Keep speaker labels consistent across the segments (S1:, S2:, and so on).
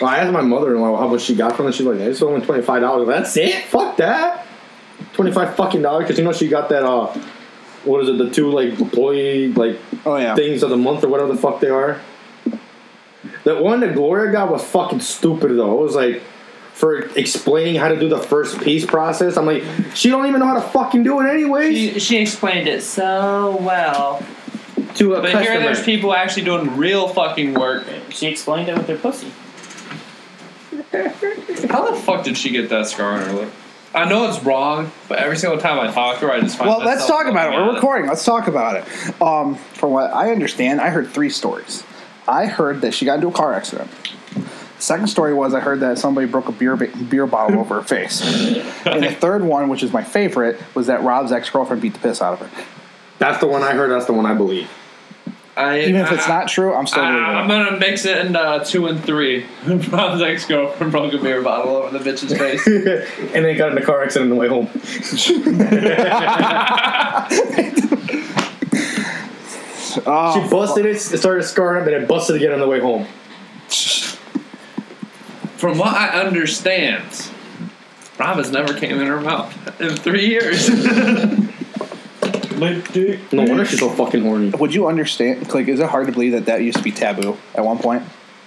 S1: Well, I asked my mother-in-law how much she got from it. She's like, it's only twenty five dollars. That's it? Fuck that. Twenty five fucking dollars because you know she got that. uh What is it? The two like employee like
S2: Oh yeah.
S1: things of the month or whatever the fuck they are. That one that Gloria got was fucking stupid though. It was like for explaining how to do the first piece process. I'm like, she don't even know how to fucking do it anyways.
S3: She, she explained it so well.
S1: to a
S3: But here
S1: customer.
S3: there's people actually doing real fucking work.
S4: She explained it with her pussy.
S3: How the fuck did she get that scar on her lip? I know it's wrong, but every single time I talk to her, I just find
S2: Well, let's
S3: myself
S2: talk about it.
S3: looking at
S2: We're recording. Let's talk about it. Um, from what I understand, I heard three stories. I heard that she got into a car accident. Second story was I heard that somebody broke a beer ba- beer bottle over her face. And the third one, which is my favorite, was that Rob's ex girlfriend beat the piss out of her.
S1: That's the one I heard. That's the one I believe.
S3: I,
S2: Even if it's
S3: I-
S2: not true, I'm still.
S3: I,
S2: believing
S3: I'm
S2: it.
S3: gonna mix it in uh, two and three. Rob's ex girlfriend broke a beer bottle over the bitch's face.
S1: and then got in a car accident on the way home.
S2: Oh,
S1: She busted it, started scarring, and then it busted again on the way home.
S3: From what I understand, Rob has never came in her mouth in three years.
S1: No wonder she's so fucking horny.
S2: would you understand? Like, is it hard to believe that that used to be taboo at one point?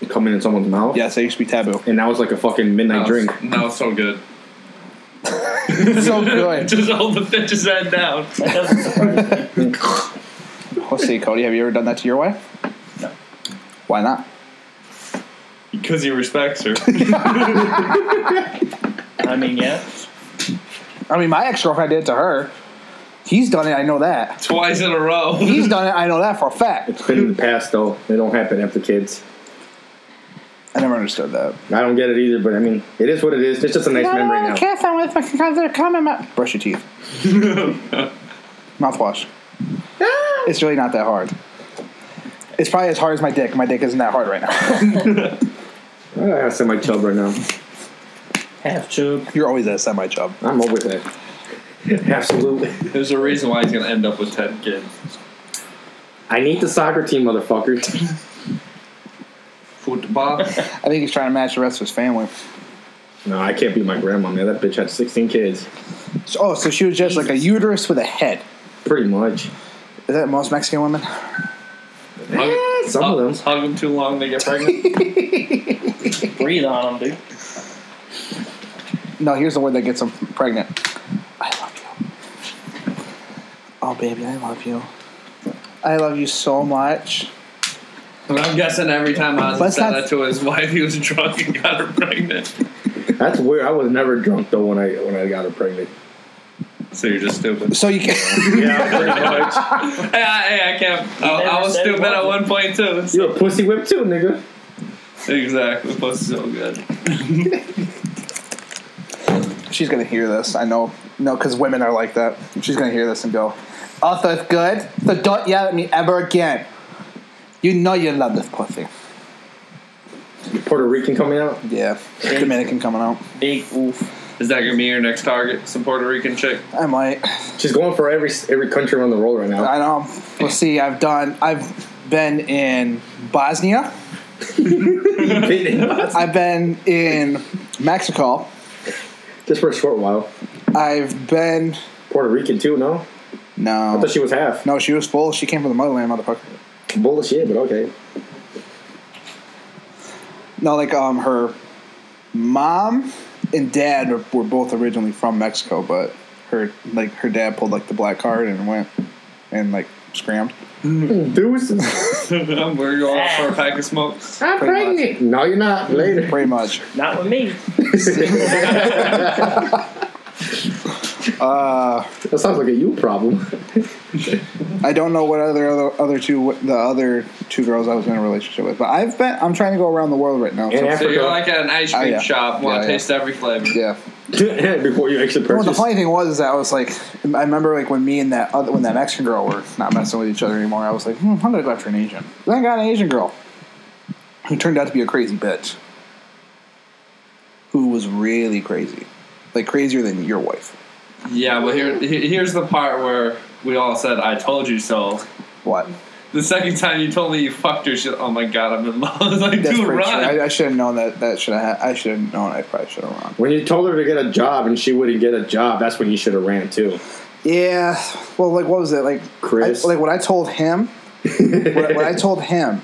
S1: Coming in someone's mouth.
S2: Yes, that used to be taboo.
S1: And now it's like a fucking midnight drink.
S3: No, it's so good.
S2: so good.
S3: Just hold the bitch's head down.
S4: That doesn't surprise me.
S2: Let's see, Cody. Have you ever done that to your wife?
S4: No.
S2: Why not?
S3: Because he respects her.
S4: I mean, yeah.
S2: I mean, my ex girlfriend did it to her. He's done it. I know that.
S3: Twice in a row.
S2: He's done it. I know that for a fact.
S1: It's been in the past though. They don't happen after kids.
S2: I never understood that.
S1: I don't get it either, but I mean, it is what it is. It's just a nice memory now.
S2: kiss them with because they're coming. Brush your teeth. Mouthwash.
S1: Ah.
S2: it's really not that hard. It's probably as hard as my dick. My dick isn't that hard right now.
S1: I gotta send my chub right now.
S4: Half chub.
S2: You're always at semi chub.
S1: I'm over that. Absolutely.
S3: There's a reason why he's gonna end up with ten kids.
S1: I need the soccer team, motherfucker.
S3: Football.
S2: I think he's trying to match the rest of his family.
S1: no, I can't be my grandma, man. That bitch had 16 kids.
S2: So, oh, so she was just like a uterus with a head.
S1: Pretty much.
S2: Is that most Mexican women?
S1: Eh, some of them.
S3: Hug them too long, they get pregnant.
S4: Breathe on them, dude.
S2: No, here's the word that gets them pregnant. I love you. Oh, baby, I love you. I love you so much.
S3: But I'm guessing every time Ozzy
S2: Let's
S3: said
S2: not-
S3: that to his wife, he was drunk and got her pregnant.
S1: That's weird. I was never drunk though when I when I got her pregnant.
S3: So you're just stupid.
S2: So you can.
S1: Yeah, pretty much.
S3: hey, I, hey, I can't. I,
S4: never
S3: I was
S4: said
S3: stupid
S4: it
S3: at
S4: wasn't.
S3: one point too.
S1: You a pussy whip too, nigga.
S3: Exactly. It was so good.
S2: She's gonna hear this. I know. No, because women are like that. She's gonna hear this and go, "Oh, that's good. So don't yell at me ever again. You know you love this pussy."
S1: Puerto Rican coming out.
S2: Yeah. Dominican coming out.
S4: Big oof.
S3: Is that gonna be your next target? Some Puerto Rican chick.
S2: I might.
S1: She's going for every every country around the world right now.
S2: I know. We'll see. I've done. I've been in Bosnia. I've been in Mexico.
S1: Just for a short while.
S2: I've been.
S1: Puerto Rican too. No,
S2: No.
S1: I thought she was half.
S2: No, she was full. She came from the motherland, motherfucker.
S1: Bullshit, but okay.
S2: No, like um, her mom and dad were, were both originally from Mexico, but her like her dad pulled like the black card and went and like scrammed.
S1: Deuces.
S3: I'm we're going out for a pack of smokes.
S1: I'm
S2: Pretty much.
S1: pregnant. No, you're not. Later.
S2: Pretty much.
S4: Not with me.
S2: Uh,
S1: That sounds like a you problem.
S2: I don't know what other other, other two the other two girls I was in a relationship with, but I've been I'm trying to go around the world right now.
S1: And
S2: so-
S3: So
S1: Africa.
S3: you're like at an ice cream
S2: Oh, yeah.
S3: shop, want
S2: Yeah,
S3: to
S2: yeah.
S3: taste every flavor.
S2: yeah.
S1: Before you actually
S2: Well, the
S1: purchase.
S2: funny thing was is that I was like, I remember like when me and that other when that Mexican girl were not messing with each other anymore. I was like, hmm, I'm gonna go after an Asian. Then I got an Asian girl who turned out to be a crazy bitch, who was really crazy, like crazier than your wife.
S3: Yeah, but here, he- here's the part where we all said, "I told you so."
S2: What?
S3: The second time you told me you fucked her, shit. Oh my god, I'm in love. I was like,
S2: That's
S3: dude,
S2: pretty true.
S3: run.
S2: I, I should have known that. That should have. I should have known. I probably should have run.
S1: When you told her to get a job and she wouldn't get a job, that's when you should have ran too.
S2: Yeah. Well, like, what was it? Like,
S1: Chris?
S2: I- like, what I told him, what, what I told him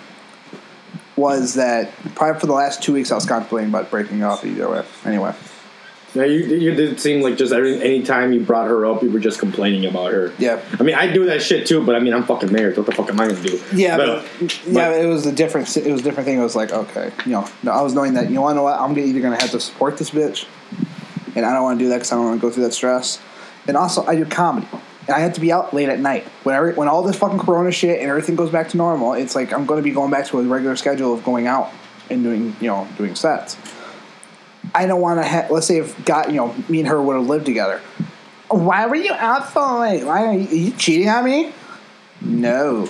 S2: was that probably for the last two weeks I was contemplating about breaking up either way. Anyway.
S1: Now you you did seem like just every any time you brought her up, you were just complaining about her.
S2: Yeah.
S1: I mean, I do that shit too, but I mean, I'm fucking married. What the fuck am I gonna do?
S2: Yeah,
S1: But-
S2: but, yeah, it was a different. It was a different thing. It was like, okay, you know, no, I was knowing that. You know, I know what I'm gonna- either gonna have to support this bitch, and I don't want to do that because I don't want to go through that stress. And also, I do comedy, and I have to be out late at night. When every, when all this fucking Corona shit and everything goes back to normal, it's like I'm gonna be going back to a regular schedule of going out and doing you know doing sets. I don't want to. Ha- let's say if got you know me and her would have lived together. Why were you out so late? Why are you, are you cheating on me? No.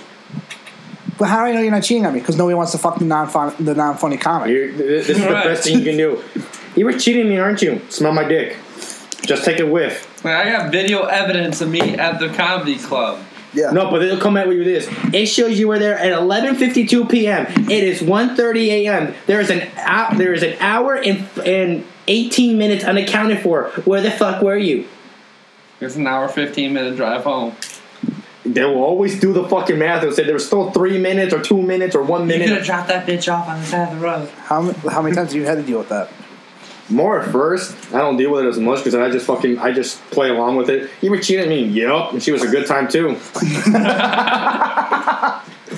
S2: But how do I know you're not cheating on me? Because nobody wants to fuck the non the non funny comic.
S1: You're, this is the
S3: Right.
S1: best thing you can do. You were cheating me, aren't you? Smell my dick. Just take a whiff.
S3: Like, I got video evidence of me at the comedy club.
S2: Yeah.
S1: No, but they'll come at you with this. It shows you were there at 11:52 p.m. It is 1:30 a.m. There is an hour, there is an hour and and 18 minutes unaccounted for. Where the fuck were you?
S3: It's an hour, 15 minute drive home.
S1: They will always do the fucking math and say there was still three minutes or two minutes or one
S3: You could have
S1: minute
S3: dropped that bitch off on the side of the road.
S2: How ma- how many times have you had to deal with that?
S1: more at first. I don't deal with it as much because I just fucking I just play along with it. You were cheating at me, yep, and she was a good time too.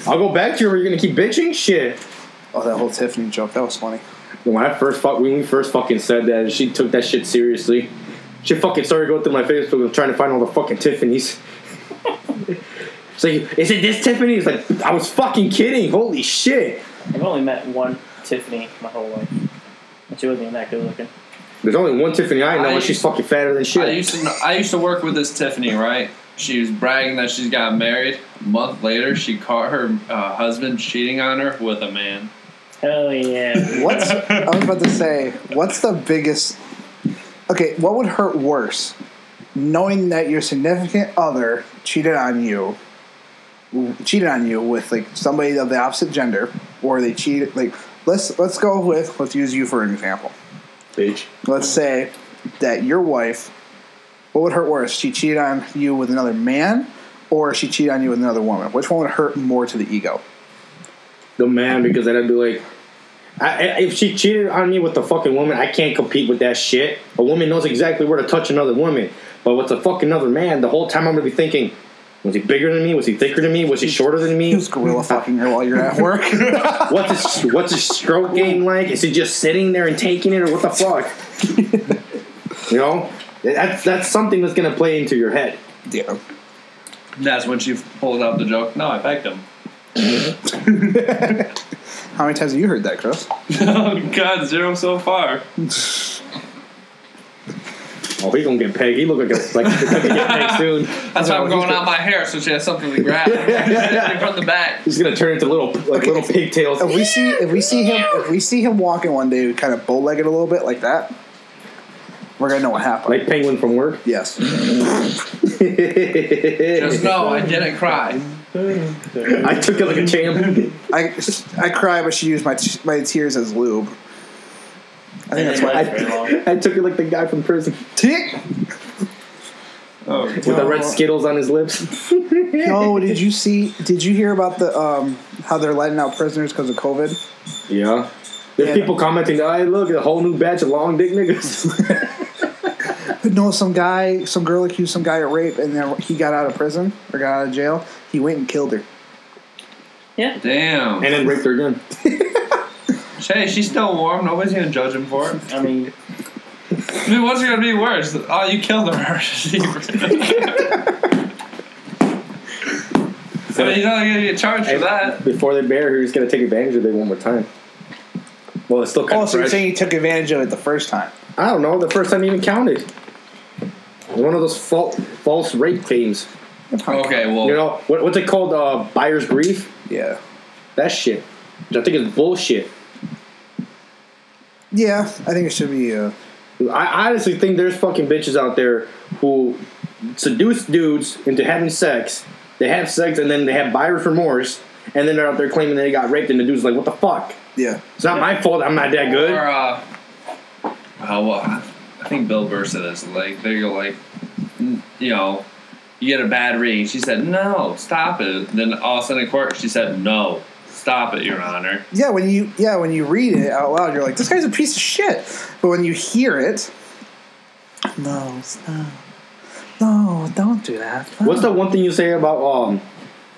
S1: I'll go back to her. You're gonna keep bitching shit.
S2: Oh, that whole Tiffany joke. That was funny.
S1: When I first fuck, when we first fucking said that, she took that shit seriously. She fucking started going through my Facebook and trying to find all the fucking Tiffany's. It's like, is it this Tiffany? It's like, I was fucking kidding. Holy shit.
S4: I've only met one Tiffany my whole life. And she wasn't even that good looking.
S1: There's only one Tiffany I know,
S3: I-
S1: and she's fucking fatter than shit.
S3: I used to know, I used to work with this Tiffany, right? She was bragging that she's got married. A month later, she caught her uh, husband cheating on her with a man.
S4: Hell yeah.
S2: What's I was about to say? What's the biggest? Okay, what would hurt worse, knowing that your significant other cheated on you, cheated on you with like somebody of the opposite gender, or they cheated like let's let's go with let's use you for an example.
S1: bitch.
S2: let's say that your wife, what would hurt worse? She cheated on you with another man, or she cheated on you with another woman? Which one would hurt more to the ego?
S1: The man, because then I'd be like, I, I- if she cheated on me with the fucking woman, I can't compete with that shit. A woman knows exactly where to touch another woman. But with a fucking other man, the whole time I'm gonna be thinking, was he bigger than me? Was he thicker than me? Was he shorter than me?
S2: Who's gorilla fucking her while you're at work?
S1: What's his What's his stroke game like? Is he just sitting there and taking it, or what the fuck? you know, that's that's something that's gonna play into your head.
S2: yeah.
S3: That's when she pulled out the joke. No, I pegged him.
S2: How many times have you heard that, Chris?
S3: oh God, zero so far.
S1: Oh, he gonna get pegged. He look like a, like he's gonna get pegged soon.
S3: That's why I'm going out my hair so she has something to grab from the back.
S1: He's gonna turn into little like little pigtails.
S2: If we see if we see him if we see him walking one day, kind of bow legged a little bit like that, we're gonna know what happened.
S1: Like penguin from work.
S2: yes.
S3: Just
S1: I
S3: no, I didn't cry.
S1: took it like a champ.
S2: I, I cry, but she used my t- my tears as lube. I think that's why.
S1: I, I took it like the guy from prison
S2: Tick.
S3: Oh,
S1: with the red skittles on his lips.
S2: No, did you see? Did you hear about the um how they're letting out prisoners because of COVID?
S1: Yeah. There's
S2: Yeah.
S1: people commenting, "Hey, look, a whole new batch of long dick niggas."
S2: No, some guy, some girl accused some guy of rape, and then he got out of prison or got out of jail. He went and killed her.
S4: Yeah.
S3: damn.
S1: and then raped her again.
S3: Hey, she's still warm. Nobody's gonna judge him for it.
S4: I mean,
S3: I mean, what's gonna be worse? Oh, you killed her. I mean, you're not gonna get charged for
S1: And
S3: that.
S1: Before they bury her, he's gonna take advantage of it one more time. Well, it's still kind
S2: Oh,
S1: of
S2: so you're
S1: fresh.
S2: saying he took advantage of it the first time?
S1: I don't know. The first time even counted. One of those false false rape claims.
S3: Okay, well,
S1: You know what, what's it called? Uh, buyer's grief.
S2: Yeah.
S1: That shit. Which I think is bullshit.
S2: Yeah, I think it should be. Uh,
S1: I honestly think there's fucking bitches out there who seduce dudes into having sex. They have sex and then they have buyer's remorse. and then they're out there claiming they got raped, and the dude's like, "What the fuck?
S2: Yeah.
S1: It's not my fault. I'm not that good."
S3: Or, uh, oh, well, I I think Bill Burr said this. Like, they're like, n- you know, you get a bad reading. She said, no, stop it. Then all of a sudden in court, she said, no, stop it, Your Honor.
S2: Yeah, when you yeah, when you read it out loud, you're like, this guy's a piece of shit. But when you hear it, no, no, no, don't do that. no."
S1: What's the one thing you say about um,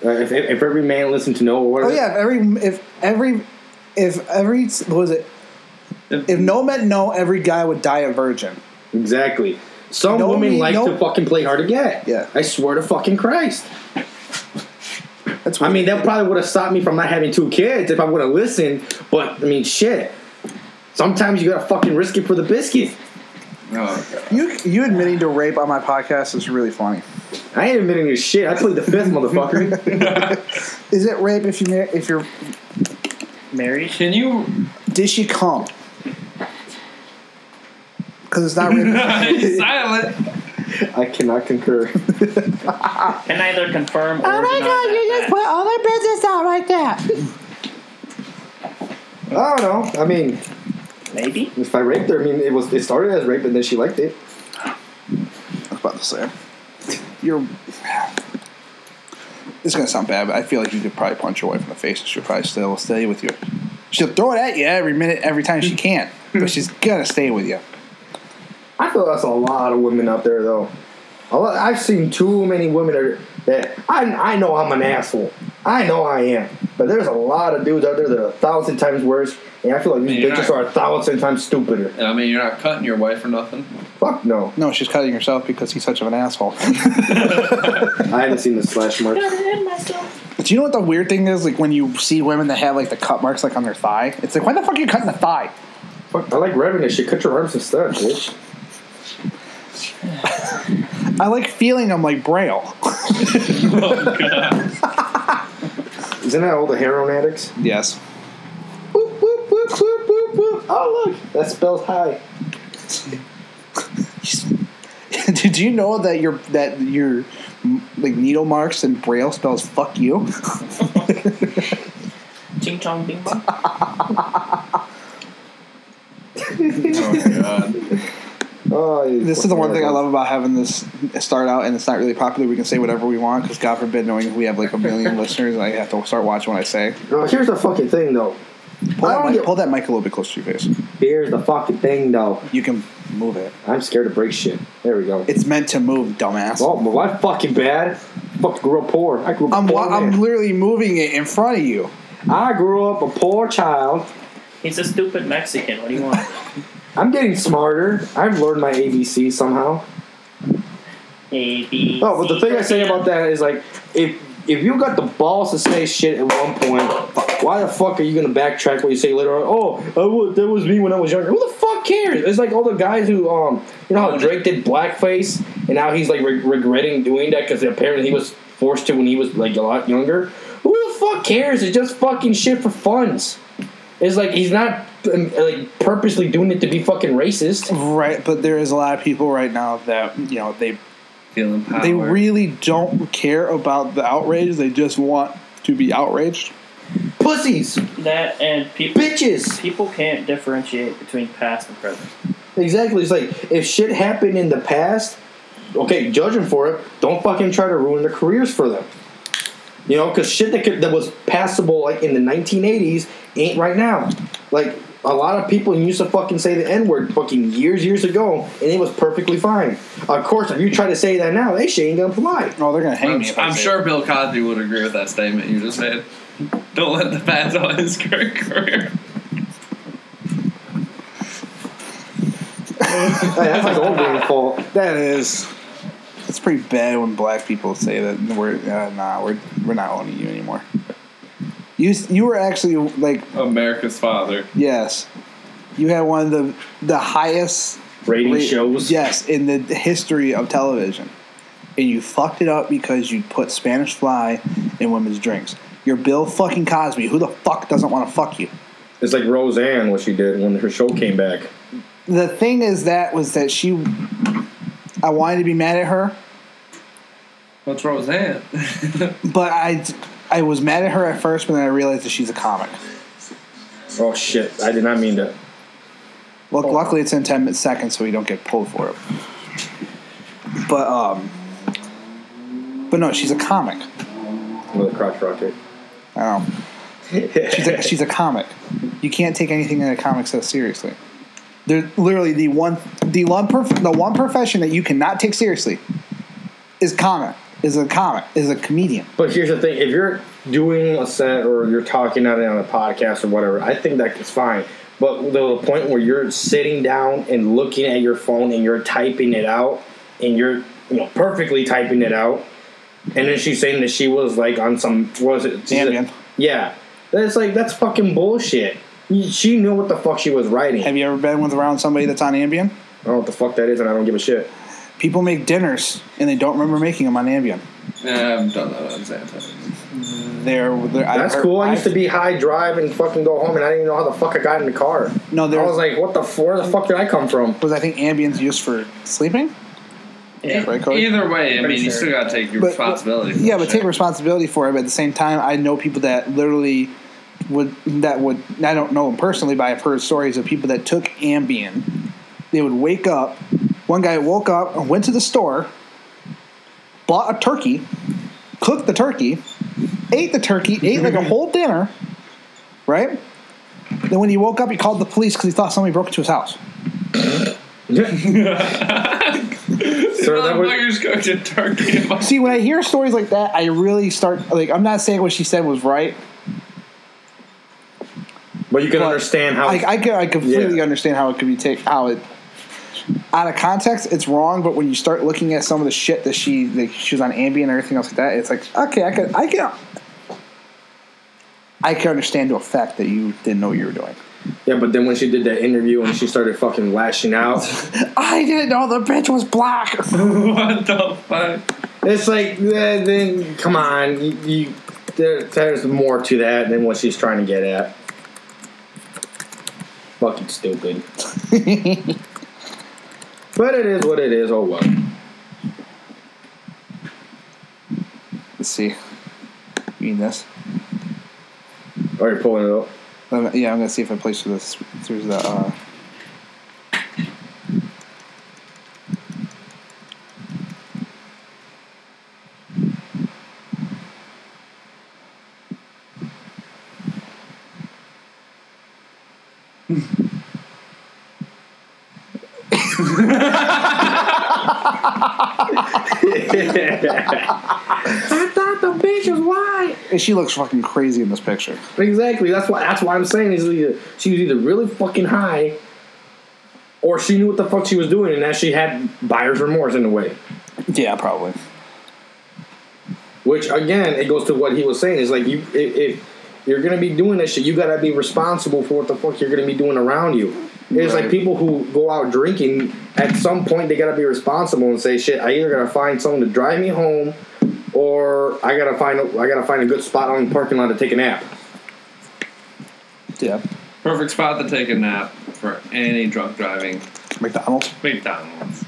S1: uh, if, if if every man listened to no or
S2: Oh
S1: whatever?
S2: yeah, if every if every if every what was it?
S3: If-
S2: If no meant no, every guy would die a virgin.
S1: exactly. Some
S2: No
S1: women
S2: mean-
S1: like
S2: no-
S1: to fucking play hard to get.
S2: Yeah.
S1: I swear to fucking Christ.
S2: That's
S1: I
S2: weird.
S1: mean, that probably would have stopped me from not having two kids if I would have listened. But I mean, shit. Sometimes you gotta fucking risk it for the biscuit.
S3: Oh, God.
S2: you you admitting to rape on my podcast is really funny.
S1: I ain't admitting to shit. I played the fifth, motherfucker.
S2: Is it rape if you mar- if you're
S4: Married?
S3: Can you?
S2: did she come? Because it's not
S3: He's
S2: rape.
S3: silent.
S1: I cannot concur.
S4: Can neither confirm or
S1: Ah,
S4: deny that fact.
S2: put all their business out right there.
S1: I don't know. I mean,
S4: Maybe.
S1: if I raped her, I mean, it was it started as rape, and then she liked it.
S2: I was about to say. You're. It's gonna sound bad, but I feel like you could probably punch your wife in the face, and she'll probably still stay with you. She'll throw it at you every minute, every time she can, but she's gonna stay with you.
S1: I feel that's a lot of women out there, though. A lot, I've seen too many women are, that I, I know I'm an asshole. I know I am. But there's a lot of dudes out there that are a thousand times worse, and I feel like these
S3: You're
S1: bitches
S3: not-
S1: are a thousand times stupider.
S3: I mean, you're not cutting your wife or nothing.
S1: Fuck no.
S2: No, she's cutting herself because he's such of an asshole.
S1: I haven't seen the slash mark.
S2: Do you know what the weird thing is? Like when you see women that have like the cut marks like on their thigh, it's like why the fuck are you cutting the thigh?
S1: Fuck, I like rubbing this shit. Cut your arms instead, bitch.
S2: I like feeling them like braille.
S1: Isn't that all the heroin addicts?
S2: yes.
S1: Whoop, whoop, whoop, whoop, whoop, whoop. Oh, look. That spells high.
S2: Did you know that your that your m- like needle marks and braille spells fuck you?
S4: Ching chong bing bong.
S3: Oh, God.
S1: Oh, you
S2: This is the one
S1: fucking
S2: thing I
S1: asshole.
S2: love about having this start out and it's not really popular. We can say whatever we want because God forbid, knowing we have like a million listeners, I have to start watching what I say.
S1: No, here's the fucking thing, though.
S2: Pull that,
S1: I don't
S2: mic,
S1: get-
S2: pull that mic a little bit closer to your face.
S1: Here's the fucking thing, though.
S2: You can move it.
S1: I'm scared to break shit. There we go.
S2: It's meant to move, dumbass.
S1: Oh, well, I fucking bad. Fuck, grew up poor. I grew up
S2: I'm,
S1: poor.
S2: wa- I'm
S1: man.
S2: literally moving it in front of you.
S1: I grew up a poor child.
S4: He's a stupid Mexican. What do you want?
S1: I'm getting smarter. I've learned my ABC somehow.
S4: A, B,
S1: Oh, but the
S4: C, E
S1: thing I say about that is like, if if you got the balls to say shit at one point, why the fuck are you gonna backtrack what you say later on? Oh, I wa- that was me when I was younger. Who the fuck cares? It's like all the guys who um, you know how Drake did blackface, and now he's like re- regretting doing that because apparently he was forced to when he was like a lot younger. Who the fuck cares? It's just fucking shit for funds. It's like he's not um, like purposely doing it to be fucking racist.
S2: Right, but there is a lot of people right now that, you know, they
S3: Feeling power.
S2: they really don't care about the outrage. They just want to be outraged.
S1: Pussies,
S4: That and people.
S1: bitches.
S4: People can't differentiate between past and present.
S1: Exactly. It's like if shit happened in the past, okay, judge them for it. Don't fucking try to ruin their careers for them. You know, because shit that could, that was passable like in the 1980s ain't right now. Like a lot of people used to fucking say the N word fucking years, years ago, and it was perfectly fine. Of course, if you try to say that now, they shit ain't gonna fly.
S2: Oh, they're going to hang
S3: I'm,
S2: me. if I
S3: I'm
S2: say it.
S3: sure Bill Cosby would agree with that statement you just made. Don't let the fans on his current career.
S1: Hey, that's like old man's fault.
S2: That is. It's pretty bad when black people say that we're uh, nah we're we're not owning you anymore. You s- you were actually like
S3: America's father.
S2: yes, you had one of the the highest
S1: Rating
S2: ra-
S1: shows.
S2: yes in the history of television, and you fucked it up because you put Spanish Fly in women's drinks. You're Bill fucking Cosby. Who the fuck doesn't want to fuck you?
S1: It's like Roseanne, what she did when her show came back.
S2: the thing is that was that she i wanted to be mad at her
S3: What's Roseanne?
S2: but i I was mad at her at first, but then I realized that she's a comic.
S1: Oh shit! I did not mean that.
S2: Look, luckily it's in ten seconds, so we don't get pulled for it. But um, but no, she's a comic.
S1: Another crotch rocket.
S2: I don't. She's a, she's a comic. You can't take anything that a comic says seriously. They're literally the one the one prof- the one profession that you cannot take seriously is comic is a comic is a comedian.
S1: But here's the thing: if you're doing a set or you're talking on it on a podcast or whatever, I think that is fine. But the point where you're sitting down and looking at your phone and you're typing it out and you're you know perfectly typing it out, and then she's saying that she was like on some what was it she's
S2: Ambien.
S1: like- yeah, that's like that's fucking bullshit. She knew what the fuck she was writing. I
S2: Have you ever been with around somebody that's on Ambien?
S1: don't know what the fuck that is, and I don't give a shit.
S2: People make dinners and they don't remember making them on Ambien.
S3: Yeah, I've done that on Xanax.
S2: They're, they're I've
S1: That's
S2: heard-
S1: cool. I used to
S2: I've-
S1: be high, drive, and fucking go home, and I didn't even know how the fuck I got in the car.
S2: No, there
S1: I
S2: was-
S1: was like, what the f- where the fuck did I come from?
S2: was I think Ambien's used for sleeping.
S4: Yeah.
S2: Right, Cody?
S3: Either way, I
S4: Pretty
S3: mean, you
S4: sure.
S3: still gotta take your
S2: But-
S3: responsibility. for
S2: yeah,
S3: that
S2: but
S3: shit.
S2: take responsibility for it. But at the same time, I know people that literally would that would I don't know them personally, but I've heard stories of people that took Ambien. They would wake up. One guy woke up and went to the store, bought a turkey, cooked the turkey, ate the turkey, ate like a whole dinner, right? Then when he woke up, he called the police because he thought somebody broke into his house.
S1: Sir, that was-
S3: Motherfuckers cooked a turkey in my-
S2: See, when I hear stories like that, I really start like I'm not saying what she said was right.
S1: But you can
S2: But
S1: understand how.
S2: I, I, can- I completely
S1: Yeah.
S2: understand how it could be taken how it out of context it's wrong but when you start looking at some of the shit that she that she was on ambient and everything else like that it's like okay i can i can i can understand to a fact that you didn't know what you were doing
S1: yeah, but then when she did that interview and she started fucking lashing out,
S2: i didn't know the bitch was black
S3: what the fuck?
S1: it's like, eh, then come on, you, you, there, there's more to that than what she's trying to get at. Fucking stupid. but it is what it is. Oh well.
S2: let's see you need this
S1: Are you Oh, pulling it up?
S2: Um, yeah i'm gonna see if i place through this through the uh uh,
S1: I thought the bitch was white.
S2: and she looks fucking crazy in this picture
S1: Exactly. That's why. That's why I'm saying is either she was either really fucking high, or she knew what the fuck she was doing, and that she had buyer's remorse in a way.
S2: yeah probably
S1: Which again, it goes to what he was saying is like you if, if you're gonna be doing that shit, you gotta be responsible for what the fuck you're gonna be doing around you. It's
S3: Right.
S1: like people who go out drinking. At some point, they gotta be responsible and say, "Shit, I either gotta find someone to drive me home, or I gotta find a, I gotta find a good spot on the parking lot to take a nap."
S2: yeah
S3: Perfect spot to take a nap for any drunk driving.
S2: mcdonald's
S3: McDonald's.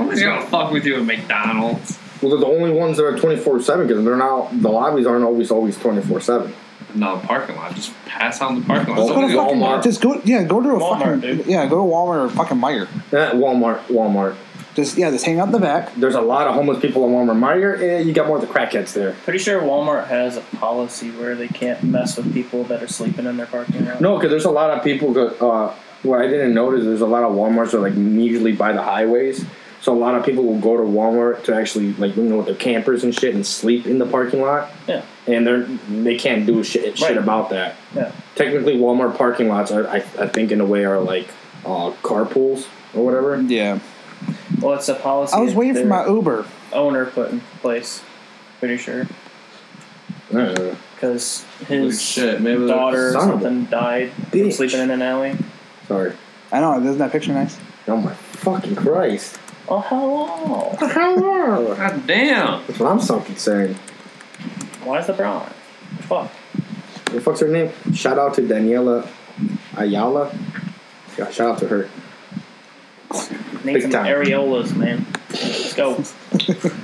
S3: Nobody's gonna fuck with you at McDonald's.
S1: Well, they're the only ones that are twenty four seven because they're not the lobbies aren't always always twenty four seven.
S3: No, parking lot. Just pass on the parking lot.
S1: Well,
S2: Go to
S3: Somebody
S1: what
S3: go,
S2: fucking,
S1: Walmart.
S2: Just go. Yeah, go to a
S4: Walmart,
S2: fucking.
S4: dude.
S2: Yeah, go to Walmart or fucking Meyer.
S1: Uh, Walmart, Walmart.
S2: Just yeah, just hang out in the back.
S1: There's a lot of homeless people in Walmart. Meyer, eh, you got more of the crackheads there.
S4: Pretty sure Walmart has a policy where they can't mess with people that are sleeping in their parking lot.
S1: No, because there's a lot of people. that, Uh, what I didn't notice there's a lot of WalMarts that are like usually by the highways, so a lot of people will go to Walmart to actually like you know with their campers and shit and sleep in the parking lot,
S4: Yeah.
S1: and they're they can't do shit, shit
S4: Right.
S1: about that.
S4: Yeah.
S1: Technically, Walmart parking lots are I, I think in a way are like uh, carpools or whatever.
S2: Yeah,
S4: Well, it's a policy.
S2: I was
S4: that
S2: waiting for
S4: their
S2: my Uber.
S4: owner put in place. Pretty sure
S1: Uh,
S4: because
S3: Holy
S4: his
S3: shit, maybe they're-
S4: daughter or
S1: Son of a
S4: something died from
S1: bitch.
S4: sleeping in an alley.
S1: sorry.
S2: I know. Isn't that picture nice?
S1: Oh my fucking Christ.
S4: Oh hello!
S1: That's
S3: God damn.
S1: what I'm fucking saying.
S4: Why is the brown? Fuck.
S1: What the fuck's her name? Shout out to Daniela Ayala. Yeah, shout out to her.
S4: Need
S1: Big
S4: some
S1: time.
S4: areolas, man. Let's go.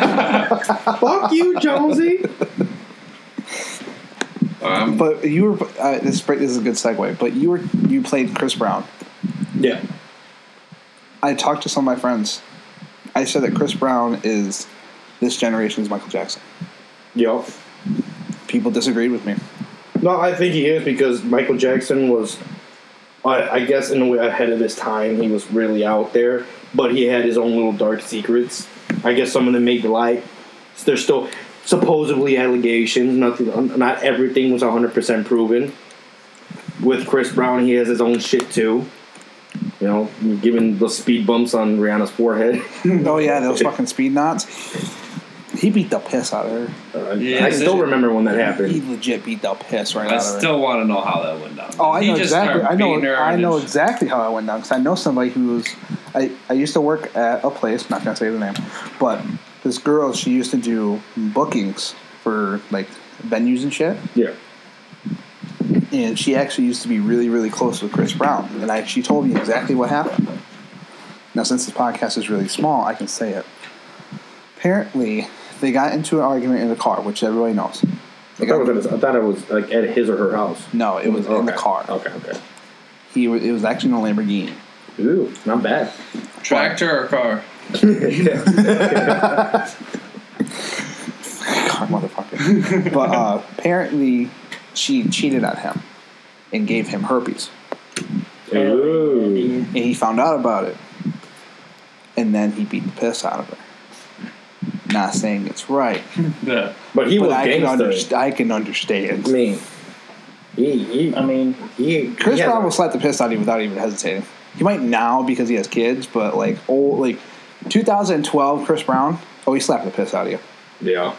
S1: Fuck you, Jonesy.
S3: Um,
S2: But you were uh, this. This is a good segue. But you were you played Chris Brown.
S1: Yeah.
S2: I talked to some of my friends. I said that Chris Brown is this generation's Michael Jackson.
S1: Yo.
S2: People disagreed with me.
S1: No, I think he is because Michael Jackson was, I, I guess, in a way ahead of his time. He was really out there, but he had his own little dark secrets. I guess some of them made the light. There's still supposedly allegations. Nothing, not everything was 100% proven. With Chris Brown, he has his own shit too. You know, giving the speed bumps on Rihanna's forehead.
S2: oh yeah, those fucking speed knots. He beat the piss out of her.
S3: Yeah,
S1: Uh, I still
S3: they-
S1: remember when that
S2: He
S1: happened.
S2: legit beat the piss right
S3: I
S2: out of her.
S3: still want to know how that went down.
S2: Oh, I
S3: He
S2: know
S3: just
S2: exactly.
S3: started
S2: I know.
S3: beating her
S2: I
S3: and
S2: know
S3: just-
S2: exactly how I went down because I know somebody who was. I, I used to work at a place. Not gonna say the name, but this girl she used to do bookings for like venues and shit,
S1: Yeah.
S2: and she actually used to be really really close with Chris Brown, and I she told me exactly what happened. Now since this podcast is really small, I can say it. Apparently, they got into an argument in the car, which everybody knows.
S1: I thought, it was, I thought it was like at his or her house.
S2: No, it was in the
S1: Okay.
S2: car.
S1: Okay, okay.
S2: He wa- it was actually in a Lamborghini.
S1: Ooh, not bad.
S3: Tractor or car?
S2: God, motherfucker. but uh, apparently, she cheated on him and gave him herpes,
S1: Ooh.
S2: and he found out about it, and then he beat the piss out of her. Not saying it's right,
S3: Yeah.
S1: But he
S2: but
S1: was
S2: I can, underst-
S1: gangster.
S2: I can understand.
S1: I mean, he, he,
S4: I mean,
S1: he,
S2: Chris
S1: he has
S2: Brown
S1: a-
S2: will slap the piss out of you without even hesitating. He might now because he has kids, but like old, like 2012 Chris Brown, oh, he slapped the piss out of you.
S1: Yeah.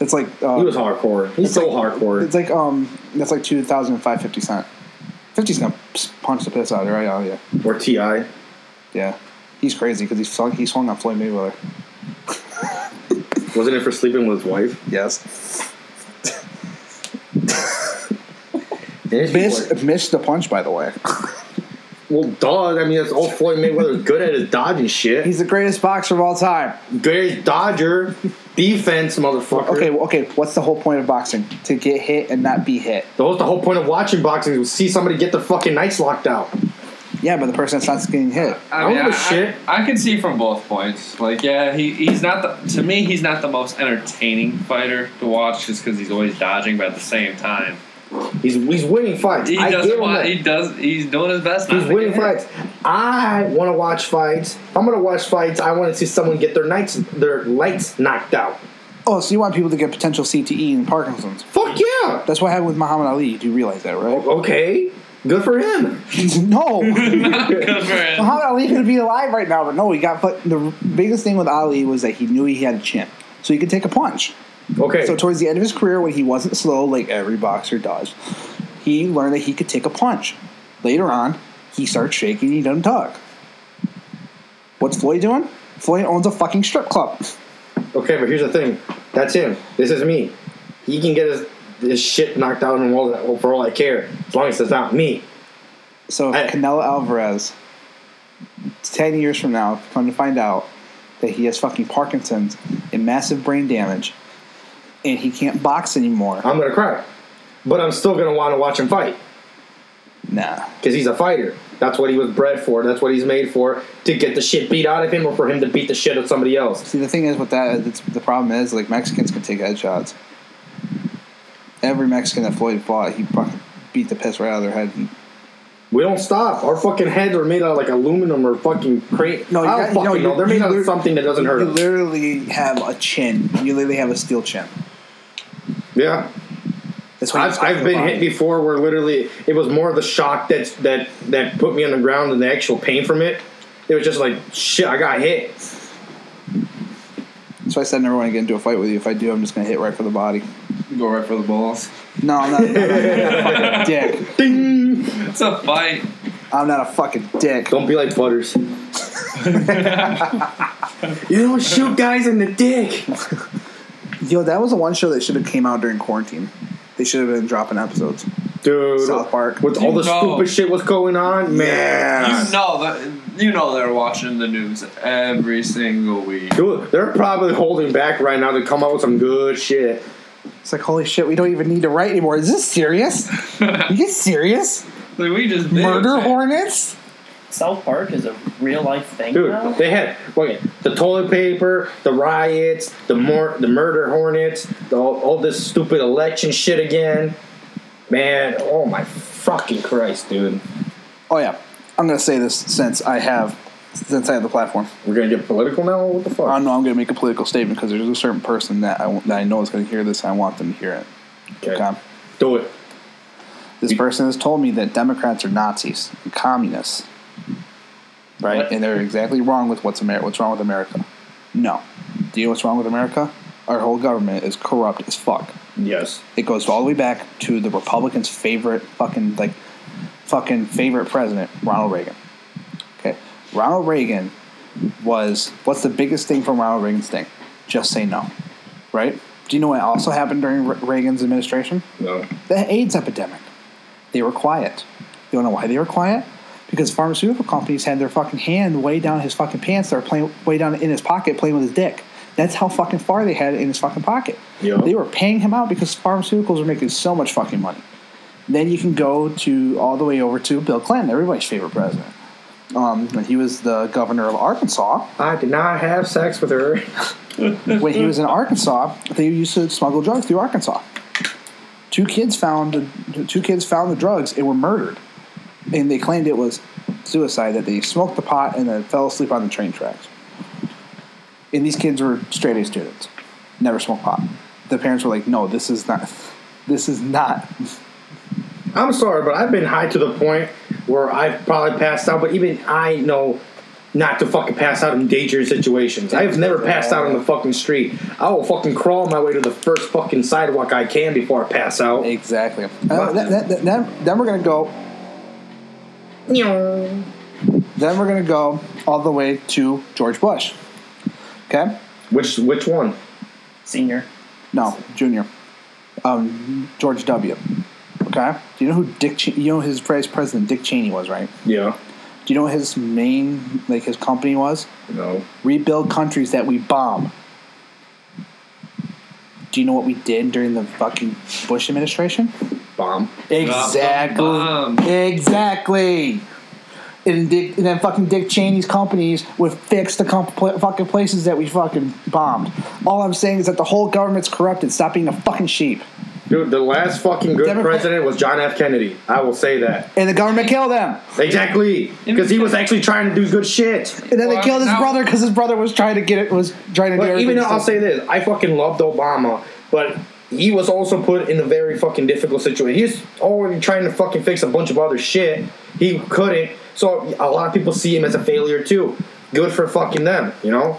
S2: It's like uh,
S1: He was hardcore. He's
S2: It's
S1: so
S2: like-
S1: hardcore.
S2: It's like um, that's like 2005 50 Cent. 50 Cent punched the piss out of it right out of you.
S1: Or T.I.
S2: Yeah, he's crazy because he swung he swung on Floyd Mayweather.
S1: Wasn't it for sleeping with his wife?
S2: Yes,
S1: Yes, he was.
S2: missed missed the punch by the way.
S1: Well, duh. I mean, that's all Floyd Mayweather's good at is dodging shit. He's
S2: He's the greatest boxer of all time.
S1: greatest dodger, defense, motherfucker.
S2: Okay, well, okay. What's the whole point of boxing? To get hit and not be hit.
S1: The whole, the whole point of watching boxing is to see somebody get their fucking nights locked out.
S2: Yeah, but the person that's not getting hit.
S1: I don't give a shit.
S3: I, I can see from both points. Like, yeah, he, he's not the to me he's not the most entertaining fighter to watch just because he's always dodging, but at the same time
S1: He's, he's winning fights.
S3: he
S1: I give
S3: doesn't
S1: him
S3: want.
S1: that.
S3: He does. He's doing his best. not
S1: He's
S3: to
S1: winning
S3: get hit.
S1: fights. I want to watch fights. If I'm going to watch fights. I want to see someone get their nights, their lights knocked out.
S2: Oh, so you want people to get potential CTE and Parkinson's?
S1: Fuck yeah.
S2: That's what happened with Muhammad Ali. You do realize that, right?
S1: Okay. Good for him.
S2: no.
S3: Good for him.
S2: Muhammad Ali could be alive right now, but no, he got. But the biggest thing with Ali was that he knew he had a chin, so he could take a punch.
S1: Okay.
S2: So towards the end of his career, when he wasn't slow like every boxer does, he learned that he could take a punch. Later on, he starts shaking. He doesn't talk. What's Floyd doing? Floyd owns a fucking strip club.
S1: okay, but here's the thing. That's him. This is me. He can get his, his shit knocked out and all for all I care, as long as it's not me.
S2: So if
S1: Hey.
S2: Canelo Alvarez, ten years from now, come to find out that he has fucking Parkinson's and massive brain damage, and he can't box anymore.
S1: I'm gonna cry, but I'm still gonna want to watch him fight
S2: Nah.
S1: because he's a fighter. That's what he was bred for. That's what he's made for to get the shit beat out of him, or for him to beat the shit out of somebody else.
S2: See, the thing is with that, it's, the problem is, like, Mexicans can take headshots. Every Mexican that Floyd fought, he fucking beat the piss right out of their head.
S1: We don't stop. Our fucking heads are made out of like aluminum or fucking crate. No,
S2: you
S1: I don't
S2: got- no,
S1: fucking
S2: you-
S1: know. They're made
S2: you
S1: out of
S2: lit-
S1: something that doesn't
S2: You
S1: hurt.
S2: literally have a chin. You literally have a steel chin.
S1: Yeah,
S2: That's what
S1: I've, I've been hit before. Where literally it was more of the shock that that that put me on the ground than the actual pain from it. It was just like shit. I got hit.
S2: That's why I said I never want to get into a fight with you. If I do, I'm just going to hit right for the body.
S3: Go right for the balls.
S2: No, I'm not, I'm not a fucking dick.
S1: Ding.
S3: It's a fight.
S2: I'm not a fucking dick.
S1: Don't be like Butters. you don't shoot guys in the dick.
S2: Yo, that was the one show that should have came out during quarantine. They should have been dropping episodes.
S1: Dude,
S2: South Park.
S1: With all the
S3: No.
S1: stupid shit was going on, man.
S3: You know that you know they're watching the news every single week.
S1: Dude, they're probably holding back right now to come up with some good shit.
S2: It's like holy shit, we don't even need to write anymore. Is this serious? you
S3: like
S2: get serious?
S3: we just
S2: Murder hornets?
S4: South Park is a real life thing
S1: Dude,
S4: now.
S1: they had wait, the toilet paper, the riots, the mor- the murder hornets, the, all, all this stupid election shit again. Man, oh my fucking Christ, dude.
S2: Oh yeah, I'm gonna say this since I have since I have the platform.
S1: We're gonna get political now? What the fuck?
S2: I know I'm gonna make a political statement because there's a certain person that I that I know is gonna hear this. and I want them to hear it.
S1: Okay.
S2: Okay.
S1: Do it.
S2: This person has told me that Democrats are Nazis and communists, right?
S4: What?
S2: And they're exactly wrong with what's Amer- what's wrong with America. No, do you know what's wrong with America? Our whole government is corrupt as fuck.
S1: Yes.
S2: It goes all the way back to the Republicans' favorite fucking like fucking favorite president, Ronald Reagan. Okay, Ronald Reagan was what's the biggest thing from Ronald Reagan's thing? Just say no, right? Do you know what also happened during Re- Reagan's administration?
S1: No.
S2: the AIDS epidemic. They were quiet. You don't know why they were quiet? Because pharmaceutical companies had their fucking hand way down his fucking pants. They were playing way down in his pocket, playing with his dick. That's how fucking far they had it in his fucking pocket.
S1: Yeah.
S2: They were paying him out because pharmaceuticals were making so much fucking money. Then you can go to all the way over to Bill Clinton, everybody's favorite president. Um, when he was the governor of Arkansas,
S1: I did not have sex with her.
S2: when he was in Arkansas, they used to smuggle drugs through Arkansas. Two kids found the two kids found the drugs and were murdered, and they claimed it was suicide that they smoked the pot and then fell asleep on the train tracks. And these kids were straight A students, never smoked pot. The parents were like, "No, this is not, this is not."
S1: I'm sorry, but I've been high to the point where I've probably passed out, but even I know not to fucking pass out in dangerous situations. I have never passed out on the fucking street. I will fucking crawl my way to the first fucking sidewalk I can before I pass out.
S2: Exactly. Uh, that- that- that- that- then we're gonna go Then we're going to go all the way to George Bush. Okay?
S1: Which which one?
S4: Senior.
S2: No, Junior. Um, George W. Okay? Do you know who Dick Che- you know who his vice president Dick Cheney was, right?
S1: Yeah.
S2: Do you know what his main like his company was?
S1: No.
S2: Rebuild countries that we bomb. Do you know what we did during the fucking Bush administration?
S1: Bomb.
S2: Exactly.
S3: Bomb.
S2: Exactly. And, Dick, and then fucking Dick Cheney's companies would fix the comp- pla- fucking places that we fucking bombed. All I'm saying is that the whole government's corrupted. Stop being a fucking sheep.
S1: Dude, the last fucking good
S2: Democrat-
S1: president was John F. Kennedy. I will say that.
S2: And the government killed him.
S1: Exactly. Because he was actually trying to do good shit.
S2: And then they
S3: Well,
S2: killed his
S3: now-
S2: brother because his brother was trying to get it, was trying to do
S1: But
S2: everything.
S1: even though I'll
S2: himself.
S1: say this, I fucking loved Obama, but he was also put in a very fucking difficult situation. He's already trying to fucking fix a bunch of other shit. He couldn't, so a lot of people see him as a failure too. Good for fucking them, you know.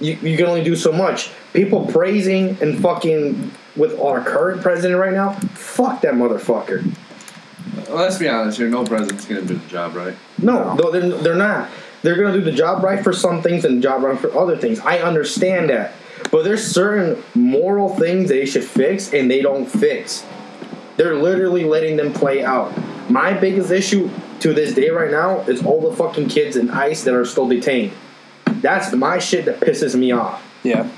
S1: You, you can only do so much. People praising and fucking with our current president right now, fuck that motherfucker.
S3: Let's be honest here. No president's gonna do the job right.
S1: No, no, they're, they're not. They're going to do the job right for some things and the job right for other things. I understand that. But there's certain moral things they should fix and they don't fix. They're literally letting them play out. My biggest issue to this day right now is all the fucking kids in ICE that are still detained. That's my shit that pisses me off.
S2: Yeah.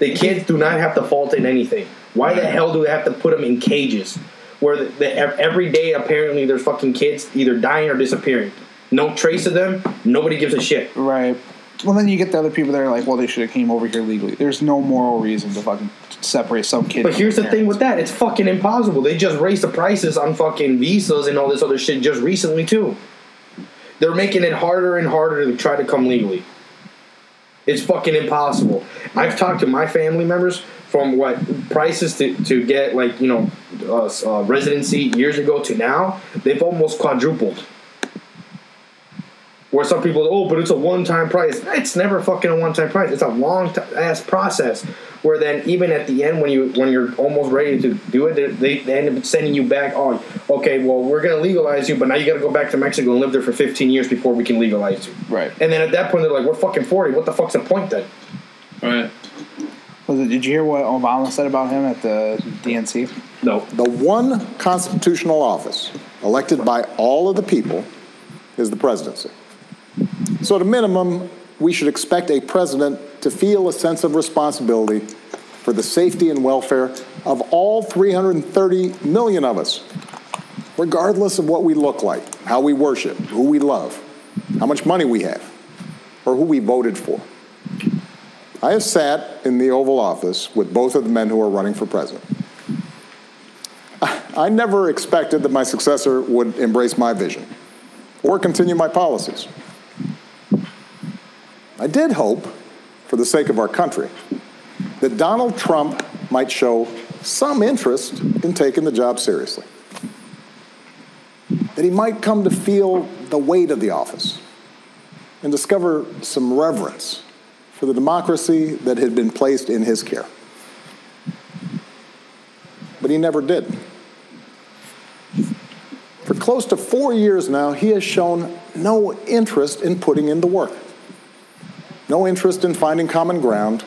S1: The kids do not have to fault in anything. Why the hell do they have to put them in cages? Where the, the, ev- every day apparently there's fucking kids either dying or disappearing. No trace of them. Nobody gives a shit.
S2: Right. Well, then you get the other people that are like, well, they should have came over here legally. There's no moral reason to fucking separate some kid.
S1: But
S2: from
S1: here's the
S2: their parents.
S1: thing with that. It's fucking impossible. They just raised the prices on fucking visas and all this other shit just recently too. They're making it harder and harder to try to come legally. It's fucking impossible. I've talked to my family members from what prices to, to get like you know uh, s- uh, residency years ago to now. They've almost quadrupled. Where some people, oh, but it's a one-time price. It's never fucking a one-time price. It's a long t- ass process. Where then even at the end, when you when you're almost ready to do it, they- they, they end up sending you back on. Okay, well we're gonna legalize you, but now you got to go back to Mexico and live there for 15 years before we can legalize you.
S2: Right.
S1: And then at that point, they're like, we're fucking 40. What the fuck's the point then?
S3: Right.
S2: Was it, did you hear what Obama said about him at the DNC?
S1: No.
S5: The one constitutional office elected by all of the people is the presidency. So, at a minimum, we should expect a president to feel a sense of responsibility for the safety and welfare of all 330 million of us, regardless of what we look like, how we worship, who we love, how much money we have, or who we voted for. I have sat in the Oval Office with both of the men who are running for president. I never expected that my successor would embrace my vision or continue my policies. I did hope, for the sake of our country, that Donald Trump might show some interest in taking the job seriously, that he might come to feel the weight of the office and discover some reverence for the democracy that had been placed in his care. But he never did. For close to four years now, he has shown no interest in putting in the work, no interest in finding common ground,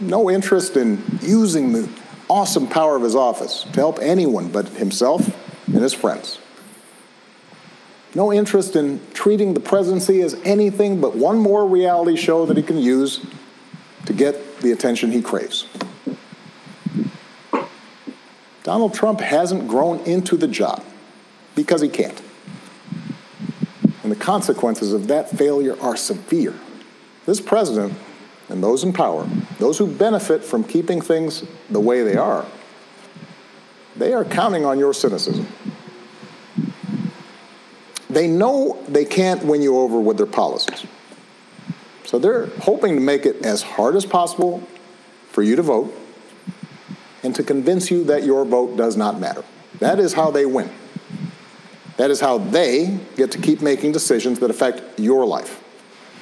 S5: no interest in using the awesome power of his office to help anyone but himself and his friends. No interest in treating the presidency as anything but one more reality show that he can use to get the attention he craves. Donald Trump hasn't grown into the job because he can't. And the consequences of that failure are severe. This president and those in power, those who benefit from keeping things the way they are, they are counting on your cynicism. They know they can't win you over with their policies. So they're hoping to make it as hard as possible for you to vote and to convince you that your vote does not matter. That is how they win. That is how they get to keep making decisions that affect your life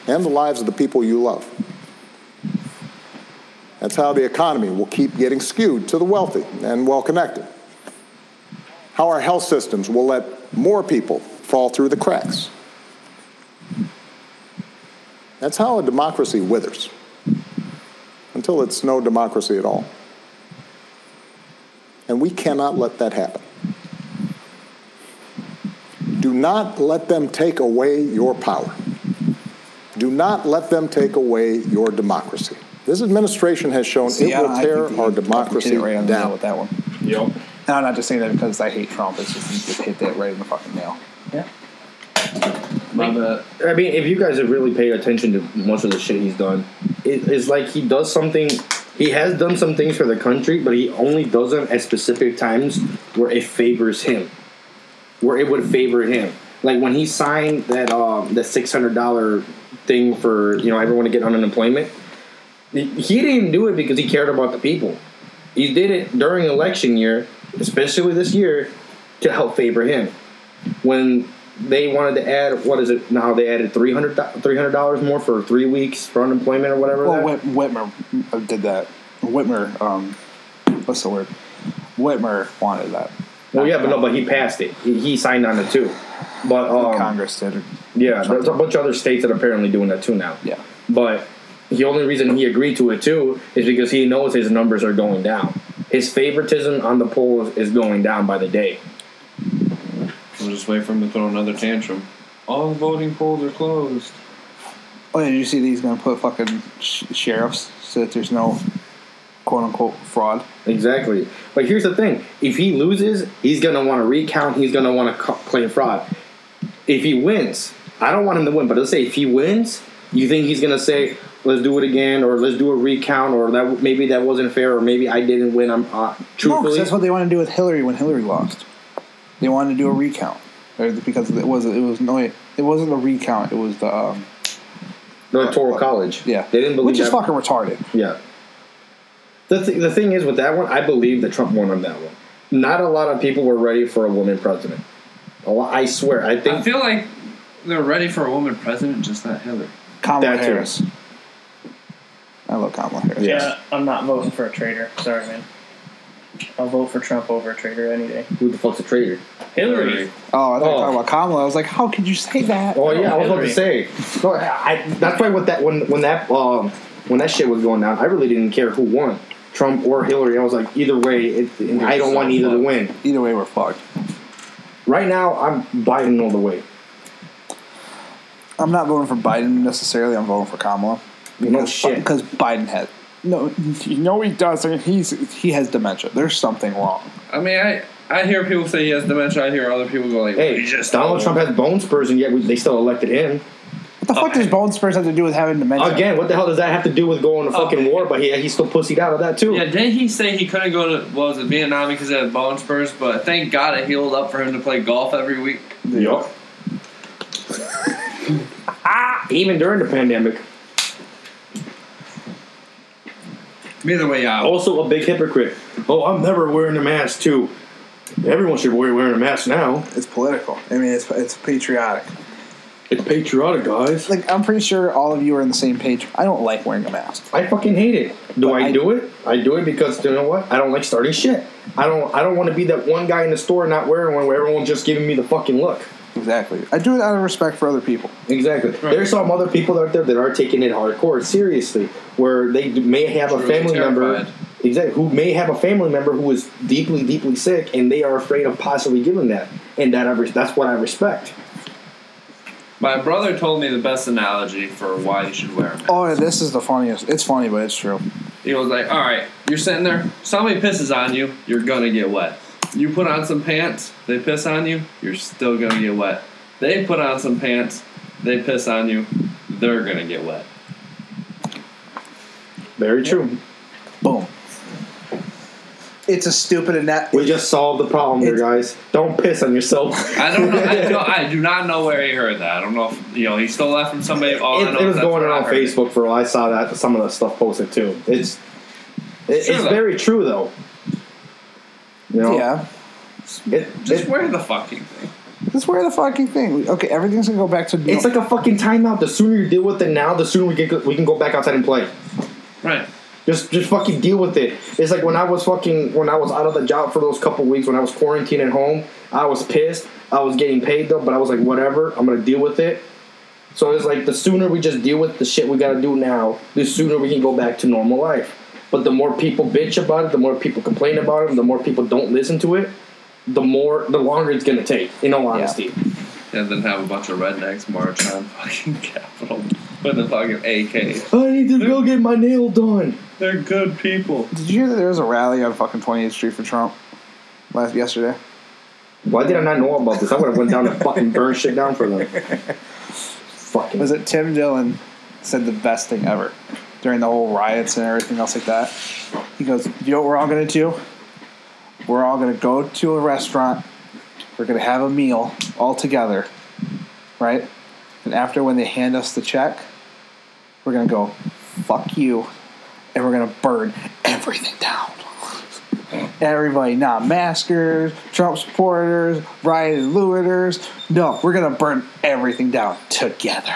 S5: and the lives of the people you love. That's how the economy will keep getting skewed to the wealthy and well connected. How our health systems will let more people fall through the cracks. That's how a democracy withers until it's no democracy at all. And we cannot let that happen. Do not let them take away your power. Do not let them take away your democracy. This administration has shown
S2: See,
S5: it
S2: I-
S5: will
S2: I
S5: tear
S2: think he
S5: our
S2: hit it
S5: democracy
S2: right on the nail
S5: down.
S2: with that one.
S3: Yep.
S2: And I'm not just saying that because I hate Trump. It's just he just hit that right in the fucking nail.
S4: Yeah.
S3: Love it.
S1: I mean, if you guys have really paid attention to much of the shit he's done, it, it's like he does something. He has done some things for the country, but he only does them at specific times where it favors him, where it would favor him. Like when he signed that um, the six hundred dollar thing for you know everyone to get unemployment. He he didn't even do it because he cared about the people. He did it during election year, especially this year, to help favor him when they wanted to add what is it now they added 300 dollars more for three weeks for unemployment or whatever
S2: Well,
S1: that-
S2: Whit- Whitmer uh, did that. Whitmer, um, what's the word? Whitmer wanted that.
S1: well yeah but no but he passed it he, he signed on it too but um,
S2: Congress did.
S1: yeah there's a bunch of other states that are apparently doing that too now
S2: Yeah.
S1: but the only reason he agreed to it too is because he knows his numbers are going down his favoritism on the polls is going down by the day
S3: We'll just wait for him to throw another tantrum. All the voting polls are closed.
S2: Oh, yeah, did you see that he's going to put fucking sh- sheriffs so that there's no quote unquote fraud?
S1: Exactly. But here's the thing: if he loses, he's gonna want to recount. He's gonna want to ca- claim fraud. If he wins, I don't want him to win, but let's say if he wins, you think he's gonna say, "Let's do it again," or "Let's do a recount," or "That maybe that wasn't fair," or "Maybe I didn't win." I'm uh,
S2: No, 'cause
S1: truthfully.
S2: that's what they wanted to do with Hillary when Hillary lost. They wanted to do a recount, Or because it was it was no, it wasn't a recount. It was the um,
S1: the electoral college.
S2: yeah,
S1: they didn't believe
S2: which is
S1: that.
S2: fucking retarded.
S1: Yeah. The, th- the thing is with that one, I believe that Trump won on that one. Not a lot of people were ready for a woman president. A lot, I swear. I think
S3: I feel like they're ready for a woman president, just not Hillary.
S2: Kamala
S1: That too.
S2: Harris. I love Kamala Harris.
S1: Yeah.
S4: Yeah, I'm not voting for a traitor. Sorry, man. I'll vote for Trump over a traitor any day.
S1: who the fuck's a traitor?
S4: Hillary.
S2: Oh, I thought you were
S1: Oh.
S2: talking about Kamala. I was like, how could you say that?
S1: Oh yeah, I was about to say. No, I, I- that's why with that when when that um, when that shit was going down, I really didn't care who won, Trump or Hillary. I was like, either way, it, and I don't want either to win.
S2: Either way, we're fucked.
S1: Right now, I'm Biden all the way.
S2: I'm not voting for Biden necessarily. I'm voting for Kamala.
S1: No shit.
S2: Because Biden has no, you know he doesn't. He's he has dementia. There's something wrong.
S3: I mean, I I hear people say he has dementia. I hear other people go like,
S1: Hey,
S3: "He's just
S1: Donald Trump has bone spurs, and yet we, they still elected him.
S2: What the fuck does bone spurs have to do with having dementia?
S1: Again, what the hell does that have to do with going to fucking
S3: Okay.
S1: war? But he, he's still pussied out of that too.
S3: Oh, Yeah, did he say he couldn't go to what was it Vietnam because he had bone spurs? But thank God it healed up for him to play golf every week.
S1: Yup. Ah, Even during the pandemic.
S3: Either way, uh, out.
S1: Also a big hypocrite. Oh, I'm never wearing a mask too. Everyone should be wearing a mask now.
S2: It's political. I mean, it's it's patriotic.
S1: It's patriotic, guys.
S2: Like I'm pretty sure all of you are on the same page. I don't like wearing a mask.
S1: I fucking hate it. Do
S2: But
S1: I,
S2: I-
S1: do it? I do it because you know what? I don't like starting shit. I don't. I don't want to be that one guy in the store not wearing one where everyone's just giving me the fucking look.
S2: Exactly. I do it out of respect for other people.
S1: Exactly. There's some other people out there that are taking it hardcore seriously, where they d- may have a
S3: Truly
S1: family member,
S3: terrified.
S1: exactly, who may have a family member who is deeply, deeply sick, and they are afraid of possibly giving that. And that I res- that's what I respect.
S3: My brother told me the best analogy for why you should wear a mask.
S2: Oh, this is the funniest. It's funny, but it's true.
S3: He was like, "All right, you're sitting there. Somebody pisses on you, you're gonna get wet. You put on some pants, they piss on you, you're still gonna get wet. They put on some pants, they piss on you, they're gonna get wet."
S1: Very true.
S2: Boom. It's a stupid and that.
S1: We just solved the problem there, guys. Don't piss on yourself.
S3: I don't know. I, don't, I do not know where he heard that. I don't know if you know he stole that from somebody. All Oh, I
S1: it,
S3: know
S1: it
S3: is
S1: was
S3: that's
S1: going
S3: where I
S1: around
S3: heard it.
S1: Facebook for a while. I saw that some of the stuff posted too. It's it,
S3: Sure,
S1: it's
S3: though.
S1: very true though. You know,
S2: Yeah.
S1: it,
S3: Just
S1: it-
S3: wear the fucking thing.
S2: Just wear the fucking thing. Okay, everything's gonna go back to.
S1: it's like a fucking timeout. The sooner you deal with it now, the sooner we get we can go back outside and play.
S3: Right.
S1: Just just fucking deal with it. It's like when I was fucking when I was out of the job for those couple weeks when I was quarantined at home, I was pissed. I was getting paid though, but I was like, whatever, I'm gonna deal with it. So it's like the sooner we just deal with the shit we gotta do now, the sooner we can go back to normal life. But the more people bitch about it, the more people complain about it, the more people don't listen to it, the more the longer it's gonna take, in all honesty.
S3: And then have a bunch of rednecks march on fucking Capitol with the fucking AK.
S1: I need to go get my nail done.
S3: They're good people.
S2: Did you hear that there was a rally on fucking 28th Street for Trump last yesterday?
S1: Why did I not know about this? I would have went down and fucking burned shit down for them. Fucking
S2: Was it Tim Dillon said the best thing ever during the whole riots and everything else like that? He goes, "You know what we're all gonna do? We're all gonna go to a restaurant. We're gonna have a meal all together, right? And after when they hand us the check, we're gonna go, fuck you, and we're gonna burn everything down." Everybody, not maskers, Trump supporters, riot looters. No, we're gonna burn everything down together.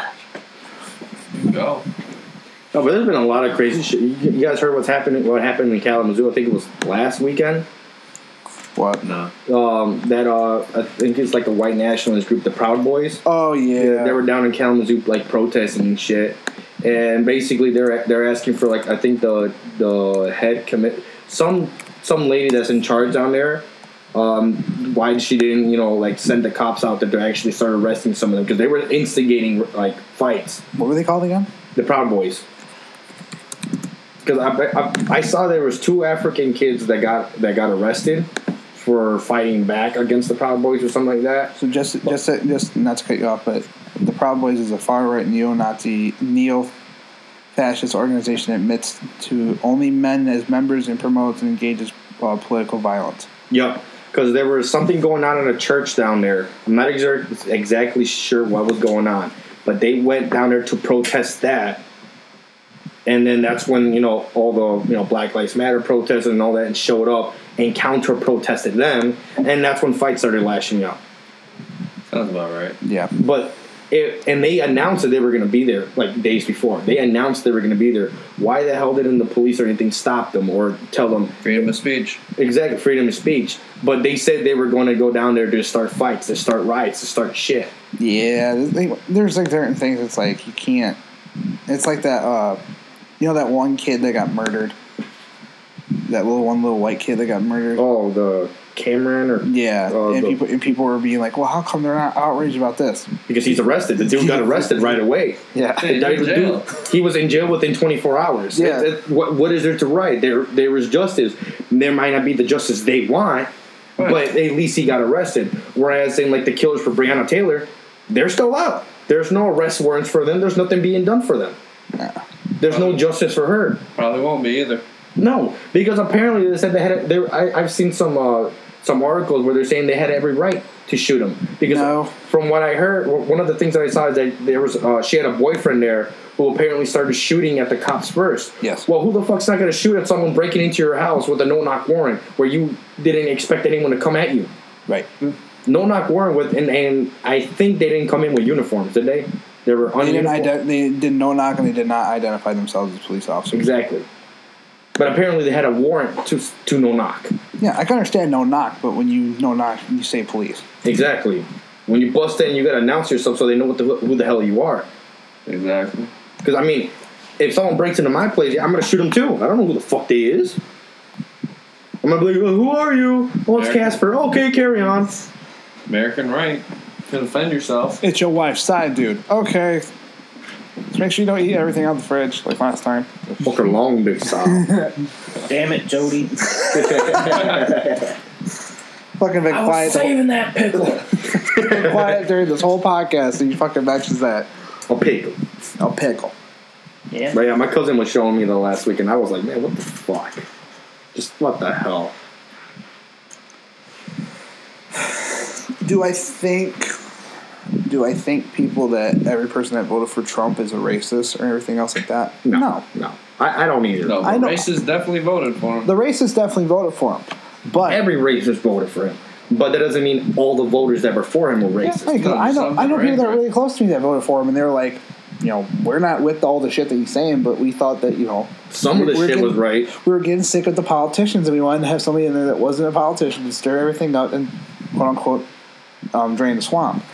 S3: Go.
S1: No, Oh, but there's been a lot of crazy shit. You, you guys heard what's happening? What happened in Kalamazoo? I think it was last weekend.
S2: What?
S3: No.
S1: Um, that uh, I think it's like the white nationalist group, the Proud Boys.
S2: Oh yeah.
S1: They were down in Kalamazoo, like protesting and shit. And basically, they're they're asking for like I think the the head commit some some lady that's in charge down there. Um, why she didn't you know like send the cops out there to actually start arresting some of them because they were instigating like fights.
S2: what were they called again?
S1: the Proud Boys. Because I, I, I saw there was two African kids that got that got arrested for fighting back against the Proud Boys or something like that.
S2: So just just just not to cut you off, but the Proud Boys is a far right neo-Nazi neo-fascist organization that admits to only men as members and promotes and engages uh, political violence.
S1: Yep. Because there was something going on in a church down there. I'm not exa- exactly sure what was going on, but they went down there to protest that. And then that's when you know all the you know Black Lives Matter protests and all that showed up and counter protested them, and that's when fights started lashing out.
S3: Sounds about right.
S2: Yeah.
S1: But it, and they announced that they were going to be there like days before. They announced they were going to be there. Why the hell didn't the police or anything stop them or tell them
S3: Freedom of speech.
S1: exactly freedom of speech? But they said they were going to go down there to start fights, to start riots, to start shit.
S2: Yeah. they- There's like certain things. It's like you can't. It's like that. Uh, you know that one kid that got murdered. That little one little white kid that got murdered.
S1: Oh, the Cameron or
S2: Yeah,
S1: uh,
S2: and
S1: the-
S2: people and people were being like, "Well, how come they're not outraged about this?"
S1: because he's arrested. The dude got arrested right away.
S2: Yeah,
S1: The
S3: He's in
S1: dude-
S3: jail.
S1: he was in jail within 24 hours.
S2: Yeah.
S1: That- that- what, what is there to write? There there is justice. There might not be the justice they want, but at least he got arrested. Whereas in like the killers for Breonna Taylor, they're still out. There's no arrest warrants for them. There's nothing being done for them. There's no justice for her.
S3: Probably won't be either.
S1: No, because apparently they said they had. They, I, I've seen some uh, some articles where they're saying they had every right to shoot him because
S2: No.
S1: from what I heard, w- one of the things that I saw is that there was uh, she had a boyfriend there who apparently started shooting at the cops first.
S2: Yes.
S1: Well, who the fuck's not going to shoot at someone breaking into your house with a no knock warrant where you didn't expect anyone to come at you?
S2: right.
S1: No knock warrant with and, and I think they didn't come in with uniforms, did they? They were
S2: They didn't.
S1: ununiformed.
S2: Ident- they did no knock, and they did not identify themselves as police officers.
S1: exactly. But apparently they had a warrant to to no knock.
S2: Yeah, I can understand no knock, but when you no knock, you say police.
S1: Exactly. When you bust in, you gotta announce yourself so they know what the, who the hell you are.
S3: Exactly.
S1: Because I mean, if someone breaks into my place, I'm gonna shoot them too. I don't know who the fuck they is. I'm gonna be like, who are you? Oh, it's
S3: There.
S1: Casper. Okay, carry on.
S3: American right to defend yourself.
S2: It's your wife's side, dude. Okay. Just make sure you don't eat everything out of the fridge like last time.
S1: Fucking long big sob.
S4: Damn it, Jody.
S2: Fucking been
S4: I was
S2: quiet,
S4: saving that pickle.
S2: been quiet during this whole podcast, and you fucking mentions that
S1: A pig.
S2: a pickle.
S4: Yeah.
S1: But yeah, my cousin was showing me the last week, and I was like, man, what the fuck? Just what the hell?
S2: Do I think? Do I think people that every person that voted for Trump is a racist or everything else like that?
S1: No, no, I, I don't either.
S3: No,
S2: I
S3: the
S2: know-
S3: racists definitely voted for him.
S2: The racists definitely voted for him, but
S1: Every racist voted for him, but that doesn't mean all the voters that were for him were
S2: Yeah,
S1: racist.
S2: like, I know I know
S3: Something
S2: people that are
S3: right.
S2: really close to me that voted for him, and they're like, you know, we're not with all the shit that he's saying, but we thought that you know
S1: Some of the
S2: We're
S1: shit was
S2: getting-
S1: right.
S2: we were getting sick of the politicians, and we wanted to have somebody in there that wasn't a politician to stir everything up and quote unquote um, drain the swamp.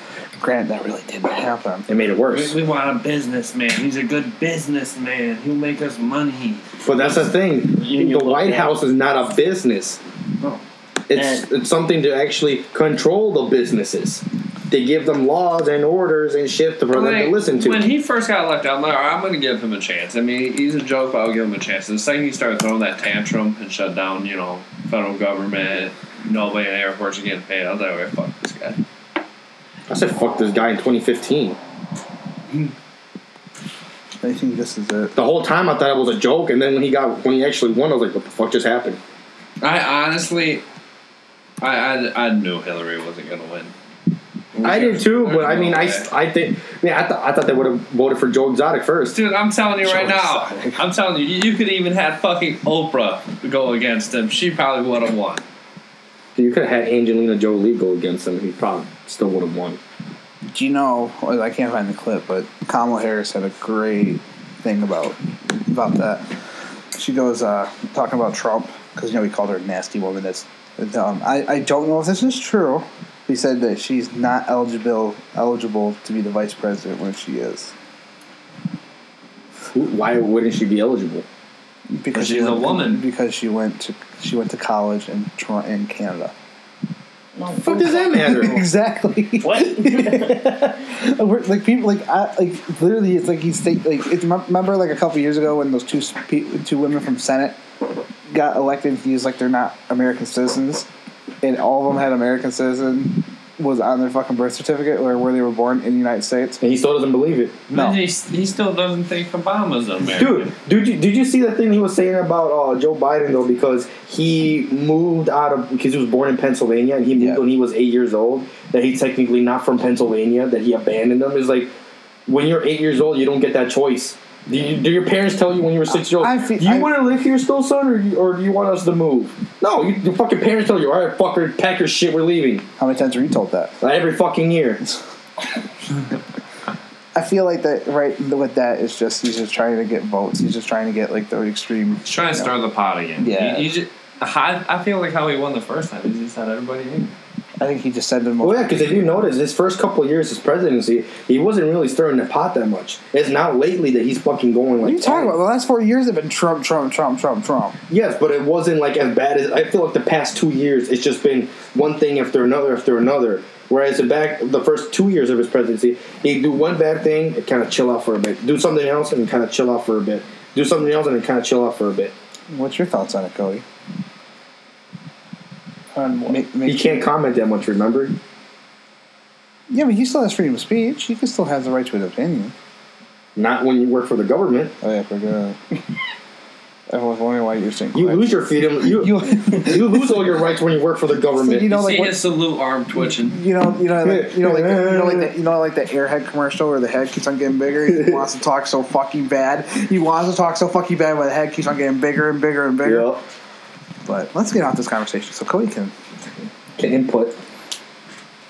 S2: Granted, that really didn't happen.
S1: It made it worse.
S3: We, we want a businessman. He's a good businessman. He'll make us money.
S1: But that's the thing.
S4: You- you
S1: the
S4: look
S1: White
S4: at-
S1: House is not a business.
S3: No.
S1: It's it's something to actually control the businesses. They give them laws and orders and shit for them to
S3: Like,
S1: listen to.
S3: When he first got left out, I'm like, all right, I'm going to give him a chance. I mean, he's a joke, but I'll give him a chance. The second he started throwing that tantrum and shut down, you know, federal government, nobody in airports are getting paid, I was like, all right, fuck this guy.
S1: I said, "Fuck this guy" in 2015.
S2: I think this is it.
S1: The whole time I thought it was a joke, and then when he got when he actually won, I was like, "What the fuck just happened?"
S3: I honestly, I, I, I knew Hillary wasn't going to win.
S1: I did too, but I mean, I
S3: There's no way.
S1: I think man, I, th- I thought they would have voted for Joe Exotic first.
S3: Dude, I'm telling you right
S2: Joe
S3: now. I'm telling you, you could even have fucking Oprah go against him. She probably would have won.
S1: You could have had Angelina Jolie go against him. He probably still would have won.
S2: Do you know? well, I can't find the clip, but Kamala Harris had a great thing about about that. She goes uh, talking about Trump because you know he called her a nasty woman. That's um, I I don't know if this is true. He said that she's not eligible eligible to be the vice president when she is
S1: Who- Why wouldn't she be eligible?
S2: because
S3: she's a
S2: went-
S3: woman.
S2: Because she went to she went to college in Toronto in Canada.
S1: The fuck does that matter?
S2: Exactly.
S4: What?
S2: We're- like people like I, like literally it's like he's think- like it's remember like a couple years ago when those two sp- two women from Senate got elected and he's like they're not American citizens and all of them had American citizen was on their fucking birth certificate or where they were born in the United States.
S1: And he still doesn't believe it.
S2: No.
S3: He, he still doesn't think Obama's an American.
S1: Dude, did you, did you see the thing he was saying about uh, Joe Biden though? Because he moved out of because he was born in Pennsylvania and he moved
S2: Yeah.
S1: when he was eight years old. That he's technically not from Pennsylvania. That he abandoned them is like when you're eight years old, you don't get that choice. Do, you, do your parents tell you when you were six years old?
S2: I feel-
S1: do you
S2: I-
S1: want to live here still, son, or, you- or do you want us to move? No, you, your fucking parents tell you, all right, fucker, pack your shit, we're leaving.
S2: How many times were you told that?
S1: Like, every fucking year.
S2: I feel like that right with that is just he's just trying to get votes. He's just trying to get like the extreme
S3: He's trying to stir the pot again.
S2: Yeah.
S3: You, you just, I, I feel like how he won the first time. He just had everybody
S4: I
S3: in.
S2: I think he just said them.
S1: Well, yeah, because if you notice, his first couple of years, his presidency, he wasn't really stirring the pot that much. It's not lately that he's fucking going like.
S2: What are you talking about? The last four years have been Trump, Trump, Trump, Trump, Trump.
S1: Yes, but it wasn't like as bad as I feel like the past two years. It's just been one thing after another after another. Whereas the back the first two years of his presidency, he'd do one bad thing and kind of chill out for a bit. Do something else and kind of chill out for a bit. Do something else and kind of chill out for a bit.
S2: What's your thoughts on it, Cody? On what?
S1: He can't comment that much. Remember?
S2: Yeah, but he still has freedom of speech. He can still has the right to an opinion.
S1: Not when you work for the government.
S2: Oh yeah, I forgot. Everyone's wondering why you're saying
S1: You
S2: quiet.
S1: lose your freedom. You, you,
S2: You,
S1: lose all your rights when you work for the government.
S2: you know, like
S3: See
S2: what-
S3: his salute arm twitching.
S2: you know, you know, like, you know, like, you know, like that, you know, like that airhead commercial where the head keeps on getting bigger. He wants to talk so fucking bad. He wants to talk so fucking bad, but the head keeps on getting bigger and bigger and bigger.
S1: yeah.
S2: But let's get off this conversation so Cody can.
S1: Can input.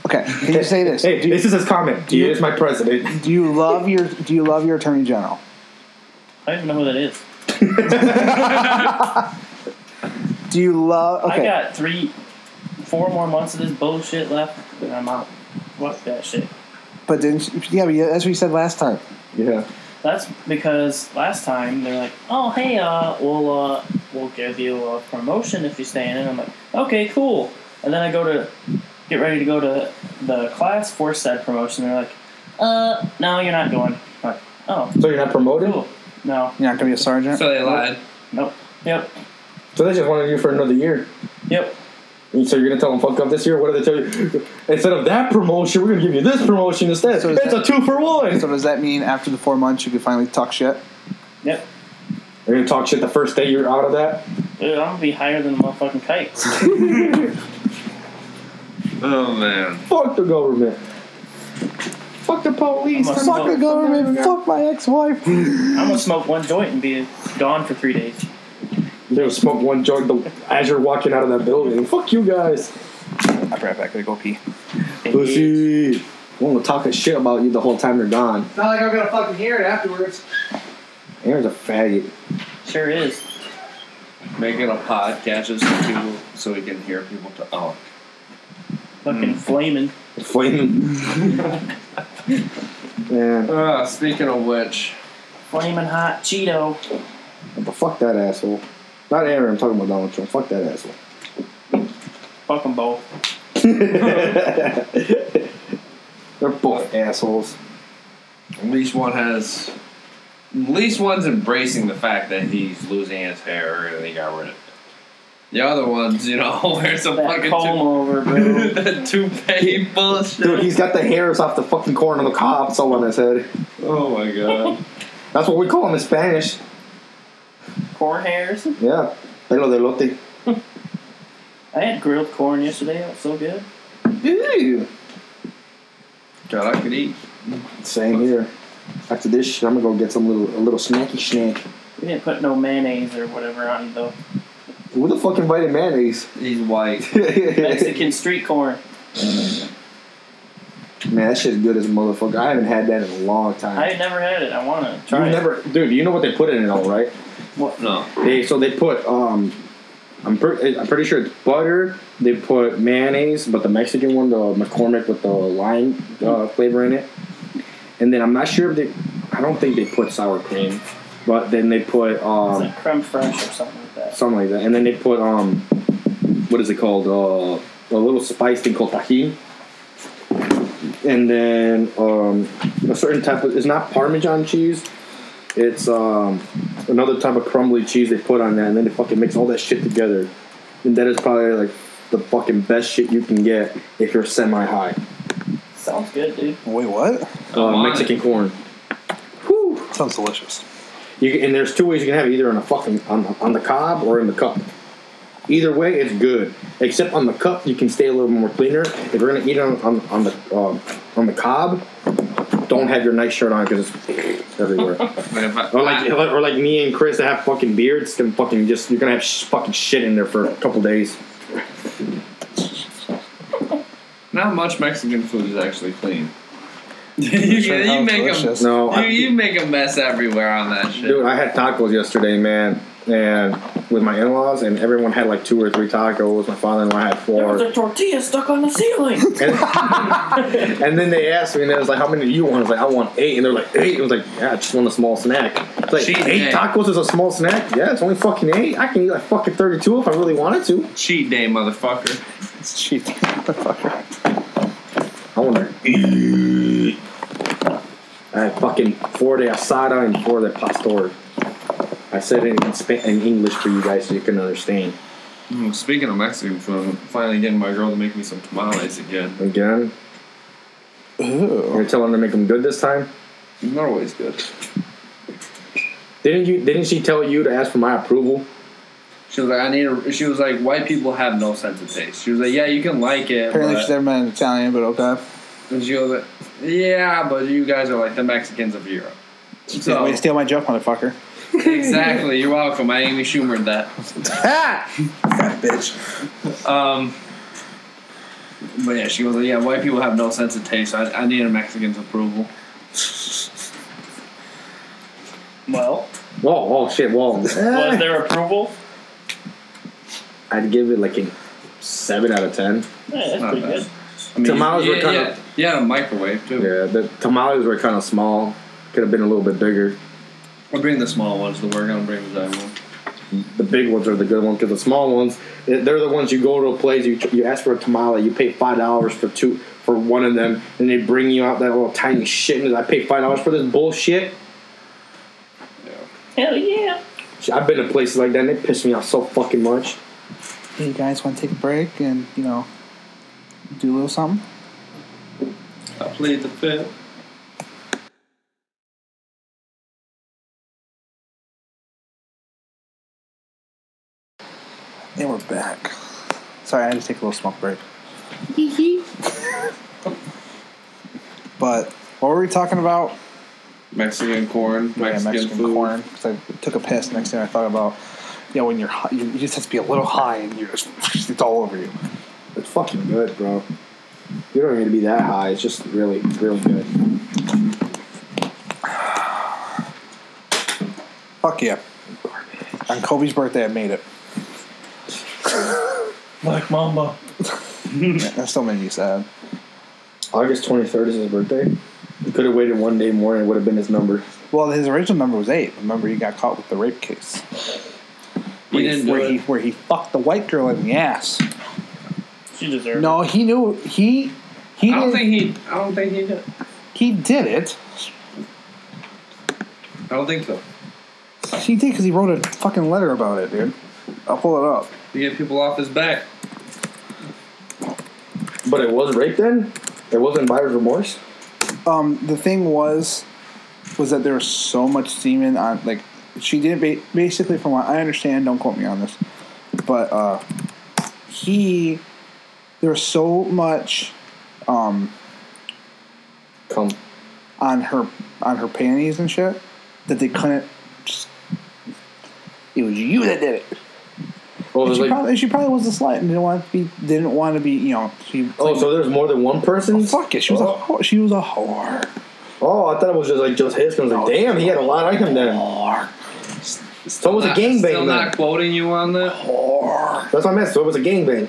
S2: Okay, can you say this?
S1: Hey, this is his comment. He
S2: you-
S1: is my president.
S2: Do you love your Do you love your attorney general?
S4: I don't even know who that is.
S2: Do you love?
S4: I
S2: Okay,
S4: got three, four more months of this bullshit left, and I'm out. Fuck that shit.
S2: but didn't you- yeah, but yeah, that's what you said last time.
S1: Yeah.
S4: That's because last time they're like, "Oh, hey, uh, we'll uh, we'll give you a promotion if you stay in." And I'm like, "Okay, cool." And then I go to get ready to go to the class for said promotion. They're like, "Uh, no, you're not going." I'm like, oh,
S1: So you're not promoted.
S4: cool. No,
S2: You're not gonna be a sergeant.
S3: So they lied.
S4: nope, yep,
S1: So they just wanted you for another year.
S4: yep.
S1: So you're gonna tell them fuck up this year? What did they tell you? Instead of that promotion, we're gonna give you this promotion instead.
S2: So is
S1: it's a
S2: that-
S1: two for one.
S2: so does that mean after the four months you can finally talk shit?
S4: Yep.
S1: You're gonna talk shit the first day you're out of that.
S4: Dude, I'm gonna be higher than a motherfucking kite.
S3: Oh man.
S1: Fuck the government. Fuck the police.
S4: I'm a
S1: Fuck the
S4: smoke.
S1: government. Fuck.
S2: my ex-wife.
S4: I'm gonna smoke one joint and be gone for three days.
S1: They'll smoke one joint the- as you're walking out of that building. Fuck you guys.
S2: I'll be right back. Gotta go pee.
S1: Pussy. Won't talk a shit about you the whole time you're gone.
S2: Not like I'm gonna fucking hear it afterwards.
S1: Aaron's a faggot.
S4: Sure is.
S3: Making a podcast just so people so we can hear people talk. Hmm. Oh.
S4: Fucking flaming.
S1: Flame. Man,
S3: Uh, speaking of which,
S4: Flaming hot Cheeto.
S1: but fuck that asshole. Not Aaron. I'm talking about Donald Trump. Fuck that asshole.
S4: Fuck them both.
S1: They're both assholes.
S3: at least one has. At least one's embracing the fact that he's losing his hair and they got rid of it. The other one's, you know, wears a
S4: That
S3: fucking
S4: comb
S3: tou-
S4: over, bro.
S3: that toupee bullshit.
S1: Dude, he's got the hairs off the fucking corner of the cob, so on his head.
S3: oh my god.
S1: That's what we call him in Spanish.
S4: corn hairs.
S1: Yeah. Pelo de lote.
S4: I had grilled corn yesterday. It was so good.
S1: Ew.
S3: God, I could eat.
S1: Same here. After this shit, I'm gonna go get some little a little snacky snack.
S4: We didn't put no mayonnaise or whatever on it, though.
S1: Who the fuck invited mayonnaise?
S3: He's white.
S1: Man,
S4: Mexican street corn.
S1: that shit's good as a motherfucker. I haven't had that in a long time.
S4: I had never had it. I want to
S1: you
S4: try it.
S1: never, dude. You know what they put in it all, right?
S3: No.
S1: They so they put um, I'm pretty I'm pretty sure it's butter. They put mayonnaise, but the Mexican one, the McCormick with the lime uh, flavor in it. And then I'm not sure if they, I don't think they put sour cream, but then they put
S4: It's
S1: um
S4: like creme fraiche or something like that.
S1: something like that, and then they put um, what is it called? Uh, a little spice thing called tajin. And then um, a certain type of it's not Parmesan cheese. It's um, another type of crumbly cheese they put on that, and then they fucking mix all that shit together. And that is probably like the fucking best shit you can get if you're semi high.
S4: Sounds good, dude.
S2: Wait, what?
S3: I
S1: Uh,
S3: want
S1: Mexican corn.
S2: Sounds delicious.
S1: You can, and there's two ways you can have it, either on a fucking on the, on the cob or in the cup. Either way, it's good. Except on the cup, you can stay a little more cleaner. If you're gonna eat on on, on the um, on the cob, don't have your nice shirt on because it's everywhere.
S3: If I,
S1: or like
S3: I-
S1: or like me and Chris that have fucking beards, can fucking just you're gonna have sh- fucking shit in there for a couple days.
S3: not much Mexican food is actually clean. you,
S2: sure
S3: you
S2: how
S3: make
S2: delicious.
S3: a,
S1: No,
S3: you,
S1: I,
S3: you make a mess everywhere on that shit.
S1: dude, I had tacos yesterday, man. and with my in-laws, and everyone had like two or three tacos. My father-in-law had
S4: There was
S1: four,
S4: a tortilla stuck on the ceiling.
S1: and, and then they asked me, and they was like, "How many do you want?" I was like, "I want eight. and they're like, eight? I was like, "Yeah, I just want a small snack." It's like
S3: Cheat
S1: eight
S3: day.
S1: tacos is a small snack. Yeah, it's only fucking eight. I can eat like fucking thirty-two if I really wanted to.
S3: Cheat day, motherfucker.
S2: It's cheap. Motherfucker.
S1: I want to eat. I had fucking four de asada and four de pastor. I said it in, Spa- in English for you guys so you can understand.
S3: Mm, Speaking of Mexican food, I'm finally getting my girl to make me some tamales again.
S1: Again,
S2: Ooh.
S1: you're telling her to make them good this time.
S3: They're always good.
S1: Didn't you? Didn't she tell you to ask for my approval?
S3: She was like, I need. A, she was like, white people have no sense of taste. She was like, yeah, you can like it.
S2: Apparently she's
S3: but,
S2: never met an Italian, but okay.
S3: and she was like, yeah, but you guys are like the Mexicans of Europe.
S2: Yeah,
S3: So
S2: way to steal my joke, motherfucker.
S3: exactly, you're welcome. I Amy Schumer that.
S2: Ha! Fat bitch.
S3: Um, but yeah, she was like, yeah, white people have no sense of taste. I, I need a Mexican's approval.
S4: well,
S1: Whoa! Oh shit! Whoa!
S4: was there approval?
S1: I'd give it like a seven out of ten.
S4: Yeah, that's
S3: Not
S4: pretty
S3: bad.
S4: good.
S3: I mean,
S1: Tamales
S3: yeah,
S1: were kinda-
S3: yeah, yeah, a microwave too.
S1: Yeah, the tamales were kind of small. Could have been a little bit bigger.
S3: I'll bring the small ones to work. I'll bring the giant one.
S1: the big ones are the good ones because the small ones they're the ones you go to a place you, you ask for a tamale you pay five dollars for two for one of them and they bring you out that little tiny shit and I paid five dollars for this bullshit
S4: Hell yeah.
S1: I've been to places like that and it pissed me off so fucking much
S2: Hey, you guys want to take a break and, you know, do a little something?
S3: I plead the fifth.
S2: And we're back. Sorry, I had to take a little smoke break. but what were we talking about?
S3: Mexican corn, Mexican,
S2: Yeah,
S3: food.
S2: corn. 'Cause I took a piss. Next thing I thought about, you know, when you're high, you you just have to be a little high and you're just, it's all over you.
S1: it's fucking good bro you don't need to be that high it's just really really good
S2: Fuck yeah. On Kobe's birthday, I made it.
S4: Like Mamba.
S2: That still made me sad.
S1: August 23rd is his birthday he could have waited one day more and it would have been his number
S2: Well, his original number was eight. Remember, he got caught with the rape case.
S3: He
S2: Where
S3: didn't do
S2: where,
S3: it.
S2: he, where he fucked the white girl in the ass.
S4: She deserved
S2: No, he knew he he
S3: I don't
S2: did,
S3: think he. I don't think he did.
S2: he did it.
S3: I don't think so.
S2: He did because he wrote a fucking letter about it, dude. I'll pull it up.
S3: To get people off his back.
S1: but it was rape then it wasn't buyer's remorse
S2: um, the thing was was that there was so much semen on like she didn't ba- basically from what i understand don't quote me on this but uh he there was so much um
S1: come
S2: on her on her panties and shit that they couldn't just it was you that did it
S1: oh,
S2: and
S1: there's
S2: she,
S1: like,
S2: probably, she probably was a slut and didn't want to be didn't want to be you know she
S1: oh so there's more than one person
S2: fuck it she was a whore she was a whore
S1: Oh, I thought it was just like just his. I was like, damn, he had a lot on him then.
S2: whore
S1: So it was a
S3: Not-
S1: gangbang
S3: Still
S1: then.
S3: not quoting you on that.
S2: whore
S1: That's what I meant. So it was a gangbang.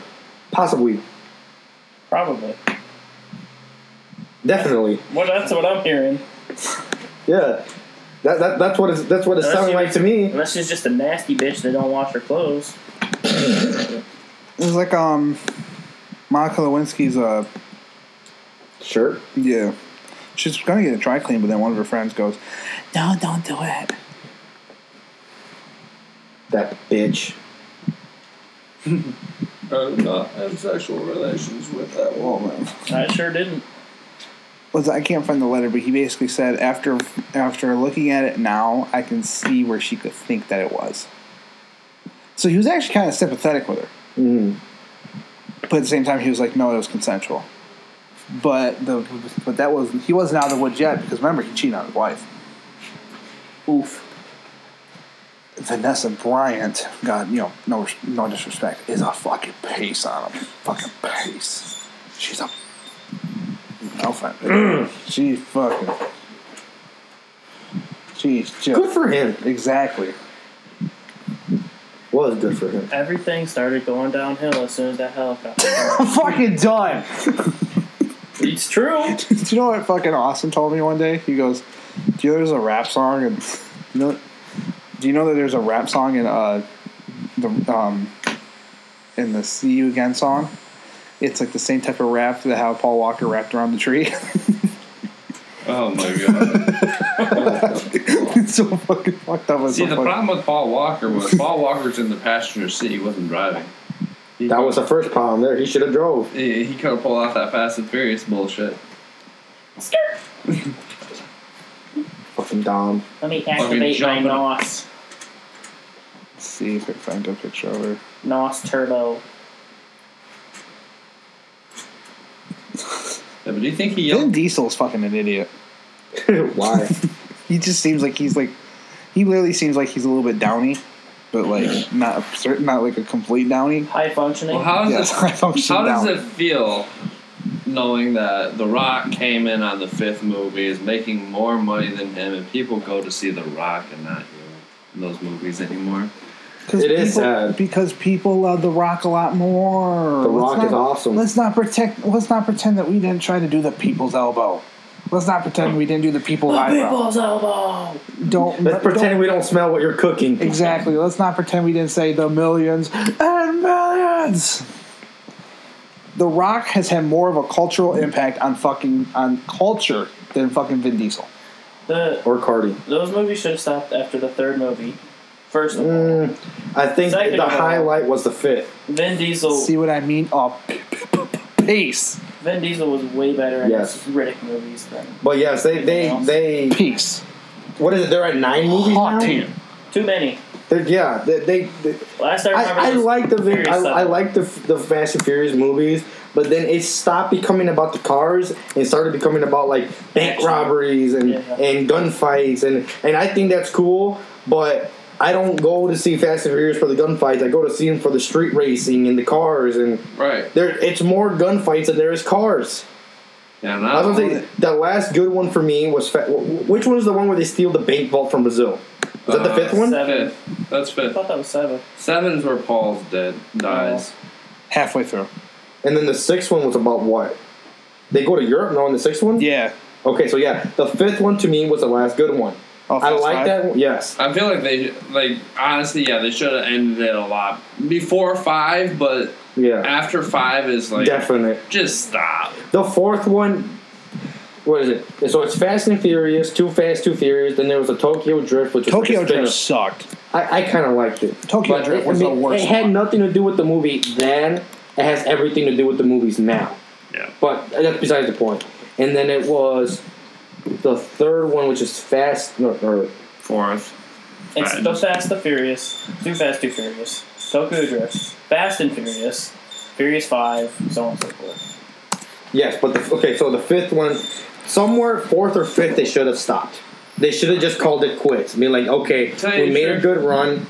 S1: Possibly.
S4: Probably.
S1: Definitely.
S4: Well, that's what I'm hearing.
S1: Yeah. That, that, that's what it's, that's what it
S4: Unless
S1: sounded
S4: you-
S1: like to me.
S4: Unless she's just a nasty bitch that don't wash her clothes.
S2: It was like um Monica Lewinsky's uh
S1: Sure.
S2: yeah. She's gonna get a dry clean, but then one of her friends goes, No, don't do it.
S1: That bitch.
S3: I did not have sexual relations with that
S2: Oh man.
S4: I sure didn't.
S2: Was I can't find the letter, but he basically said after after looking at it now, I can see where she could think that it was. So he was actually kind of sympathetic with her,
S1: Mm.
S2: but at the same time, he was like, "No, it was consensual." But the but that was he wasn't out of the woods yet because remember he cheated on his wife.
S4: Oof.
S2: Vanessa Bryant, God, you know, no, no disrespect, is a fucking pace on him. Fucking pace. She's a elephant. she fucking. She's
S1: Good
S2: just
S1: for him.
S2: exactly.
S1: was good for him.
S4: Everything started going downhill as soon as that helicopter.
S2: I'm fucking done.
S4: it's true.
S2: Do you know what fucking Austin told me one day? He goes, "Do you know there's a rap song and you know, do you know that there's a rap song in uh the um in the See You Again song? It's like the same type of rap that how Paul Walker wrapped around the tree.
S3: Oh my god.
S2: it's so fucking fucked up. It's
S3: See,
S2: so
S3: the
S2: funny.
S3: problem with Paul Walker was Paul Walker's in the passenger seat. He wasn't driving. He
S1: That was the first problem there. He should have drove.
S3: He, he could have pulled off that Fast and Furious bullshit.
S4: Skirt.
S1: Fucking Dom.
S4: Let me
S3: Fucking
S4: activate my
S3: jumping.
S4: NOS.
S2: Let's see if I can find a picture of her.
S4: NOS turbo.
S3: Yeah, but do you think he uh,
S2: Vin
S3: yelled?
S2: Diesel's fucking an idiot.
S1: Why?
S2: He just seems like he's like he literally seems like he's a little bit downy, but like not a certain not like a complete downy.
S4: High functioning.
S3: Well, how does
S2: Yes,
S3: it
S2: high function
S3: How does
S2: down.
S3: it feel knowing that The Rock came in on the fifth movie, is making more money than him, and people go to see The Rock and not you in those movies anymore?
S2: Because
S1: It is
S2: people-
S1: sad.
S2: because people love The Rock a lot more.
S1: The Rock
S2: not,
S1: is awesome.
S2: Let's not protect. Let's not pretend that we didn't try to do the people's elbow. Let's not pretend we didn't do the people's eyebrow.
S4: People's elbow.
S2: Don't
S1: Let's pretend we don't smell what you're cooking.
S2: don't- exactly. Let's not pretend we didn't say the millions and millions. The Rock has had more of a cultural impact on fucking on culture than fucking Vin Diesel.
S4: The
S1: Or Cardi.
S4: those movies should have stopped after the third movie. First of all,
S1: Mm, I think
S4: Second
S1: the
S4: of all-
S1: highlight was the fit.
S4: Vin Diesel.
S2: See what I mean? Oh, p- p- p- peace,
S4: Vin Diesel was way better in
S1: Yes.
S4: his Riddick movies than
S1: But yes, they they they.
S2: peace.
S1: What is it? They're at nine movies
S2: Hot
S1: now.
S2: team.
S4: too many.
S1: They're- yeah, they. they, they
S4: Last I remember,
S1: I, I
S4: was
S1: like the
S4: Furious
S1: I, I
S4: Seven.
S1: like the the Fast and Furious movies, but then it stopped becoming about the cars and started becoming about like bank
S4: Action.
S1: robberies and
S4: Yeah.
S1: and gunfights and and I think that's cool, but I don't go to see Fast and Furious for the gunfights. I go to see them for the street racing and the cars and
S3: Right.
S1: there. It's more gunfights than there is cars.
S3: Yeah,
S1: I don't
S3: not
S1: think the last good one for me was fa- wh- which one is the one where they steal the bank vault from Brazil? Is that the
S3: Uh,
S1: fifth one?
S4: seven.
S3: Fifth. That's
S4: I
S3: fifth.
S4: thought that was seven.
S3: Seven's where Paul's dead,
S1: Oh.
S3: dies.
S2: Halfway through.
S1: And then the sixth one was about what? They go to Europe, no, in the sixth one?
S2: Yeah.
S1: Okay, so yeah, the fifth one to me was the last good one.
S2: Oh,
S1: I
S2: Fast
S1: like
S2: Five?
S1: that one. Yes.
S3: I feel like they, like, honestly, yeah, they should have ended it a lot before five, but
S1: Yeah.
S3: after five is like,
S1: Definite.
S3: just stop.
S1: The fourth one, what is it? So it's Fast and Furious, Too Fast, Too Furious. Then there was a Tokyo Drift, which was
S2: Tokyo
S1: like a
S2: Drift
S1: spin-off.
S2: sucked.
S1: I, I kind of liked it.
S2: Tokyo
S1: But
S2: Drift
S1: it-
S2: was
S1: I mean,
S2: the worst
S1: It had
S2: one.
S1: nothing to do with the movie then. It has everything to do with the movies now.
S3: Yeah.
S1: But uh, that's besides the point. And then it was the third one, which is Fast or, or
S3: Fourth.
S4: It's
S3: Fine.
S4: the Fast, the Furious, Too Fast, Too Furious, Tokyo Drift, Fast and Furious, Furious Five, so on and so forth.
S1: Yes, but the, okay. So the fifth one, somewhere fourth or fifth, they should have stopped. They should have just called it quits. I mean, like, okay,
S3: Tell you
S1: we
S3: the
S1: made a
S3: truth.
S1: good run.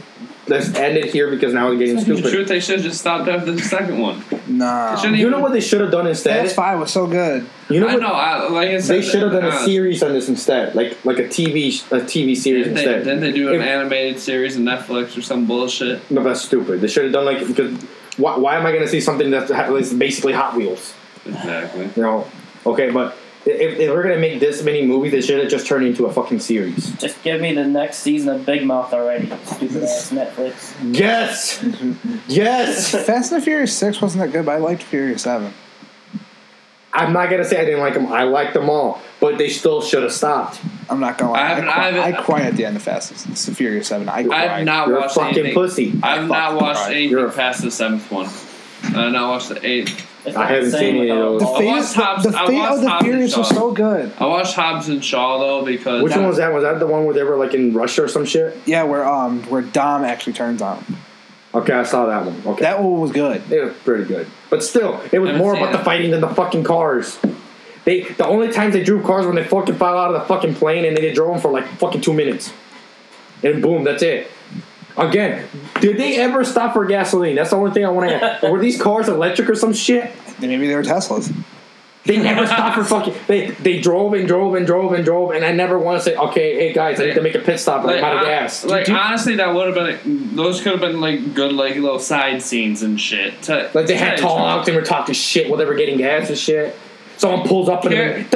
S1: Let's end it here because now we're getting
S3: The
S1: stupid.
S3: truth, they should have just stopped after the second one.
S2: Nah.
S3: Shouldn't
S1: You
S3: even-
S1: know what they should have done instead?
S2: Fast Five was so good.
S1: You know
S3: I
S1: what
S3: know. I, like I said,
S1: they should have done a
S3: uh,
S1: series on this instead, like like a TV sh- a TV series
S3: Didn't they,
S1: instead.
S3: didn't they do an
S1: If-
S3: animated series on Netflix or some bullshit?
S1: no, that's stupid. They should have done like because why, why am I going to see something that's ha- is basically Hot Wheels?
S3: Exactly.
S1: You know? Okay, but if, if we're going to make this many movies, they should have just turned it into a fucking series.
S4: Just give me the next season of Big Mouth already, stupid ass Netflix.
S1: Yes, yes.
S2: Fast and the Furious Six wasn't that good, but I liked Furious Seven.
S1: I'm not gonna say I didn't like them. I liked them all, but they still should have stopped.
S2: I'm not gonna lie.
S3: I
S2: I,
S3: haven't-
S2: cri-
S3: I haven't-
S2: I cried at the end of Fast and the Furious Seven. I cried.
S3: I've not
S1: You're a
S3: watched
S1: fucking
S3: anything.
S1: pussy.
S3: I've not
S2: fucking
S3: watched
S2: cried.
S3: anything
S1: You're a-
S3: past the seventh one. I've not watched the eighth.
S4: It's
S1: I
S4: not
S1: haven't
S4: the
S1: seen
S4: same
S1: any of
S4: without
S1: those.
S2: The
S4: all-
S3: I
S2: fate,
S3: watched Hobbs-
S2: the
S3: I
S2: fate
S3: watched
S1: oh,
S2: of the
S3: Hobbs and
S2: Furious was
S3: Shaw.
S2: so good.
S3: I watched Hobbs and Shaw though because
S1: Which one was that? Was that the one where they were like in Russia or some shit?
S2: Yeah, where um where Dom actually turns on. him.
S1: Okay, I saw that one. Okay,
S2: That one was good.
S1: it was pretty good, but still, it was
S3: Haven't
S1: more
S3: seen
S1: about the
S3: it.
S1: fighting than the fucking cars. They the only times they drew cars when they fucking fell out of the fucking plane and then they drove them for like fucking two minutes, and boom, that's it. Again, did they ever stop for gasoline? That's the only thing I want to ask. were these cars electric or some shit?
S2: Maybe they were Teslas.
S1: They never stopped for fucking. They they drove and drove and drove and drove, and I never once said, "Okay, hey guys, I need to make a pit stop. I'm out of
S3: I-
S1: gas."
S3: like, honestly, that would have been those could have been like good like little side scenes and shit. To,
S1: Like they had
S3: to-
S1: talks and were talking shit while they were getting gas and shit. Someone pulls up and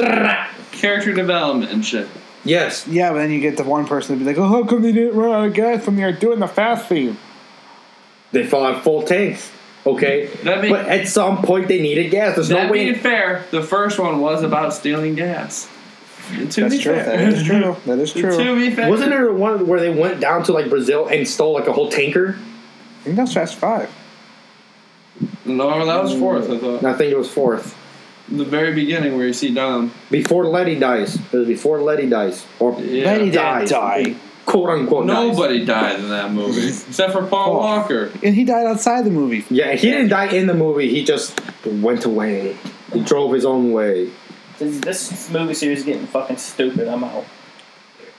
S3: character development and shit.
S1: yes,
S2: Yeah, but then you get the one person to be like, "Oh, how come they didn't run out of gas when they were doing the fast theme?"
S1: they fall on full tanks. Okay,
S3: That mean-
S1: but at some point they needed gas. There's
S3: That
S1: no way.
S3: being fair, the first one was about stealing gas. To
S2: That's
S3: be
S2: true.
S3: fair.
S2: That is true. That is
S3: to
S2: true.
S3: be fair,
S1: Wasn't there one where they went down to like Brazil and stole like a whole tanker?
S2: I think that's Fast Five.
S3: No, that was fourth. I thought
S1: I think it was fourth.
S3: the very beginning where you see Dom.
S1: Before Letty dies. It was before Letty dies. Or
S3: Yeah. Letty didn't
S2: die.
S1: Quote unquote. dies.
S3: Nobody died in that movie except for Paul
S2: Paul.
S3: Walker.
S2: And he died outside the movie.
S1: Yeah, he didn't die in the movie. He just went away. He drove his own way.
S4: This, this movie series is getting fucking stupid. I'm out.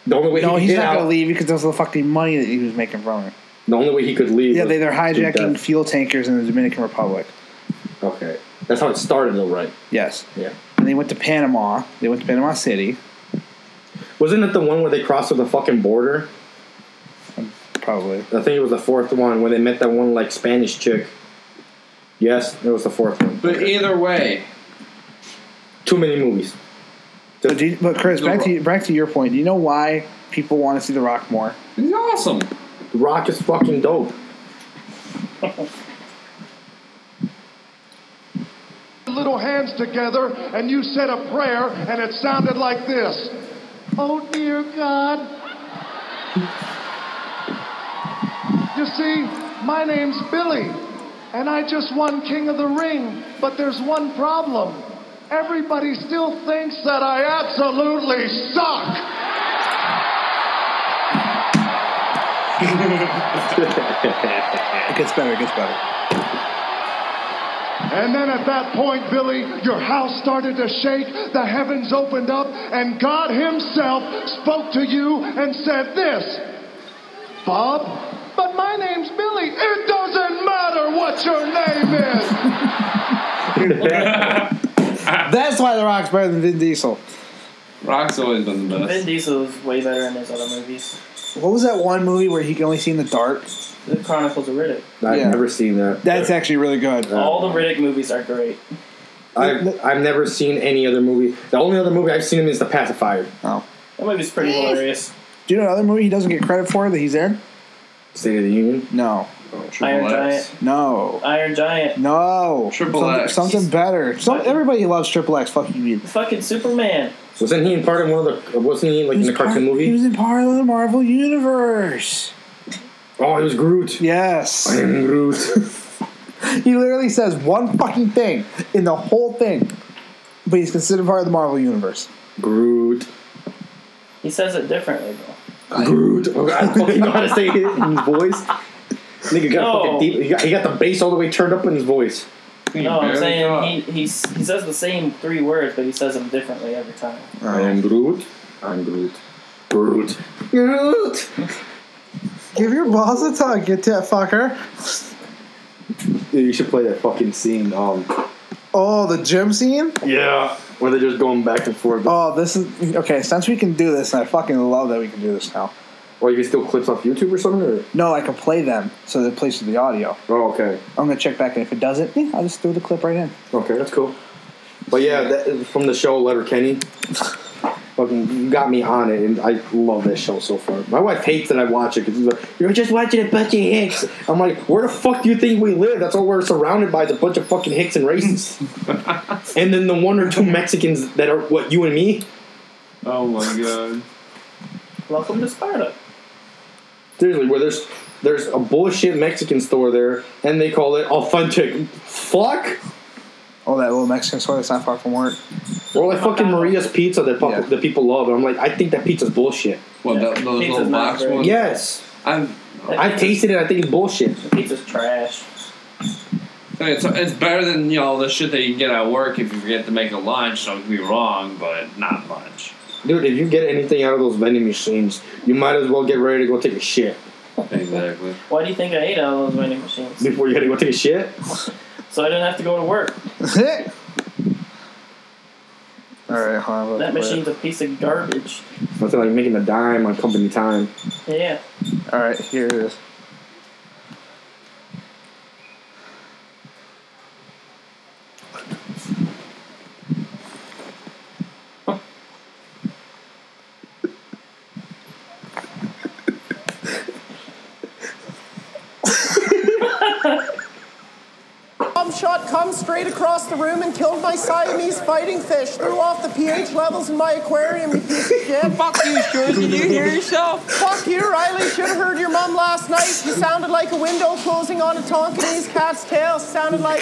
S1: The only way
S2: No,
S1: he could
S2: he's
S1: get
S2: not
S1: out-
S2: gonna leave because of the fucking money that he was making from it.
S1: The only way he could leave.
S2: Yeah,
S1: was
S2: they, they're
S1: through
S2: hijacking
S1: death.
S2: fuel tankers in the Dominican Republic.
S1: Okay, that's how it started, though, right?
S2: Yes,
S1: Yeah.
S2: and they went to Panama. They went to Panama City.
S1: Wasn't it the one where they crossed the fucking border?
S2: Probably.
S1: I think it was the fourth one when they met that one like Spanish chick. Yes, it was the fourth one.
S3: But either way,
S1: Too many movies.
S2: But, do you, but Chris,
S3: The
S2: back
S3: Rock.
S2: to you, back to your point. Do you know why people want to see The Rock more?
S3: he's awesome.
S1: The Rock is fucking dope.
S6: little hands together and you said a prayer and it sounded like this Oh dear God. You see, my name's Billy and I just won King of the Ring, but there's one problem. Everybody still thinks that I absolutely suck.
S2: It gets better. It gets better.
S6: And then at that point, Billy, your house started to shake, the heavens opened up, and God Himself spoke to you and said this Bob, but my name's Billy. It doesn't matter what your name is.
S2: That's why The Rock's better than Vin Diesel.
S3: Rock's always been the
S4: Vin
S3: best.
S4: Diesel is way better in his other movies.
S2: What was that one movie where he can only see in the dark?
S4: The Chronicles of Riddick.
S1: I've
S2: Yeah.
S1: never seen that.
S2: That's actually really good.
S4: All the Riddick movies are great.
S1: I've, I've never seen any other movie. The only other movie I've seen him is The Pacifier.
S2: Oh.
S4: That movie's pretty hilarious.
S2: Do you know another movie he doesn't get credit for that he's in?
S1: State of the Union.
S2: No.
S1: Oh,
S4: Iron
S3: Triple X.
S4: Giant.
S2: No.
S4: Iron Giant.
S2: No.
S3: Triple
S2: something,
S3: X.
S2: Something better. Some, everybody loves Triple X. Fuck you. dude.
S4: Fucking Superman.
S1: Wasn't he in part of one of the? Wasn't he like in
S2: He
S1: a
S2: was part-
S1: cartoon
S2: He was
S1: movie?
S2: in part of the Marvel Universe.
S1: Oh, he was Groot. I
S2: Yes.
S1: am Groot.
S2: he literally says one fucking thing in the whole thing. But he's considered part of the Marvel Universe.
S1: Groot.
S4: He says it differently though.
S1: Groot. Okay, I fucking know how to say it in his voice. Nigga got
S4: No.
S1: fucking deep. He got, he got the bass all the way turned up in his voice.
S4: No, I'm
S3: barely
S4: saying
S3: got-
S4: he, he's, he says the same three words, but he says them differently every time.
S1: I am Groot. I'm Groot. Groot. Groot.
S2: Give your balls a tug, get that fucker.
S1: Dude, you should play that fucking scene. Um.
S2: Oh, the gym scene?
S1: Yeah. Where they're just going back and forth.
S2: Oh, this is okay. Since we can do this, and I fucking love that we can do this now.
S1: Or you can steal clips off YouTube or something. Or?
S2: No, I can play them so that it plays to the audio.
S1: Oh, okay.
S2: I'm gonna check back, and if it doesn't, yeah, I'll just throw the clip right in.
S1: Okay, that's cool. But yeah, that is from the show Letter Kenny. Fucking you got me on it, and I love that show so far. My wife hates that I watch it because she's like, "You're just watching a bunch of hicks." I'm like, "Where the fuck do you think we live? That's all we're surrounded by is a bunch of fucking hicks and racists, and then the one or two Mexicans that are what you and me.
S3: Oh my god.
S4: Welcome to Sparta.
S1: Seriously, where there's there's a bullshit Mexican store there, and they call it authentic. Fuck.
S2: Oh, that little Mexican store that's not far from work.
S1: Or like fucking Maria's Pizza that, pop-
S2: Yeah.
S1: that people love. And I'm like, I think that pizza's bullshit.
S3: What
S4: Yeah.
S3: the, those
S4: Pizza's
S3: little
S4: not
S3: box
S4: great.
S3: ones?
S1: Yes.
S3: I'm.
S4: That
S1: I've tasted it. I think it's bullshit.
S4: The pizza's trash.
S3: It's, it's better than you know the shit that you get at work if you forget to make a lunch. Don't get me wrong, but not much.
S1: Dude, if you get anything out of those vending machines, you might as well get ready to go take a shit.
S3: Exactly.
S4: Why do you think I ate all those vending machines?
S1: Before you gotta go take a shit?
S4: So I didn't have to go to work.
S2: All right, hold on,
S4: That
S2: wait.
S4: machine's a piece of garbage.
S1: That's like making a dime on company time.
S4: Yeah.
S2: All right, here it is.
S7: Bomb shot come straight across the room and killed my Siamese fighting fish. Threw off the pH levels in my aquarium, you piece of shit.
S8: Fuck you, Shores. Did you hear yourself?
S7: Fuck you, Riley. Should have heard your mum last night. You sounded like a window closing on a Tonkinese cat's tail. Sounded like,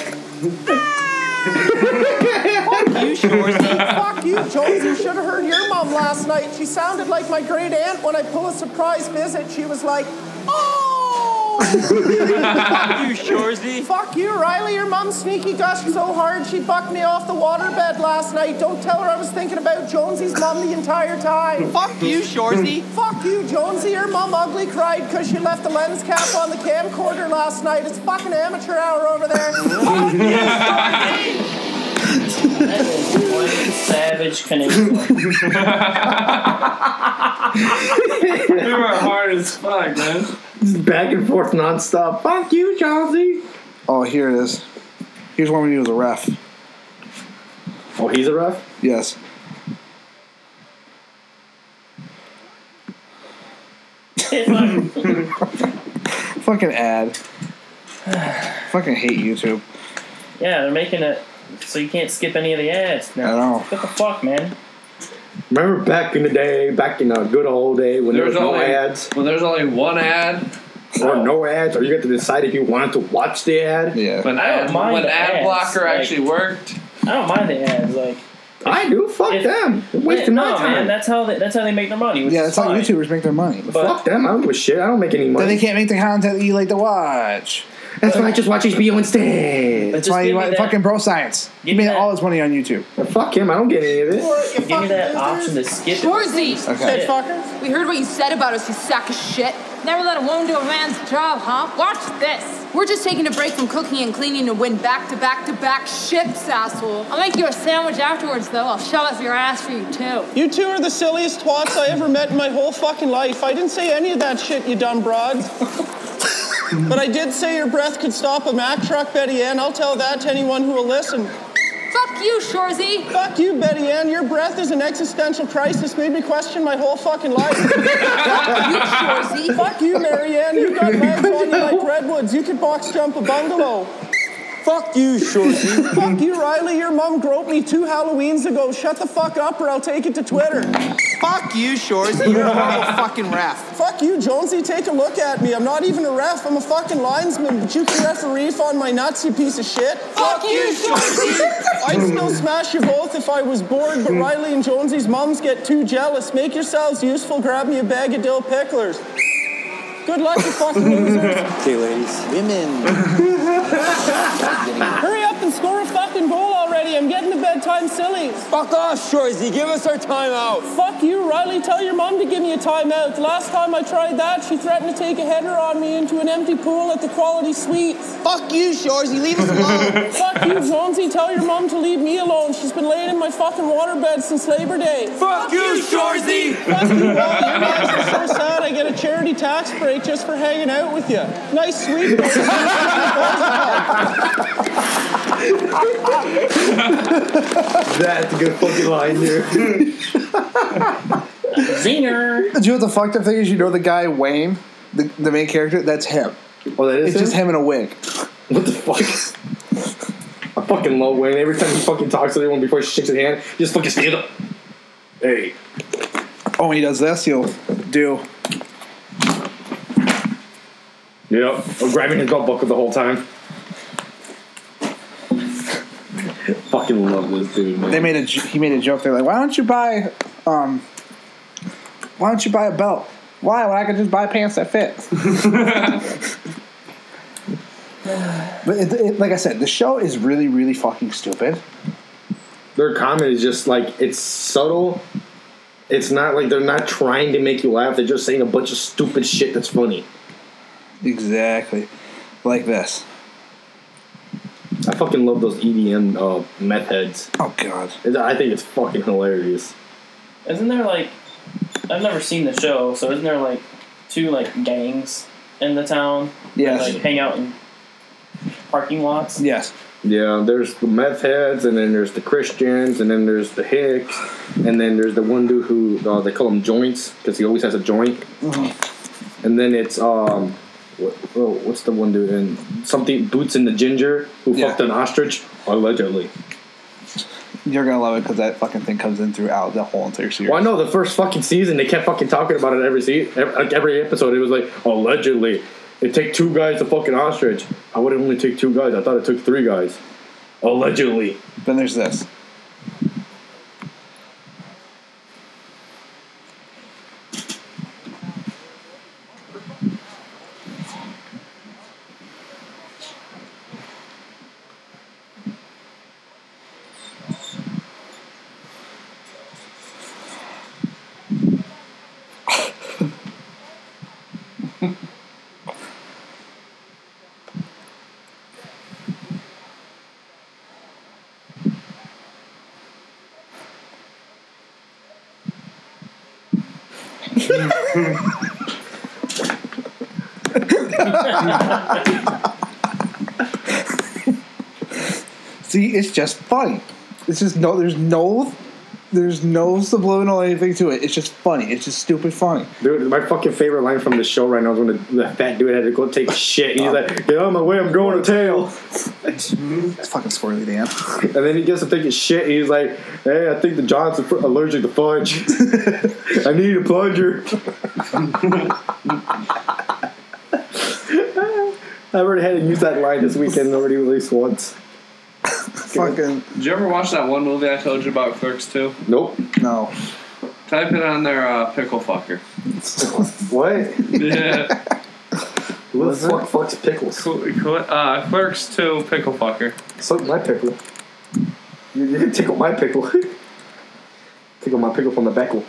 S8: You, Shores.
S7: fuck you, Jones. You should have heard your mum last night. She sounded like my great aunt when I pull a surprise visit. She was like, oh!
S8: Fuck you, Shoresy.
S7: fuck you, Riley. Your mum sneaky gushed so hard she bucked me off the waterbed last night. Don't tell her I was thinking about Jonesy's mum the entire time.
S8: Fuck you, Shoresy.
S7: Fuck you, Jonesy. Your mom ugly cried because she left the lens cap on the camcorder last night. It's fucking amateur hour over there. Fuck you, Jonesy.
S4: That is one savage Canadian.
S3: We were hard as fuck, man.
S1: Just back and forth nonstop. Fuck you, Chauncey.
S2: Oh, here it is. Here's one we need as a ref.
S1: Oh, he's a ref.
S2: Yes. Fucking ad. Fucking hate YouTube.
S4: yeah, they're making it so you can't skip any of the ads
S2: I
S4: now.
S2: know.
S4: What the fuck, man?
S1: Remember back in the day, back in the good old day when there, was no ads
S3: When there's only one ad,
S1: or no ads, or you got to decide if you wanted to watch the ad.
S2: Yeah.
S3: when
S4: I don't
S3: ad,
S4: mind
S3: when
S4: the
S3: ad
S4: ads,
S3: blocker
S4: like-
S3: actually worked.
S4: I don't mind the ads. Like,
S1: I do. Fuck
S4: If-
S1: them. They're
S4: yeah,
S1: wasting
S4: no,
S1: my time.
S4: man, that's how they, that's how they make their money. Which
S2: Yeah,
S4: is
S2: that's how
S4: fine.
S2: YouTubers make their money.
S4: but-
S1: Fuck them. I don't give a shit. I don't make any
S2: Then they
S1: money.
S2: can't make the content that you like to watch.
S1: That's why I just watch HBO instead.
S2: That's
S4: Just
S2: why you
S4: give me
S2: like
S4: that-
S2: fucking pro science. He
S4: Give me
S2: made
S4: that-
S2: all his money on YouTube.
S1: Fuck him. I don't get any of
S7: Or
S1: it.
S7: you
S4: Give me
S7: fucking losers.
S4: that option to skip. it.
S9: Shorzy,
S2: Okay.
S7: Shit fuckers.
S9: we heard what you said about us, you sack of shit. Never let a woman do a man's job, huh? Watch this. We're just taking a break from cooking and cleaning to win back to back to back shifts, asshole. I'll make you a sandwich afterwards, though. I'll shove it up your ass for you, too.
S7: You two are the silliest twats I ever met in my whole fucking life. I didn't say any of that shit, you dumb broads. but I did say your breath could stop a Mack truck, Betty Ann. I'll tell that to anyone who will listen.
S9: Fuck you, Shorzy.
S7: Fuck you, Betty Ann. Your breath is an existential crisis. Made me question my whole fucking life.
S9: You, Shorzy.
S7: Fuck you, Marianne. You got legs on you like redwoods. You could box jump a bungalow.
S8: Fuck you, Shoresy.
S7: Fuck you, Riley. Your mom groped me two Halloweens ago. Shut the fuck up, or I'll take it to Twitter.
S8: Fuck you, Shoresy. You're a horrible fucking ref.
S7: Fuck you, Jonesy. Take a look at me. I'm not even a ref. I'm a fucking linesman. But you can referee on my nuts, you piece of shit.
S8: Fuck you, Shoresy.
S7: I'd still smash you both if I was bored, but Riley and Jonesy's moms get too jealous. Make yourselves useful. Grab me a bag of dill picklers. Good luck, you fucking losers.
S8: Okay, ladies. Women.
S7: Hurry up and score a fucking goal already. I'm getting to bedtime sillies.
S8: Fuck off, Shoresy. Give us our timeout.
S7: Fuck you, Riley. Tell your mom to give me a timeout. The last time I tried that, she threatened to take a header on me into an empty pool at the Quality Suites.
S8: Fuck you, Shoresy. Leave us alone.
S7: Fuck you, Jonesy. Tell your mom to leave me alone. She's been laying in my fucking waterbed since Labor Day.
S8: Fuck you, Shoresy.
S7: Fuck you, Riley. Your mom's so sad I get a charity tax break just for hanging out with you. Nice sweet.
S1: That's a good fucking line, dude.
S4: Zinger.
S2: Do you know what the fucked up thing is? You know the guy Wayne, the, the main character? That's him.
S1: Oh, that is
S2: It's just
S1: him?
S2: him in a wig.
S1: What the fuck? I fucking love Wayne. Every time he fucking talks to everyone before he shakes his hand, he just fucking stand up. Hey.
S2: Oh, when he does this, he'll do.
S1: Yep. I'm grabbing his belt buckle the whole time. fucking love this dude, man.
S2: They made a j- he made a joke. They're like, why don't you buy um, why don't you buy a belt? Why? When I could just buy pants that fit. but it, it, like I said, the show is really, really fucking stupid.
S1: Their comment is just like, it's subtle. It's not like they're not trying to make you laugh. They're just saying a bunch of stupid shit that's funny.
S2: Exactly, like this.
S1: I fucking love those EDM uh, meth heads.
S2: Oh god.
S1: It's- I think it's fucking hilarious.
S4: Isn't there like I've never seen the show, so isn't there like two like gangs in the town
S2: Yes.
S4: that like hang out in parking lots?
S2: Yes.
S1: Yeah, there's the meth heads, and then there's the Christians, and then there's the Hicks, and then there's the one dude who uh, they call him Joints because he always has a joint. And then it's um, what, oh, what's the one dude in something Boots in the Ginger who
S2: Yeah.
S1: fucked an ostrich allegedly.
S2: You're gonna love it because that fucking thing comes in throughout the whole entire series.
S1: Well, I know the first fucking season they kept fucking talking about it every se- ev- like every episode. It was like allegedly it take two guys to fucking ostrich. I would it only take two guys. I thought it took three guys. Allegedly.
S2: Then there's this. See, it's just funny. It's just no. There's no. There's no subliminal anything to it. It's just funny. It's just stupid funny.
S1: Dude, my fucking favorite line from the show right now is when the, the fat dude had to go take a shit. And he's like, get out of my way, I'm growing a tail.
S2: It's fucking squirrely, Dan.
S1: And then he gets to take a shit and he's like, hey, I think the John's aff- allergic to fudge. I need a plunger. I already had to use that line this weekend, already released once.
S2: fucking
S3: Did you ever watch that one movie I told you about, Clerks 2?
S1: Nope.
S2: no.
S3: Type it on there, uh, pickle fucker.
S1: What?
S3: yeah.
S1: Who the fuck fucks pickles?
S3: Cl- cl- Uh, Clerks 2, pickle fucker.
S1: Suck my pickle. You, you can tickle my pickle. tickle my pickle from the backle.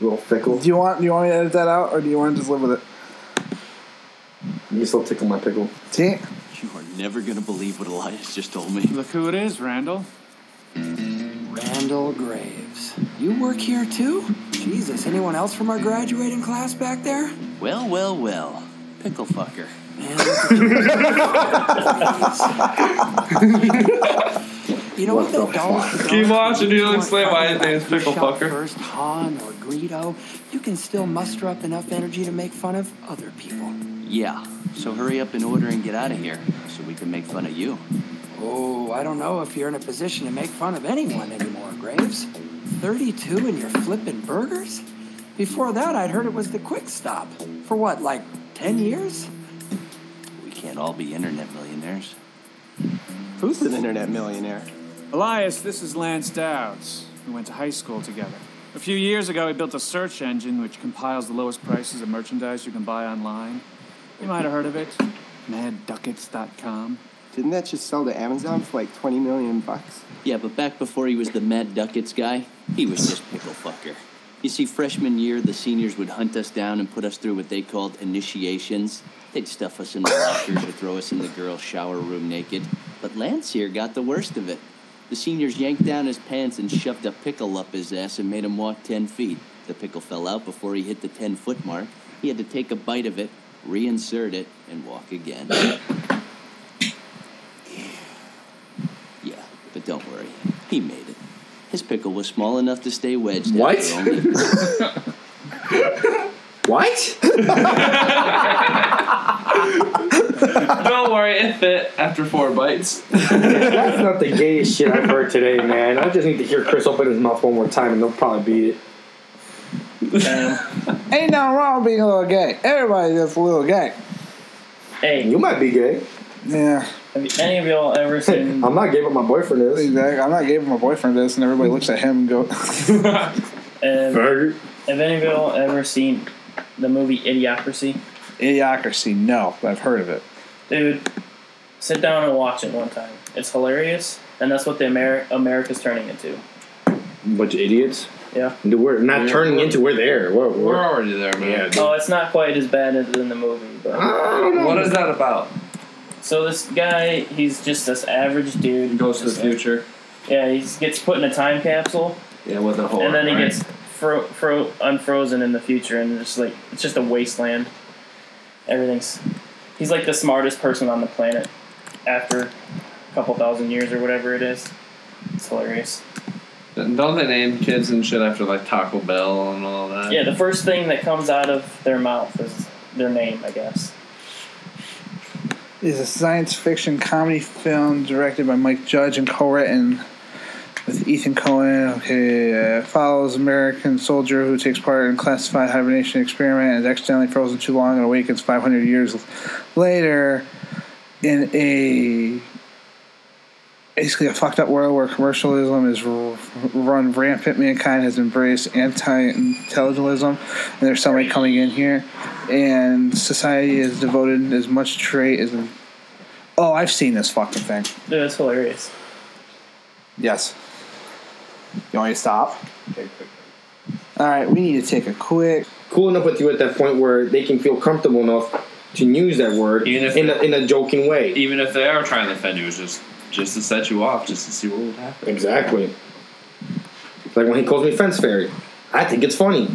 S1: Little fickle.
S2: Do you want? Do you want me to edit that out, or do you want to just live with it?
S1: You still tickle my pickle.
S2: See,
S10: You are never gonna believe what Elias just told me.
S11: Look who it is, Randall.
S10: Randall Graves. You work here too? Jesus, anyone else from our graduating class back there? Well, well, well. Pickle fucker. Man, look at- you know what, the dog
S3: Keep watching, you don't explain why his name's Pickle Fucker.
S10: First Han or Greedo, you can still muster up enough energy to make fun of other people. Yeah. So hurry up and order and get out of here so we can make fun of you. Oh, I don't know if you're in a position to make fun of anyone anymore, Graves. 32 and you're flipping burgers? Before that, I'd heard it was the quick stop. For what, like 10 years? We can't all be internet millionaires.
S8: Who's an internet millionaire?
S11: Elias, this is Lance Dowds. We went to high school together. A few years ago, he built a search engine which compiles the lowest prices of merchandise you can buy online. You might have heard of it madduckets.com.
S8: Didn't that just sell to Amazon for like 20 million bucks?
S10: Yeah, but back before he was the Mad Duckets guy, he was just pickle fucker. You see, freshman year, the seniors would hunt us down and put us through what they called initiations. They'd stuff us in the lockers or throw us in the girls' shower room naked. But Lance here got the worst of it. The seniors yanked down his pants and shoved a pickle up his ass and made him walk 10 feet. The pickle fell out before he hit the 10 foot mark. He had to take a bite of it, reinsert it, and walk again. Yeah, but don't worry. He made it. His pickle was small enough to stay wedged. after
S1: What?
S10: only-
S1: What?
S3: Don't worry, it fit after four bites.
S1: That's not the gayest shit I've heard today, man. I just need to hear Chris open his mouth one more time and they'll probably beat it.
S2: ain't nothing wrong with being a little gay. Everybody that's a little gay.
S4: Hey,
S1: You might be gay.
S2: Yeah,
S4: have you- any of y'all ever seen
S1: I'm not gay, but my boyfriend is.
S2: exactly. I'm not giving my boyfriend this, and everybody looks at him and go,
S4: have, have any of y'all ever seen the movie Idiocracy?
S2: "Idiocracy." No, but I've heard of it.
S4: Dude, sit down and watch it one time. It's hilarious, and that's what the Ameri- America's turning into.
S1: Bunch of idiots.
S4: Yeah.
S1: Dude, We're not
S3: Yeah.
S1: turning into. We're there. We're, we're,
S3: We're already there, man.
S4: Oh, it's not quite as bad as in the movie, but
S1: I don't know.
S3: What is that about?
S4: So this guy, he's just this average dude. He
S3: goes to the future.
S4: Yeah, he gets put in a time capsule.
S3: Yeah, with a horn,
S4: And then he
S3: right?
S4: gets fro- fro- unfrozen in the future, and it's like it's just a wasteland. Everything's. He's like the smartest person on the planet after a couple thousand years or whatever it is. It's hilarious.
S3: Don't they name kids and shit after like Taco Bell and all that?
S4: Yeah, the first thing that comes out of their mouth is their name, I guess.
S2: is a science fiction comedy film directed by Mike Judge and co-written with Ethan Cohen. Okay, uh, follows American soldier who takes part in classified hibernation experiment and is accidentally frozen too long and awakens 500 years later in a basically a fucked up world where commercialism is r- run rampant. Mankind has embraced anti-intelligentalism, and there's somebody coming in here, and society is devoted as much trait as. Oh, I've seen this fucking thing.
S4: Dude, that's hilarious.
S2: Yes. You want me to stop? All right, we need to take a quick.
S1: Cool enough with you at that point where they can feel comfortable enough to use that word
S3: Even if
S1: in, a, in a joking way.
S3: Even if they are trying to offend you, it's just just to set you off, just to see what would happen.
S1: Exactly. Like when he calls me fence fairy, I think it's funny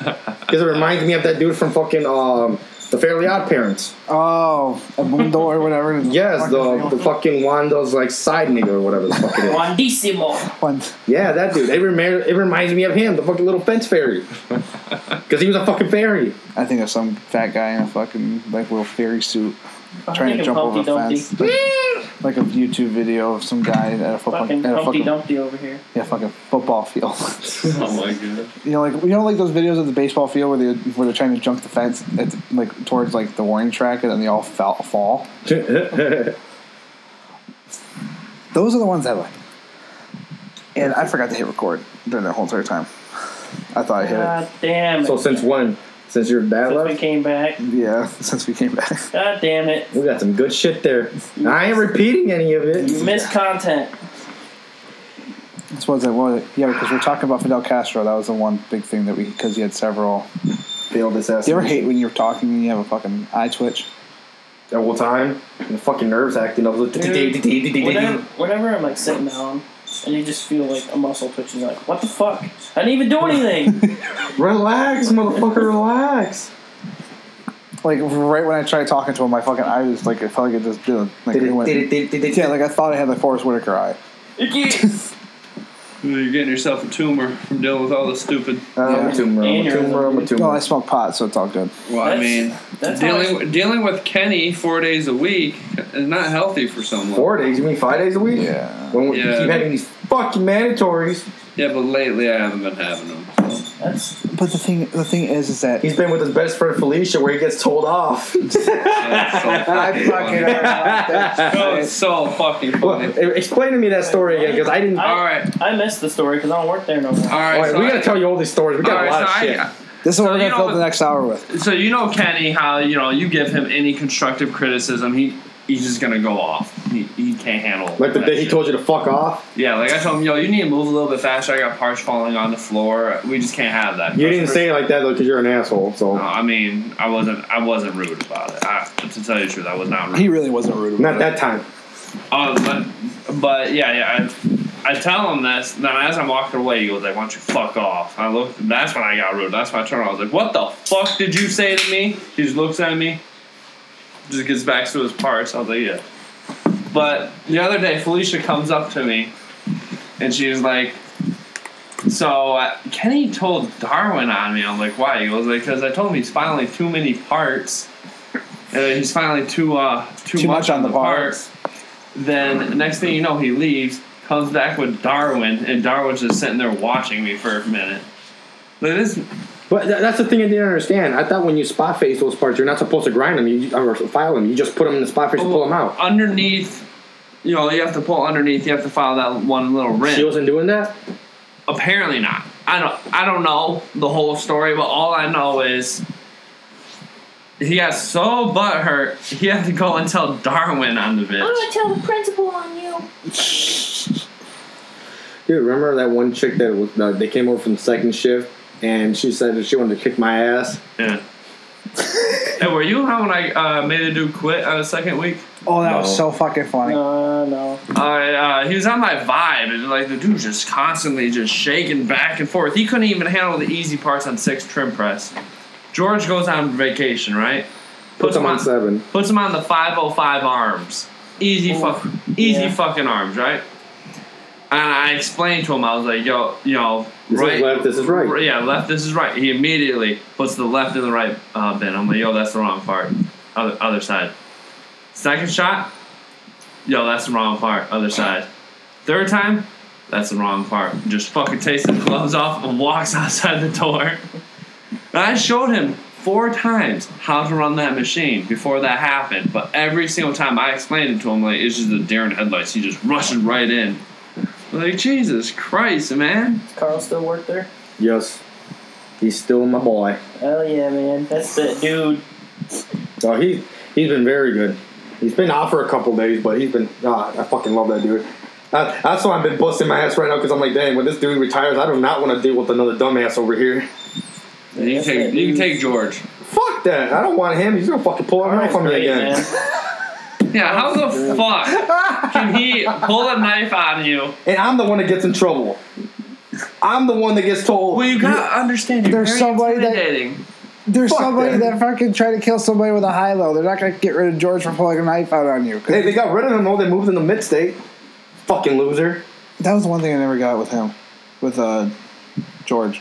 S1: because it reminds me of that dude from fucking um, the Fairly Odd Parents.
S2: Oh, Abundo or whatever.
S1: Yes, the, the fucking Wanda's like side nigga or whatever the fuck it is.
S4: Wandissimo.
S1: Yeah, that dude. It, remar- it reminds me of him, the fucking little fence fairy. Because he was a fucking fairy.
S2: I think of some fat guy in a fucking like little fairy suit
S4: I
S2: trying
S4: think
S2: to
S4: of
S2: jump over a
S4: Humpty Dumpty.
S2: fence. Like, like a YouTube video of some guy at a football
S4: Fucking
S2: at a
S4: Humpty
S2: fucking
S4: Dumpty over here.
S2: yeah fucking football field.
S3: Oh my god.
S2: you know, like you know, like those videos of the baseball field where they where they're trying to jump the fence at the, like towards like the warning track and then they all fell, fall.
S1: those
S2: are the ones I like. And I forgot to hit record during that whole entire time. I thought I hit
S4: God
S2: it.
S4: damn it.
S1: So since when? Since your dad
S4: Since
S1: left?
S4: we came back.
S2: Yeah, since we came back.
S4: God damn it.
S1: We got some good shit there. I ain't repeating any of it.
S4: You missed content.
S2: This was it. Was it? Yeah, because we're talking about Fidel Castro. That was the one big thing that we because he had several
S1: failed assassins.
S2: You ever hate when you're talking and you have a fucking eye twitch?
S1: That whole time, the fucking nerves acting up.
S4: Dude, whenever, whenever I'm like sitting down and you just feel like a muscle twitching, you're like, what the fuck? I didn't even do anything.
S1: Relax, motherfucker, relax.
S2: Like right when I tried talking to him, my fucking eye was like it felt like it just did. Like
S1: Did it-
S2: it went,
S1: did it- did it- did it-
S2: yeah, like I thought I had the Forrest Whitaker eye.
S3: You're getting yourself a tumor from dealing with all this stupid.
S2: Yeah. No, I
S3: Well,
S2: smoke pot, so it's all good.
S3: I mean,
S2: that's
S3: dealing dealing with Kenny four days a week is not healthy for someone.
S1: Four days? You mean five days a week? Yeah. When we
S3: Yeah.
S1: keep having these fucking mandatories.
S3: Yeah, but lately I haven't been having them.
S2: But the thing, the thing is, is that
S1: he's been with his best friend Felicia, where he gets told off.
S2: I fucking heard about that.
S3: Oh, it's so fucking funny.
S1: e-, explain to me that story again, because I didn't.
S4: All
S3: right,
S4: I missed the story because I don't work there no more. All
S3: right, so
S1: we gotta
S3: I-
S1: tell you all these stories. We got
S3: All
S1: a
S3: right,
S1: lot of
S3: so I-
S1: shit.
S2: this is what we're
S3: you
S2: gonna fill
S3: know-
S2: the next hour with.
S3: So you know Kenny, how you know you give him any constructive criticism, he he's just gonna go off. He, he can't handle.
S1: Like the
S3: that
S1: day he
S3: shit.
S1: told you to fuck off.
S3: Yeah, like I told him, yo, you need to move a little bit faster. I got parts falling on the floor. We just can't have that.
S1: You didn't say it like that though, because you're an asshole. So
S3: No, I mean, I wasn't. I wasn't rude about it. I, to tell you the truth, I was not rude.
S2: He really wasn't rude.
S1: not that time.
S3: Uh, but, but yeah, yeah. I, I tell him this. Then as I'm walking away, he goes like, "Why don't you fuck off?" I looked. and That's when I got rude. That's when I turned. around. I was like, "What the fuck did you say to me?" He just looks at me. Just gets back to his parts. I was like, "Yeah." But the other day, Felicia comes up to me, and she's like, "So uh, Kenny told Darwin on me." I'm like, "Why?" He goes like, "Because I told him he's finally too many parts." And Uh, he's finally too uh, too,
S2: Too much on the
S3: parts. Then next thing you know, he leaves, comes back with Darwin, and Darwin's just sitting there watching me for a minute. Like this,
S1: But tha- that's the thing I didn't understand. I thought when you spot face those parts, you're not supposed to grind them you, or file them. You just put them in the spot face and
S3: Oh.
S1: pull them out.
S3: underneath, you know, you have to pull underneath. You have to follow that one little rim.
S1: She wasn't doing that.
S3: Apparently not. I don't. I don't know the whole story, but all I know is he got so butthurt he had to go and tell Darwin on the
S9: I'm
S3: bitch.
S9: gonna tell the principal on you.
S1: Dude, remember that one chick that was, uh, they came over from the second shift and she said that she wanted to kick my ass?
S3: Yeah. Hey, were you on when I uh, made a dude quit on the second week?
S2: Oh, that was
S3: No.
S2: so fucking funny.
S4: No, no.
S3: Uh, uh, he was on my vibe, and like the dude was just constantly just shaking back and forth. He couldn't even handle the easy parts on six trim press. George goes on vacation, right?
S1: Puts him on seven.
S3: Puts him on the 505 arms. Easy fuck, easy fucking arms, right? And I explained to him, I was like, yo, you know,
S1: This is
S3: right.
S1: left, this is right.
S3: Yeah, left, this is right. He immediately puts the left and the right uh, bin. I'm like, yo, that's the wrong part. Other, other side. Second shot, yo, that's the wrong part. Other side. Third time, that's the wrong part. Just fucking takes the gloves off and walks outside the door. And I showed him four times how to run that machine before that happened, but every single time I explained it to him, like it's just the deer in headlights. He just rushes right in. I'm like Jesus Christ, man.
S4: Does Carl still work there?
S1: Yes. He's still my boy.
S4: Oh yeah, man. That's the dude.
S1: Oh, he he's been very good. He's been out for a couple days, but he's been. ah, I fucking love that dude. That, that's why I've been busting my ass right now because I'm like, dang, when this dude retires, I do not want to deal with another dumbass over here.
S3: You can take you can take George.
S1: Fuck that! I don't want him. He's gonna fucking pull a knife on me again.
S3: Yeah, how the fuck can he pull a knife on you?
S1: And I'm the one that gets in trouble. I'm the one that gets told. Well,
S3: you gotta understand.
S2: There's somebody that-
S3: intimidating.
S2: There's
S1: Fuck
S2: somebody
S1: them.
S2: that fucking tried to kill somebody with a high low. They're not gonna get rid of George for pulling a knife out on you.
S1: Hey, they got rid of him. though. they moved in the mid state. Fucking loser.
S2: That was the one thing I never got with him, with uh, George.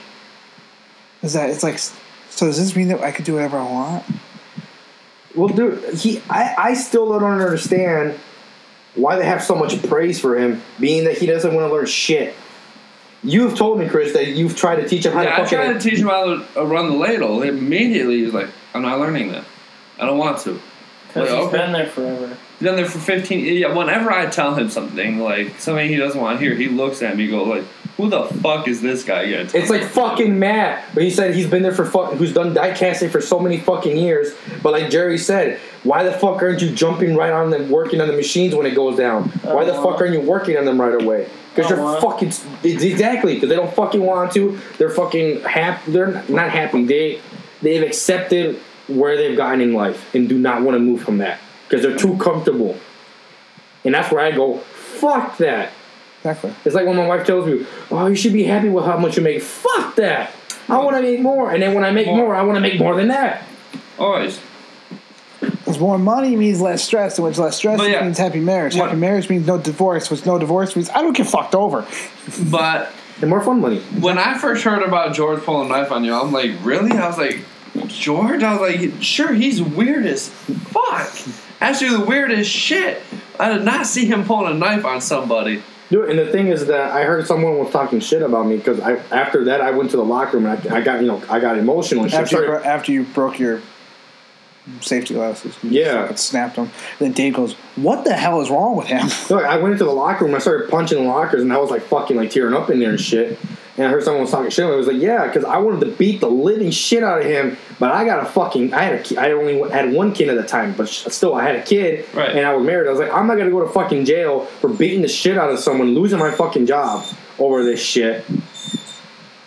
S2: Is that it's like? So does this mean that I could do whatever I want?
S1: Well, dude, he I, I still don't understand why they have so much praise for him, being that he doesn't want to learn shit. You've told me, Chris, that you've tried to teach him how
S3: Yeah, I
S1: to
S3: tried
S1: fucking.
S3: to teach him how to uh, run the ladle. and Immediately, he's like, "I'm not learning that. I don't want to."
S4: Because
S3: Like,
S4: he's
S3: okay.
S4: been there forever.
S3: He's been there for 15. Yeah, whenever I tell him something like something he doesn't want to hear, he looks at me, go like, "Who the fuck is this guy?" Yeah,
S1: it's like fucking Matt, but he said he's been there for fuck, who's done diecasting for so many fucking years. But like Jerry said, why the fuck aren't you jumping right on them, working on the machines when it goes down? Why the
S4: Uh-huh.
S1: fuck aren't you working on them right away? Because
S4: Uh-huh.
S1: you're fucking exactly because they don't fucking want to. They're fucking happy. They're not happy. They they've accepted where they've gotten in life and do not want to move from that because they're too comfortable. And that's where I go. Fuck that.
S2: Exactly.
S1: It's like when my wife tells me, "Oh, you should be happy with how much you make." Fuck that. I want to make more, and then when I make more, I want to make more than that.
S3: Always.
S2: Because more money means less stress, and which less stress
S3: But yeah.
S2: means happy marriage. Happy marriage means no divorce, which no divorce means I don't get fucked over.
S3: But
S1: and more fun money.
S3: When I first heard about George pulling a knife on you, I'm like, really? I was like, George? I was like, sure, he's weird as fuck. Actually, the weirdest shit. I did not see him pulling a knife on somebody.
S1: Dude, and the thing is that I heard someone was talking shit about me because I after that I went to the locker room and I, I got you know I got emotional and shit.
S2: After you,
S1: Started-
S2: bro- after you broke your safety glasses, you
S1: Yeah.
S2: fucking snapped them. Then Dave goes, "What the hell is wrong with him?"
S1: So I went into the locker room. I started punching the lockers, and I was like fucking like tearing up in there and shit. And I heard someone was talking shit. And I was like, yeah, because I wanted to beat the living shit out of him. But I got a fucking. I had a. ki- I only had one kid at the time, but sh- still, I had a kid,
S3: Right.
S1: and I was married. I was like, I'm not gonna go to fucking jail for beating the shit out of someone, losing my fucking job over this shit.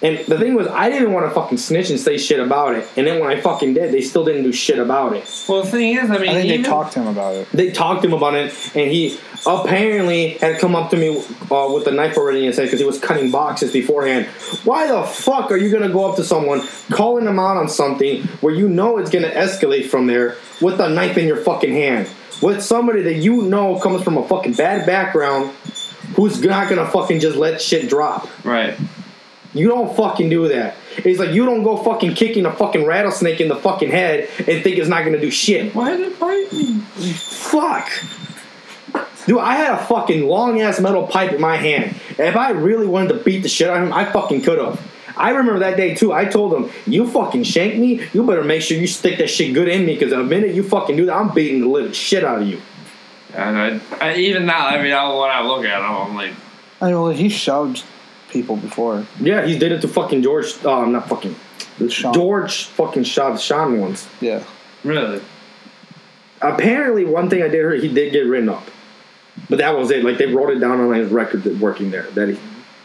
S1: And the thing was, I didn't want to fucking snitch and say shit about it. And then when I fucking did, they still didn't do shit about it
S3: Well, the thing is, I mean, even-
S2: to him about it.
S1: they talked to him about it, and he apparently had come up to me uh, with a knife already and said because he was cutting boxes beforehand. Why the fuck are you gonna go up to someone calling them out on something where you know it's gonna escalate from there with a knife in your fucking hand with somebody that you know comes from a fucking bad background who's not gonna fucking just let shit drop.
S3: Right.
S1: You don't fucking do that. It's like you don't go fucking kicking a fucking rattlesnake in the fucking head and think it's not gonna do shit.
S3: Why did it bite me?
S1: Fuck. Dude, I had a fucking long ass metal pipe in my hand. If I really wanted to beat the shit out of him, I fucking could have. I remember that day too. I told him, "You fucking shank me. You better make sure you stick that shit good in me, because the minute you fucking do that, I'm beating the living shit out of you."
S3: And I, I, even now, every now when I look at him, I'm like,
S2: I mean, well, he shoved people before.
S1: Yeah, he did it to fucking George. Uh, not fucking
S2: Sean.
S1: George. Fucking shot Sean once.
S2: Yeah.
S3: really?
S1: Apparently, one thing I did hear, he did get written up, but that was it. Like they wrote it down on his record that working there that he,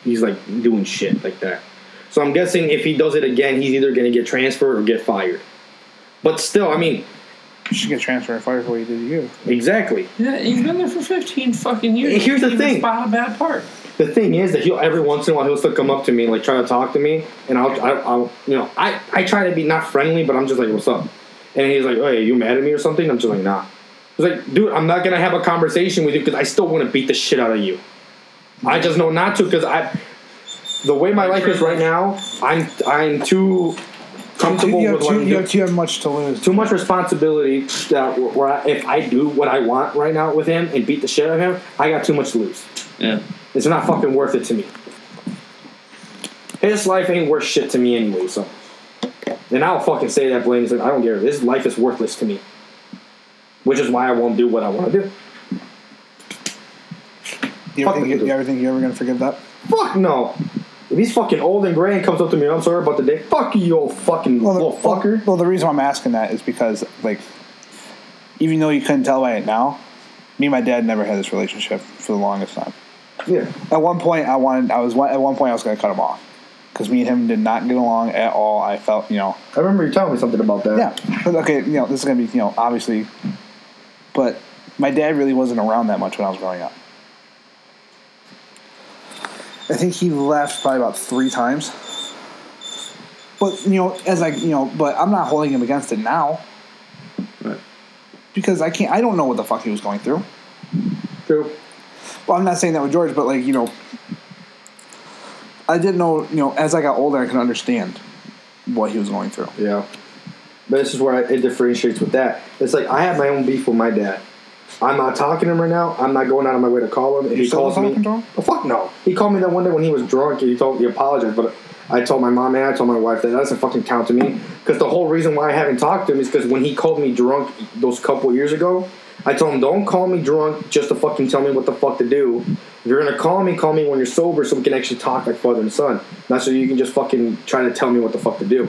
S1: he's like doing shit like that. So I'm guessing if he does it again, he's either going to get transferred or get fired. But still, I mean,
S2: You should get transferred to fire before you did you.
S1: exactly.
S3: Yeah, he's been there for 15 fucking years.
S1: Here's the
S3: He was
S1: thing.
S3: Spot a bad part.
S1: the thing is that he'll every once in a while he'll still come up to me and like try to talk to me, and I'll, I, I'll you know I, I try to be not friendly, but I'm just like what's up, and he's like hey you mad at me or something? I'm just like nah. He's like dude I'm not gonna have a conversation with you because I still want to beat the shit out of you. I just know not to because I the way my life is right now I'm I'm too comfortable
S2: You have,
S1: with what
S2: too,
S1: I'm
S2: you,
S1: doing
S2: have, you have much to lose.
S1: too much responsibility that where I, if I do what I want right now with him and beat the shit out of him, I got too much to lose.
S3: Yeah.
S1: It's not fucking worth it to me. His life ain't worth shit to me anyway, so. And I'll fucking say that blame. I don't care. His life is worthless to me. Which is why I won't do what I want to do.
S2: You
S1: Fuck
S2: ever, think,
S1: with
S2: you,
S1: you.
S2: you ever think you're ever gonna forgive that?
S1: Fuck no. If he's fucking old and gray and comes up to me, I'm sorry about the day. Fuck you, you old fucking little fucker.
S2: Well, the reason why I'm asking that is because, like, even though you couldn't tell by it now, me and my dad never had this relationship for the longest time.
S1: Yeah.
S2: At one point, I wanted. I was one- at one point I was going to cut him off because me and him did not get along at all. I felt, you know,
S1: I remember you telling me something about that.
S2: yeah, but okay, you know, this is going to be, you know, obviously, but my dad really wasn't around that much when I was growing up. I think he left probably about three times. But you know, as I you know, but I'm not holding him against it now.
S3: Right.
S2: Because I can't I don't know what the fuck he was going through.
S1: True.
S2: Well, I'm not saying that with George, but like, you know I didn't know, you know, as I got older I could understand what he was going through.
S1: Yeah. But this is where I, it differentiates with that. It's like I have my own beef with my dad. I'm not talking to him right now. I'm not going out of my way to call him. If
S2: You
S1: he
S2: still
S1: calls
S2: not
S1: me,
S2: talking to him?
S1: oh, fuck no. He called me that one day when he was drunk. And he told he apologized, but I told my mom and I told my wife that, that doesn't fucking count to me. Because the whole reason why I haven't talked to him is because when he called me drunk those couple years ago, I told him don't call me drunk just to fucking tell me what the fuck to do. If you're gonna call me, call me when you're sober so we can actually talk like father and son. Not so you can just fucking try to tell me what the fuck to do.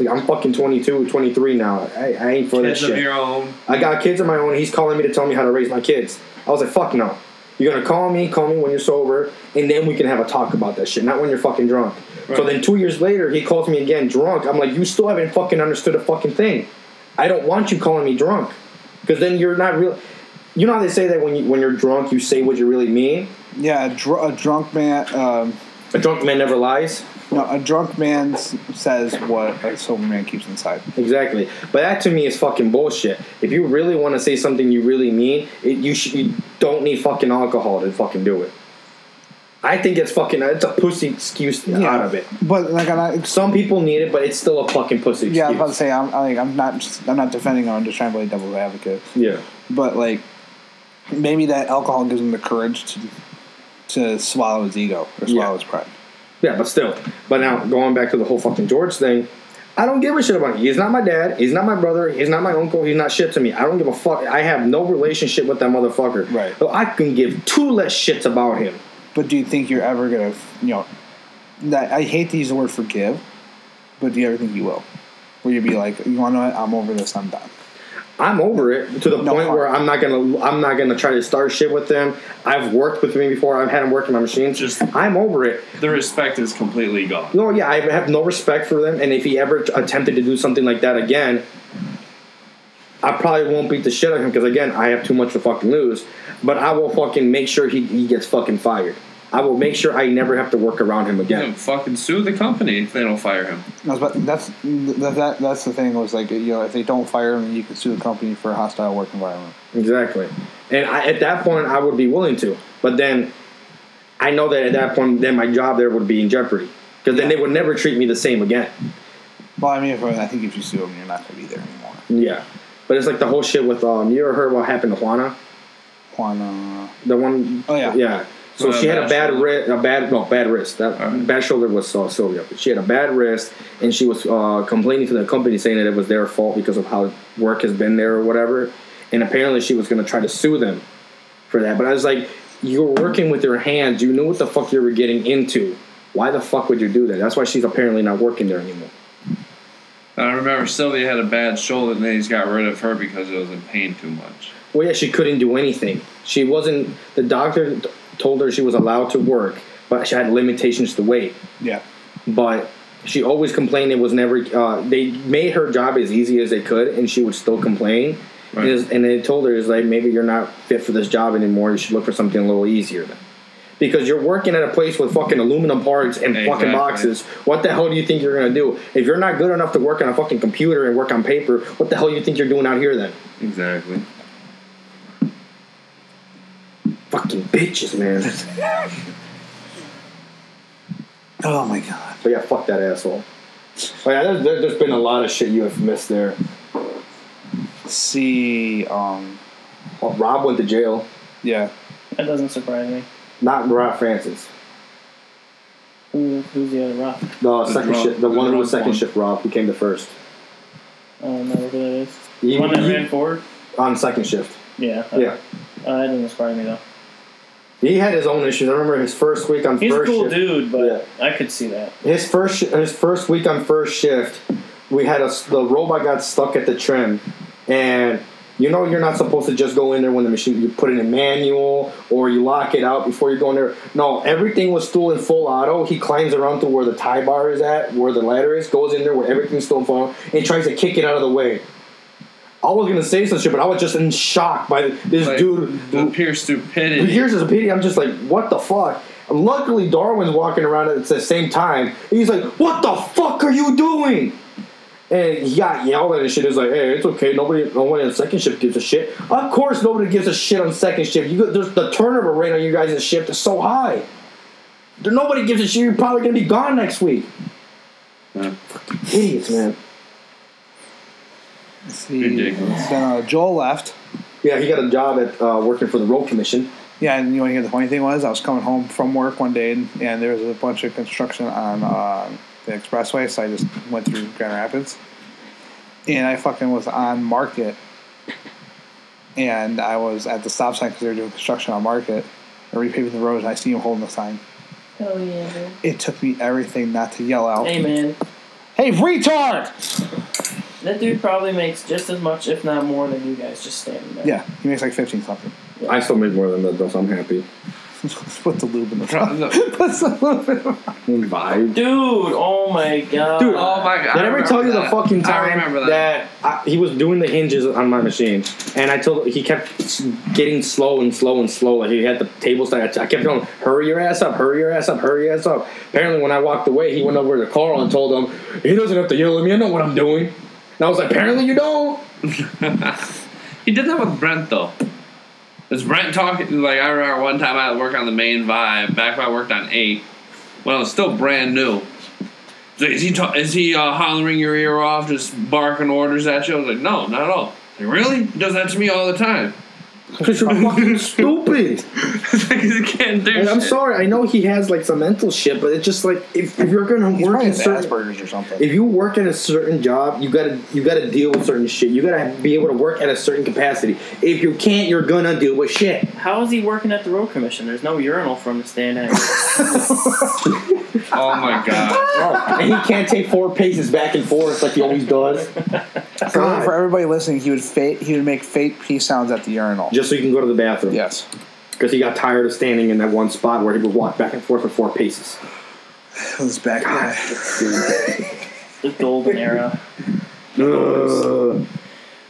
S1: Like I'm fucking 22, 23 now. I, I ain't for
S3: Kids
S1: that shit.
S3: of your own.
S1: I got kids of my own. He's calling me to tell me how to raise my kids. I was like, fuck no. You're gonna call me, call me when you're sober, and then we can have a talk about that shit. Not when you're fucking drunk. So then two years later, he calls me again drunk. I'm like, you still haven't fucking understood a fucking thing. I don't want you calling me drunk, because then you're not real. You know how they say that when you when you're drunk, you say what you really mean.
S2: Yeah, a, dr- a drunk man um,
S1: A drunk man never lies.
S2: No, a drunk man s- says what a sober man keeps inside.
S1: Exactly. But that to me is fucking bullshit. If you really want to say something you really mean, it, you, sh- you don't need fucking alcohol to fucking do it. I think it's fucking, it's a pussy excuse out of it.
S2: But like, I'm not,
S1: Some people need it, but it's still a fucking pussy excuse.
S2: yeah, I was about to say I'm I- like, I'm not just, I'm not defending him. I'm just trying to play devil's advocate.
S1: yeah.
S2: But like, maybe that alcohol gives him the courage to to swallow his ego or swallow
S1: Yeah.
S2: his pride.
S1: Yeah, but still. But now going back to the whole fucking George thing, I don't give a shit about him. He's not my dad. He's not my brother. He's not my uncle. He's not shit to me. I don't give a fuck. I have no relationship with that motherfucker.
S2: Right.
S1: So I can give two less shits about him.
S2: But do you think you're ever gonna, you know, that I hate to use the word forgive, but do you ever think you will? Will you be like, you want to? I'm over this. I'm done.
S1: I'm over it to the
S2: No
S1: point
S2: harm.
S1: where I'm not gonna I'm not gonna try to start shit with them. I've worked with me before. I've had them work in my machines.
S3: Just-
S1: I'm over it.
S3: The respect is completely gone.
S1: No, yeah, I have no respect for them. And if he ever t- attempted to do something like that again, I probably won't beat the shit out of him because again, I have too much to fucking lose. But I will fucking make sure he, he gets fucking fired. I will make sure I never have to work around him
S3: You
S1: again.
S3: know, fucking sue the company if they don't fire him.
S2: No, but that's that, that that's the thing was like you know if they don't fire him, you can sue the company for a hostile work environment.
S1: Exactly. And I, at that point, I would be willing to. But then I know that at that point, then my job there would be in jeopardy. Because then they would never treat me the same again.
S2: Well, I mean, if, I think if you sue him, you're not going to be there anymore.
S1: Yeah. But it's like the whole shit with, um, you ever heard what happened to Juana?
S2: Juan, uh,
S1: The one,
S2: Oh, yeah.
S1: yeah. So
S3: Uh,
S1: she had a
S3: bad
S1: bad
S3: shoulder.
S1: wrist, a bad no, bad wrist. That
S3: All right.
S1: bad shoulder was uh, Sylvia. But she had a bad wrist, and she was uh, complaining to the company saying that it was their fault because of how work has been there or whatever. And apparently, she was going to try to sue them for that. But I was like, you were working with your hands. You knew what the fuck you were getting into. Why the fuck would you do that? That's why she's apparently not working there anymore.
S3: I remember Sylvia had a bad shoulder, and they just got rid of her because it was in pain too much.
S1: Well, yeah, she couldn't do anything. She wasn't. The doctor t- told her she was allowed to work, but she had limitations to weight.
S2: yeah,
S1: but She always complained it was never. Uh, they made her job as easy as they could, and she would still complain. And it was- And they told her, "Is like maybe you're not fit for this job anymore. You should look for something a little easier then." Because you're working at a place with fucking aluminum parts and
S3: Exactly.
S1: fucking boxes. What the hell do you think you're gonna do? If you're not good enough to work on a fucking computer and work on paper, what the hell you think you're doing out here then?
S3: Exactly.
S1: Fucking bitches, man.
S2: oh my god.
S1: But yeah, fuck that asshole. Oh yeah, there's, there, there's been a lot of shit you have missed there.
S2: See, um,
S1: Well, Oh, Rob went to jail.
S2: Yeah.
S4: That doesn't surprise me.
S1: Not Rob Francis.
S4: Who, who's the other rock?
S1: The second
S4: drunk-
S1: shift, the
S4: the
S1: one who was
S4: drunk
S1: second
S4: one.
S1: shift Rob, who came to first
S4: I don't know who that is.
S1: You-
S4: the one that
S1: you-
S4: ran forward?
S1: on second shift.
S4: Yeah.
S1: Yeah,
S4: Uh, that doesn't surprise me, though.
S1: he had his own issues. I remember his first week on
S4: He's a
S1: first
S4: cool
S1: shift.
S4: dude, but I could see that.
S1: His first sh- his first week on first shift, we had a the robot got stuck at the trim, and you know you're not supposed to just go in there when the machine you put in a manual or you lock it out before you go in there. No, everything was still in full auto. He climbs around to where the tie bar is at, where the ladder is, goes in there where everything's still in full, auto, and tries to kick it out of the way. I was gonna say some shit, but I was just in shock by this dude
S3: The pure
S1: but
S3: stupidity.
S1: here's his opinion. I'm just like, what the fuck? Luckily, Darwin's walking around at the same time. He's like, what the fuck are you doing? And he got yelled at and shit. He's like, hey, it's okay. Nobody, nobody on second shift gives a shit. Of course, nobody gives a shit on second shift. You, got- there's the turnover rate on you guys' shift is so high. There- Nobody gives a shit. You're probably gonna be gone next week. Fucking idiots, man.
S2: See, then uh, Joel left.
S1: Yeah, he got a job at uh, working for the road commission.
S2: Yeah, and you want to hear the funny thing was I was coming home from work one day and, and there was a bunch of construction on uh, the expressway, so I just went through Grand Rapids, and I fucking was on Market, and I was at the stop sign because they were doing construction on Market, and repaving the road, and I see him holding the sign.
S4: Hell yeah, dude.
S2: It took me everything not to yell out.
S4: Hey, man.
S2: Hey, retard!
S4: That dude probably makes just as much, if not more, than you guys just standing there.
S2: Yeah, he makes like fifteen something.
S1: I still make more than that, though, so I'm happy.
S2: Put the lube in the front.
S1: Vibe.
S4: Dude, oh my god.
S1: Dude, Did I ever tell you the fucking time that, I, he was doing the hinges on my machine, and I told he kept s- getting slow and slow and slow. Like he had the table side. I kept telling him, "Hurry your ass up! Hurry your ass up! Hurry your ass up!" Apparently, when I walked away, he went over to Carl and told him, "He doesn't have to yell at me. I know what I'm doing." And I was like, "Apparently, you don't."
S3: he did that with Brent though. Is Brent talking? Like I remember one time I worked on the main vibe back when I worked on eight when I was still brand new. He's like, Is he ta- is he uh, hollering your ear off, just barking orders at you? I was like, no, not at all. He's Like, really? He does that to me all the time.
S1: Because you're fucking stupid.
S3: can't do
S1: And I'm
S3: shit.
S1: sorry. I know he has like some mental shit, but it's just like if, if you're gonna work in certain
S2: Asperger's or something.
S1: if you work in a certain job, you gotta you gotta deal with certain shit. You gotta be able to work at a certain capacity. If you can't, you're gonna deal with shit.
S4: How is he working at the road commission? There's no urinal for him to stand at.
S3: oh my god.
S1: and he can't take four paces back and forth like he always does.
S2: For, for everybody listening, he would fa- he would make fake pee sounds at the urinal.
S1: Just so you can go to the bathroom.
S2: Yes.
S1: Because he got tired of standing in that one spot where he would walk back and forth for four paces.
S2: Those back
S4: the golden era.
S1: Ugh.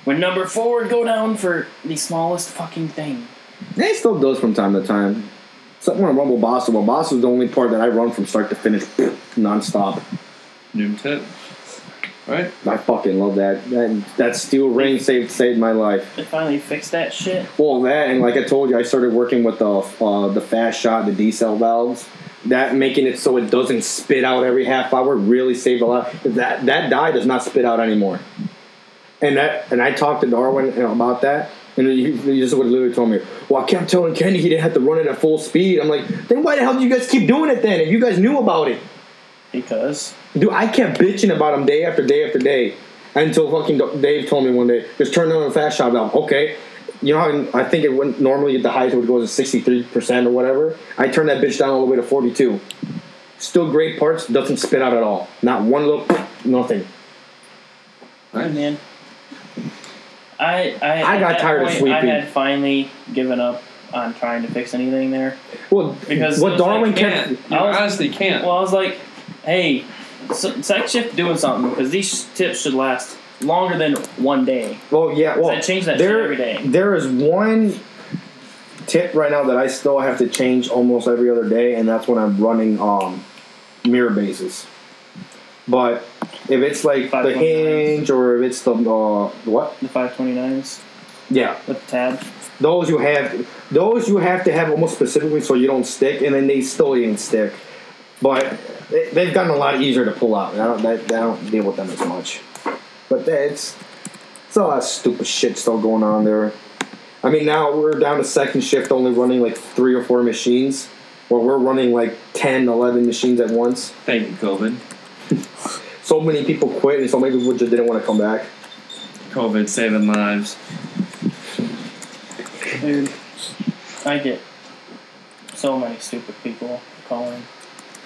S4: When number four would go down for the smallest fucking thing.
S1: And he still does from time to time. Something on Rumble Boss. Well, Boss is the only part that I run from start to finish nonstop.
S3: New tip. Right?
S1: I fucking love that. That, that steel ring saved saved my life.
S4: They finally fixed that shit.
S1: Well, that and like I told you, I started working with the uh, the fast shot, the D cell valves. That making it so it doesn't spit out every half hour really saved a lot. That that dye does not spit out anymore. And that and I talked to Darwin about that, and he, he just would literally told me, "Well, I kept telling Kenny he didn't have to run it at full speed." I'm like, "Then why the hell do you guys keep doing it then? If you guys knew about it."
S4: Because
S1: Dude, I kept bitching about him day after day after day until fucking Dave told me one day, just turn on the fast shot valve. Okay. You know how I think it wouldn't normally the highest would go to 63% or whatever? I turned that bitch down all the way to 42. Still great parts, doesn't spit out at all. Not one little, nothing.
S4: Hey, man. I I,
S1: I
S4: at
S1: got
S4: that
S1: tired of
S4: point, I
S1: sweeping.
S4: had finally given up on trying to fix anything there.
S1: Well,
S4: because it
S1: what
S4: was
S1: Darwin
S4: like,
S1: kept.
S4: I was-
S3: honestly can't.
S4: Well, I was like, hey, s- sex shift doing something because these tips should last longer than one day.
S1: Well, yeah, well,
S4: I change that shit
S1: there,
S4: every day.
S1: There is one tip right now that I still have to change almost every other day, and that's when I'm running um, mirror bases. But if it's like the
S4: 529s.
S1: hinge or if it's the uh, what
S4: the five twenty nines,
S1: yeah,
S4: with the tab,
S1: those you have, those you have to have almost specifically so you don't stick, and then they still didn't stick. But they, they've gotten a lot easier to pull out. I don't, I, I don't deal with them as much. But that's it's a lot of stupid shit still going on there. I mean, now we're down to second shift, only running like three or four machines, where we're running like 10, 11 machines at once.
S3: Thank you, COVID.
S1: So many people quit, and so many people just didn't want to come back.
S3: COVID saving lives.
S4: dude. I get so many stupid people calling.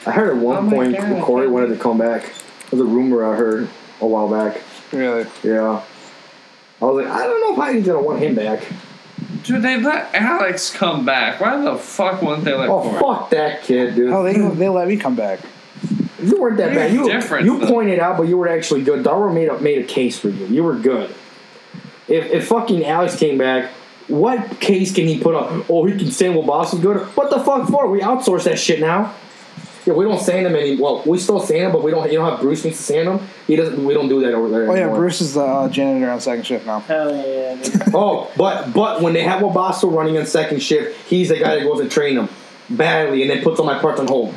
S1: I heard at
S4: Oh
S1: one
S4: my
S1: point
S4: God.
S1: Corey wanted to come back. There's a rumor I heard a while back.
S2: Really?
S1: Yeah. I was like, I don't know if Heidi's gonna want him back.
S3: Dude, they let Alex come back. Why the fuck wouldn't they let
S1: Oh
S3: Corey?
S1: fuck that kid, dude.
S2: Oh, they they let me come back.
S1: You weren't that
S3: You're
S1: bad. You
S3: different,
S1: you
S3: though.
S1: pointed out, but you were actually good. Darwin made a, made a case for you. You were good. If, if fucking Alex came back, what case can he put up? Oh, he can sand what boss is good. What the fuck for? We outsource that shit now. Yeah, we don't sand him any. Well, we still sand him, but we don't. You know how Bruce needs to sand him. He doesn't. We don't do that over there.
S2: Oh yeah,
S1: anymore.
S2: Bruce is the uh, janitor on second shift now.
S4: Hell yeah, dude.
S1: Oh, but but when they have Wabasso running on second shift, he's the guy that goes and train them badly and then puts all my parts on hold.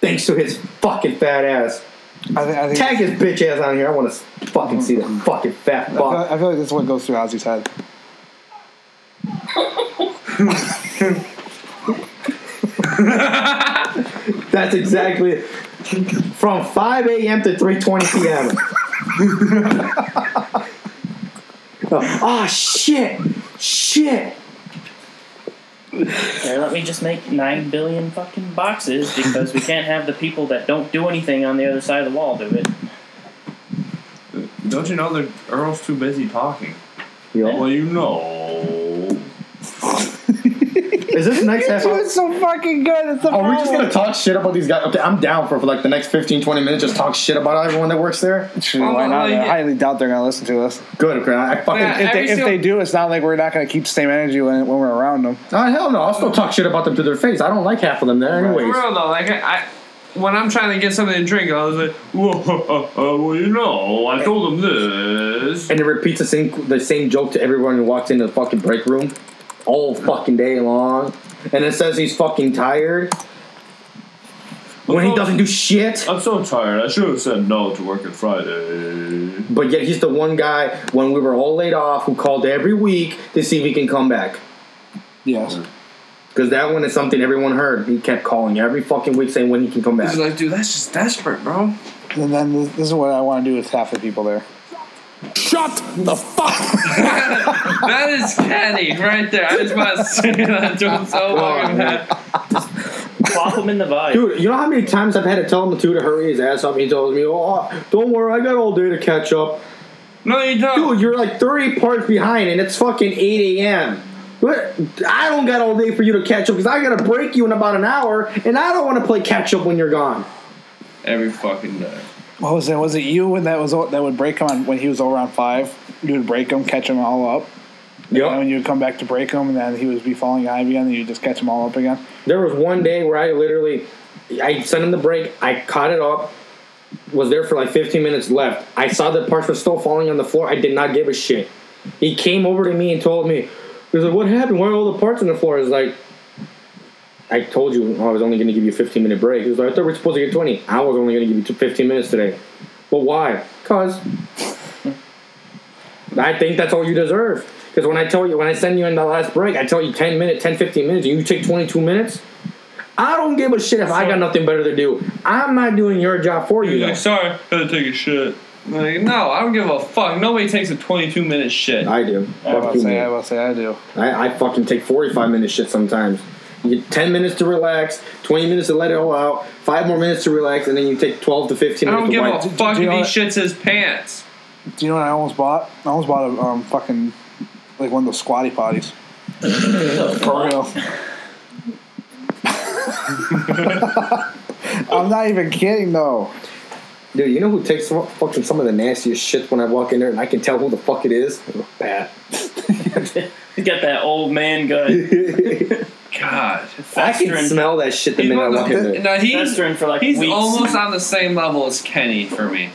S1: Thanks to his fucking fat ass.
S2: I think, I think Mm-hmm.
S1: Tag his bitch ass on here. I want to fucking see that fucking fat
S2: I, feel,
S1: fuck.
S2: I feel like this is what goes through Ozzy's head.
S1: That's exactly it. From 5 a.m. to 3:20 p.m. oh, oh shit, shit.
S4: Here, let me just make nine billion fucking boxes because we can't have the people that don't do anything on the other side of the wall do it.
S3: Don't you know that Earl's too busy talking?
S1: Yo,
S3: Well, you know.
S1: is this next half? hour-
S2: It's so fucking good. It's a
S1: Are Oh, we just gonna talk shit about these guys? Okay, I'm down for, for like the next 15, 20 minutes. Just talk shit about everyone that works there.
S2: Shoot, why not? I highly doubt they're gonna listen to us.
S1: Good, okay. I fucking.
S3: Yeah,
S2: If
S3: every
S2: they, if
S3: single-
S2: they do, it's not like we're not gonna keep the same energy when, when we're around them.
S1: Ah, hell no. I'll still talk shit about them to their face. I don't like half of them there,
S3: For
S1: anyways.
S3: real though, like I, I, when I'm trying to get something to drink, I was like, "Whoa, well, you know, I told him this."
S1: And it repeats the same the same joke to everyone who walks into the fucking break room all fucking day long. And it says he's fucking tired when he doesn't do shit.
S3: I'm so tired. I should have said no to work on Friday.
S1: But yet he's the one guy when we were all laid off who called every week to see if he can come back.
S2: Yes.
S1: Because that one is something everyone heard. He kept calling every fucking week saying when he can come back.
S3: He's like, dude, that's just desperate, bro.
S2: And then this, this is what I want to do with half the people there.
S5: Shut the fuck
S3: That is Kenny right there. I just want to say that to him so long. man.
S4: Plop them in the vibe.
S1: Dude, you know how many times I've had to tell him to to hurry his ass up? He tells me, "Oh, don't worry, I got all day to catch up."
S3: No, you don't.
S1: Dude, you're like 30 parts behind, and it's fucking 8 a.m. What? I don't got all day for you to catch up because I gotta break you in about an hour, and I don't want to play catch up when you're gone.
S3: Every fucking day.
S2: What was it? Was it you when that was o- that would break him on when he was over on five? You would break him, catch him all up. And when you would come back to break him, and then he would be falling behind again, and you just catch him all up again.
S1: There was one day where I literally, I sent him the break. I caught it up. Was there for like 15 minutes left. I saw the parts were still falling on the floor. I did not give a shit. He came over to me and told me, he was like, "What happened? Why are all the parts on the floor?" I was like, "I told you I was only going to give you a 15 minute break." He was like, "I thought we were supposed to get 20. I was only going to give you two- 15 minutes today." But why? Cause I think that's all you deserve. Because when I tell you, when I send you in the last break, I tell you 10 minutes, 10, 15 minutes, and you take 22 minutes. I don't give a shit if I got nothing better to do. I'm not doing your job for you.
S3: He's
S1: though.
S3: like, sorry, gotta take a shit. I'm Like, no, I don't give a fuck. Nobody takes a 22 minute shit.
S1: I do.
S2: I
S1: Fuck
S2: will
S1: you,
S2: say, I
S1: man.
S2: will say, I do.
S1: I, I fucking take 45 minutes shit sometimes. You get 10 minutes to relax, 20 minutes to let it all out, 5 more minutes to relax, and then you take 12 to 15
S3: I don't
S1: minutes
S3: give
S1: to
S3: a
S1: wipe.
S3: fuck
S2: do
S3: if
S2: you
S3: he
S2: know
S3: shits his pants.
S2: Do you know what I almost bought? I almost bought a um, fucking like one of those squatty potties. For real. I I'm not even kidding though.
S1: Dude, you know who takes fu- fucking some of the nastiest shit when I walk in there and I can tell who the fuck it is? Pat.
S4: You got that old man gun.
S3: God.
S1: I can smell that shit the
S3: He's
S1: minute I
S3: one of
S1: walk in
S3: the-
S1: there.
S3: now he's, he's
S1: weeks.
S3: almost on the same level as Kenny for me.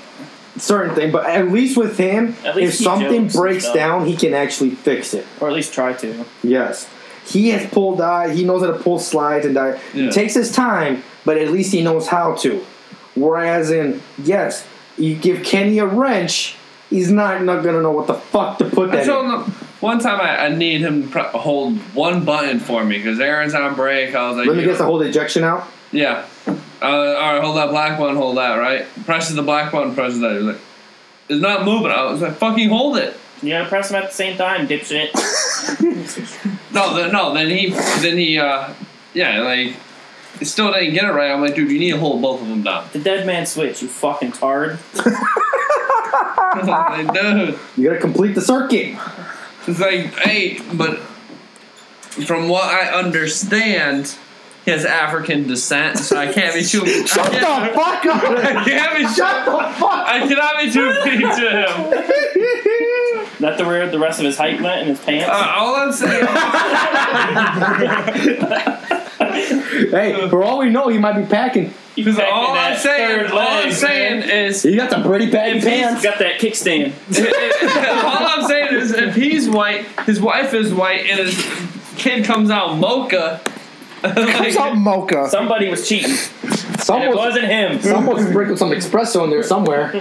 S1: Certain thing, but at least with him,
S3: At
S1: if
S3: least he jokes
S1: something
S3: and
S1: breaks
S3: stuff.
S1: down, he can actually fix it.
S4: Or at least try to.
S1: Yes. He has pulled die. He knows how to pull slides and die.
S4: Yeah.
S1: He takes his time, but at least he knows how to. Whereas in yes, you give Kenny a wrench, he's not, not gonna know what the fuck to put
S3: I
S1: that.
S3: told
S1: in.
S3: him one time I, I need him to pro- hold one button for me because Aaron's on break. I was like,
S1: Let me
S3: you
S1: get the
S3: know-
S1: whole ejection out.
S3: Yeah. Uh, all right, hold that black one, hold that, right? Presses the black button, presses that. He's like, it's not moving. I was like, fucking hold it.
S4: You gotta press them at the same time, dipshit.
S3: No, then, no, then he, then he, uh, yeah, like, he still didn't get it right. I'm like, dude, you need to hold both of them down.
S4: the dead man switch, you fucking tard.
S3: dude.
S1: You gotta complete the circuit.
S3: It's like, hey, but from what I understand, he has African descent, so I can't be too. I
S1: Shut the
S3: can't-
S1: fuck up!
S3: I can't be
S1: Shut the fuck
S3: I cannot be too mean to him.
S4: Not to wear the rest of his height went in his pants.
S3: Uh, all I'm saying.
S1: hey, for all we know, he might be packing.
S3: Because all I'm saying, all I'm saying is,
S1: He got the pretty packing
S3: If he's
S1: pants.
S4: Got that kickstand.
S3: all I'm saying is, if he's white, his wife is white, and his kid comes out mocha.
S2: Comes out mocha.
S4: Somebody was cheating.
S1: Someone,
S4: it wasn't him.
S1: Someone sprinkled some espresso in there somewhere.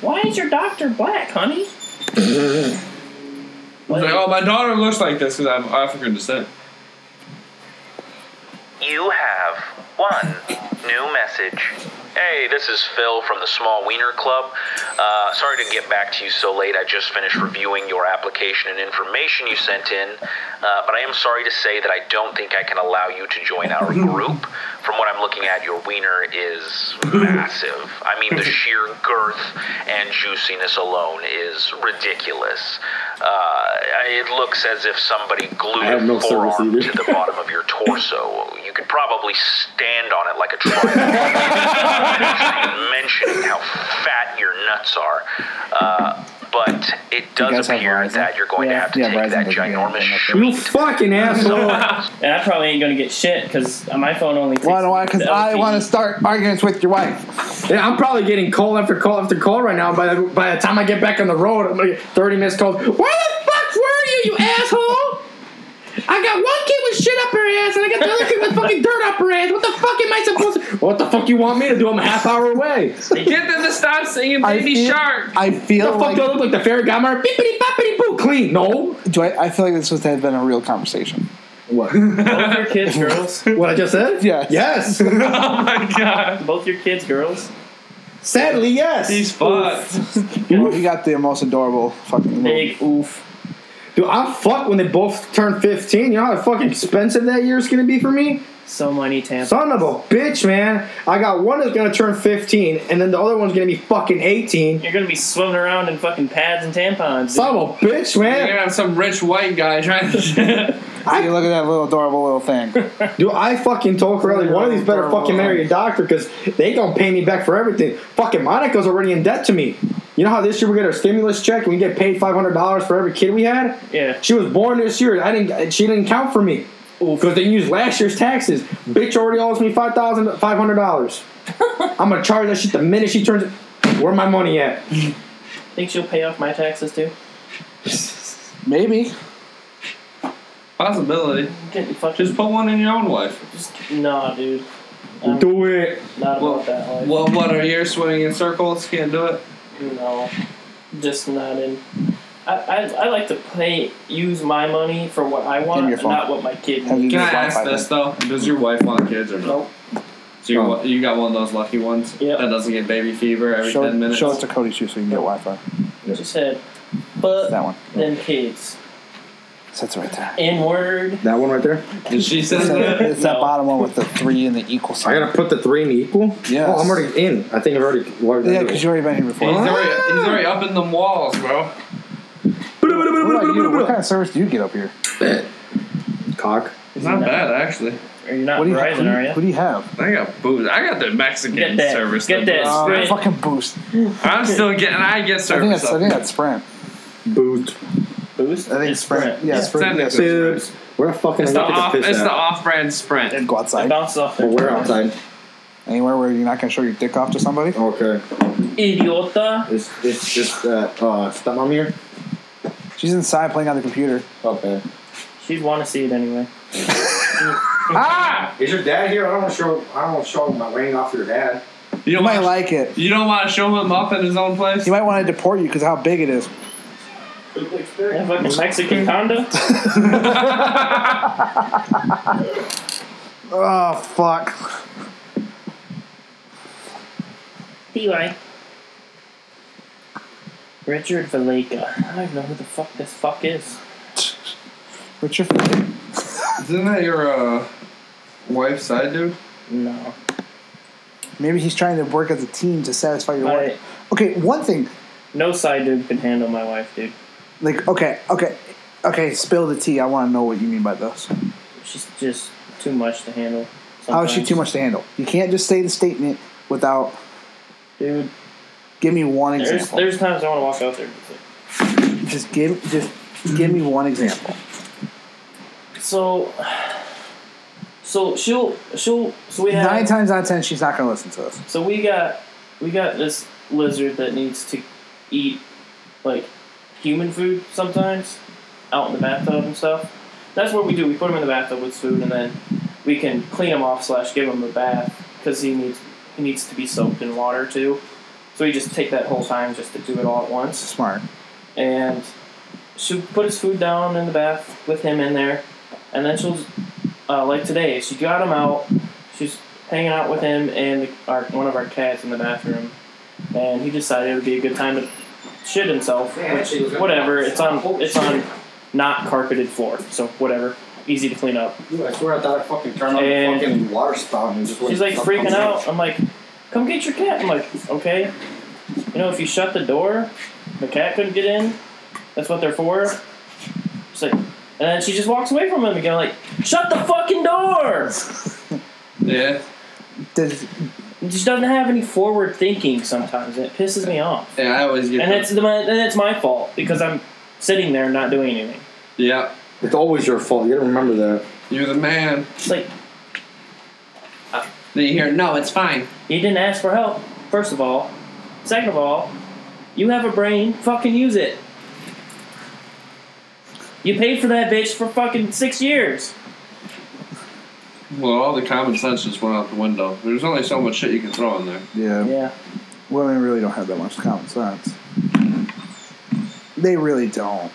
S4: Why is your doctor black, honey?
S3: I was like, oh, my daughter looks like this because I'm African descent.
S12: You have one new message. Hey, this is Phil from the Small Wiener Club. Uh, sorry to get back to you so late. I just finished reviewing your application and information you sent in, uh, but I am sorry to say that I don't think I can allow you to join our group. From what I'm looking at, your wiener is massive. I mean, the sheer girth and juiciness alone is ridiculous. Uh, it looks as if somebody glued
S1: I have no
S12: a
S1: service
S12: forearm
S1: either.
S12: to the bottom of your torso. You could probably stand on it like a tripod. mentioning how fat your nuts are. Uh, but it does
S1: guys have
S12: appear that you're going to have to take that ginormous
S1: You fucking asshole.
S4: and I probably ain't gonna get shit because my phone only. Takes
S2: Why do I? Because
S4: the
S2: I
S4: LTE.
S2: want to start arguments with your wife.
S1: Yeah, I'm probably getting call after call after call right now. By the, by the time I get back on the road, I'm gonna get 30 minutes calls. Where the fuck were you, you asshole? I got one kid with shit up her ass, and I got the other kid with fucking dirt up her ass. What the fuck am I supposed to? What the fuck you want me to do? I'm a half hour away.
S3: Get them to stop singing
S2: I
S3: Baby
S2: feel-
S3: Shark.
S2: I feel
S1: the fuck
S2: like
S1: do I look like the fairy godmother? Bippity boppity boo, clean. No,
S2: do I, I feel like this was have been a real conversation.
S1: What?
S4: Both your kids girls.
S1: what I just said?
S2: Yes.
S1: Yes.
S3: Oh my god.
S4: Both your kids girls.
S1: Sadly, yes.
S3: He's fucked.
S2: Well, you got the most adorable fucking. Little,
S4: Big oof.
S1: Dude, I'm fucked when they both turn 15. You know how fucking expensive that year is gonna be for me?
S4: So many tampons.
S1: Son of a bitch, man. I got one that's gonna turn 15, and then the other one's gonna be fucking 18.
S4: You're gonna be swimming around in fucking pads and tampons.
S1: Son of a bitch,
S3: You're
S1: man.
S3: gonna have some rich white guy trying to.
S2: see, look at that little adorable little thing.
S1: Dude, I fucking told Corelli one of these better fucking marry a doctor because they gonna pay me back for everything. Fucking Monica's already in debt to me. You know how this year we get our stimulus check and we get paid $500 for every kid we had?
S4: Yeah.
S1: She was born this year. I didn't. She didn't count for me because they used last year's taxes. Bitch already owes me five thousand five hundred dollars. I'm gonna charge that shit the minute she turns. Where my money at?
S4: Think she'll pay off my taxes too?
S2: Maybe.
S3: Possibility.
S4: Getting
S3: Just
S4: fucking.
S3: put one in your own life.
S4: Nah, dude. I'm
S1: Do it.
S4: not about
S3: Well-
S4: that life.
S3: What? What are you swimming in circles? Can't do it.
S4: No, just not in. I, I, I like to play use my money for what I want,
S2: Give me your
S4: and
S2: phone.
S4: not what my kid
S2: Have
S4: needs.
S3: Can
S2: you
S3: I
S2: used
S3: ask
S2: Wi-Fi Oh.
S3: this though? Does your wife want kids or no?
S4: Nope.
S3: So you wa- you got one of those lucky ones
S4: Yeah.
S3: that doesn't get baby fever
S2: then?
S3: every
S2: Show,
S3: ten
S2: it-
S3: minutes.
S2: show it to Cody too, so you can get Wi-Fi.
S4: She said, "But
S2: That one.
S4: them kids."
S2: So that's right there.
S4: N word.
S1: That one right there.
S3: And she says
S2: It's that,
S3: that.
S2: it's that
S4: No.
S2: bottom one with the three and the equal
S1: I
S2: sign.
S1: gotta put the three in the equal.
S2: Yes.
S1: Oh, I'm already in. I think I've already learned
S2: Yeah, because you already been here before.
S3: He's
S1: Huh?
S3: already, he's already up in the walls, bro.
S2: What about you? What kind of service do you get up here?
S1: Cock.
S3: It's not bad actually.
S4: Or you're not
S2: What do you
S4: Verizon,
S2: have?
S4: are you?
S2: Who do you have?
S3: I got boost. I got the Mexican
S4: Get that-
S3: service.
S4: get
S3: the
S4: that
S3: Boost.
S2: Uh, fucking boost.
S3: I'm still getting. I get
S2: I think
S3: service.
S2: that's, I think that's Sprint.
S1: Boot.
S4: Boost?
S2: I think it's Sprint. Yeah,
S3: Yeah,
S2: Sprint.
S3: technically
S2: yes.
S3: Sprint.
S1: We're fucking
S3: It's the
S1: gonna
S3: off.
S1: get the
S3: It's
S1: piss
S3: the
S1: out.
S3: off-brand Sprint.
S2: Go outside.
S4: Bounce off.
S1: Well, we're outside.
S2: Anywhere where you're not going to show your dick off to somebody?
S1: Okay.
S4: Idiota.
S1: It's it's just uh, uh stepmom here.
S2: She's inside playing on the computer.
S1: Okay.
S4: She'd want to see it anyway.
S1: Ah! Is your dad here? I don't want to show. I don't want to show my ring off your dad.
S3: You
S2: You
S3: don't
S2: might
S3: want.
S2: like it.
S3: You don't want to show him up in his own place.
S2: You might want to deport you because how big it is.
S4: That fucking Mexican condo.
S2: Oh, fuck.
S4: DUI. Richard Valleca. I don't even know who the fuck this fuck is.
S2: What's your favorite?
S3: Isn't that your uh, wife's side dude?
S4: No.
S2: Maybe he's trying to work as a team to satisfy your
S4: My-
S2: wife. Okay, one thing.
S4: no side dude can handle my wife, dude.
S2: Like, okay, okay, okay, spill the tea. I want to know what you mean by this.
S4: She's just too much to handle.
S2: How is she
S4: sometimes.
S2: too much to handle? You can't just say the statement without.
S4: Dude,
S2: Give me one
S4: there's,
S2: example.
S4: there's times I want to walk out there. and just like,
S2: Just give, just give me one example.
S4: So, so she'll she'll so we have
S2: Nine times out of ten, she's not going to listen to us.
S4: so we got we got this lizard that needs to eat like human food sometimes out in the bathtub and stuff. That's what we do. We put him in the bathtub with food, and then we can clean him off slash give him a bath because he needs he needs to be soaked in water too. So we just take that whole time just to do it all at once.
S2: Smart.
S4: and she'll put his food down in the bath with him in there, and then she'll uh, like today she got him out. She's hanging out with him and our one of our cats in the bathroom, and he decided it would be a good time to shit himself. Which whatever, it's on it's on not carpeted floor, so whatever, easy to clean up.
S1: Dude, I swear I thought I fucking turned on
S4: And-
S1: the fucking water spout and just.
S4: She's like freaking out. I'm like, come get your cat. I'm like, okay. You know, if you shut the door, the cat couldn't get in. That's what they're for. She's like, and then she just walks away from him again. I'm like, shut the fucking door.
S3: Yeah.
S2: Does,
S4: She just doesn't have any forward thinking sometimes, and it pisses me off.
S3: Yeah, I always get.
S4: And
S3: that.
S4: it's the, my, and it's my fault because I'm sitting there not doing anything.
S3: yeah.
S1: It's always your fault. You gotta remember that.
S3: You're the man.
S4: It's like
S3: Then you hear, no, it's fine.
S4: you didn't ask for help. First of all, second of all, you have a brain. Fucking use it. You paid for that bitch for fucking six years.
S3: Well, all the common sense just went out the window. There's only so much shit you can throw in there.
S2: yeah.
S4: Yeah.
S2: women really don't have that much common sense. They really don't.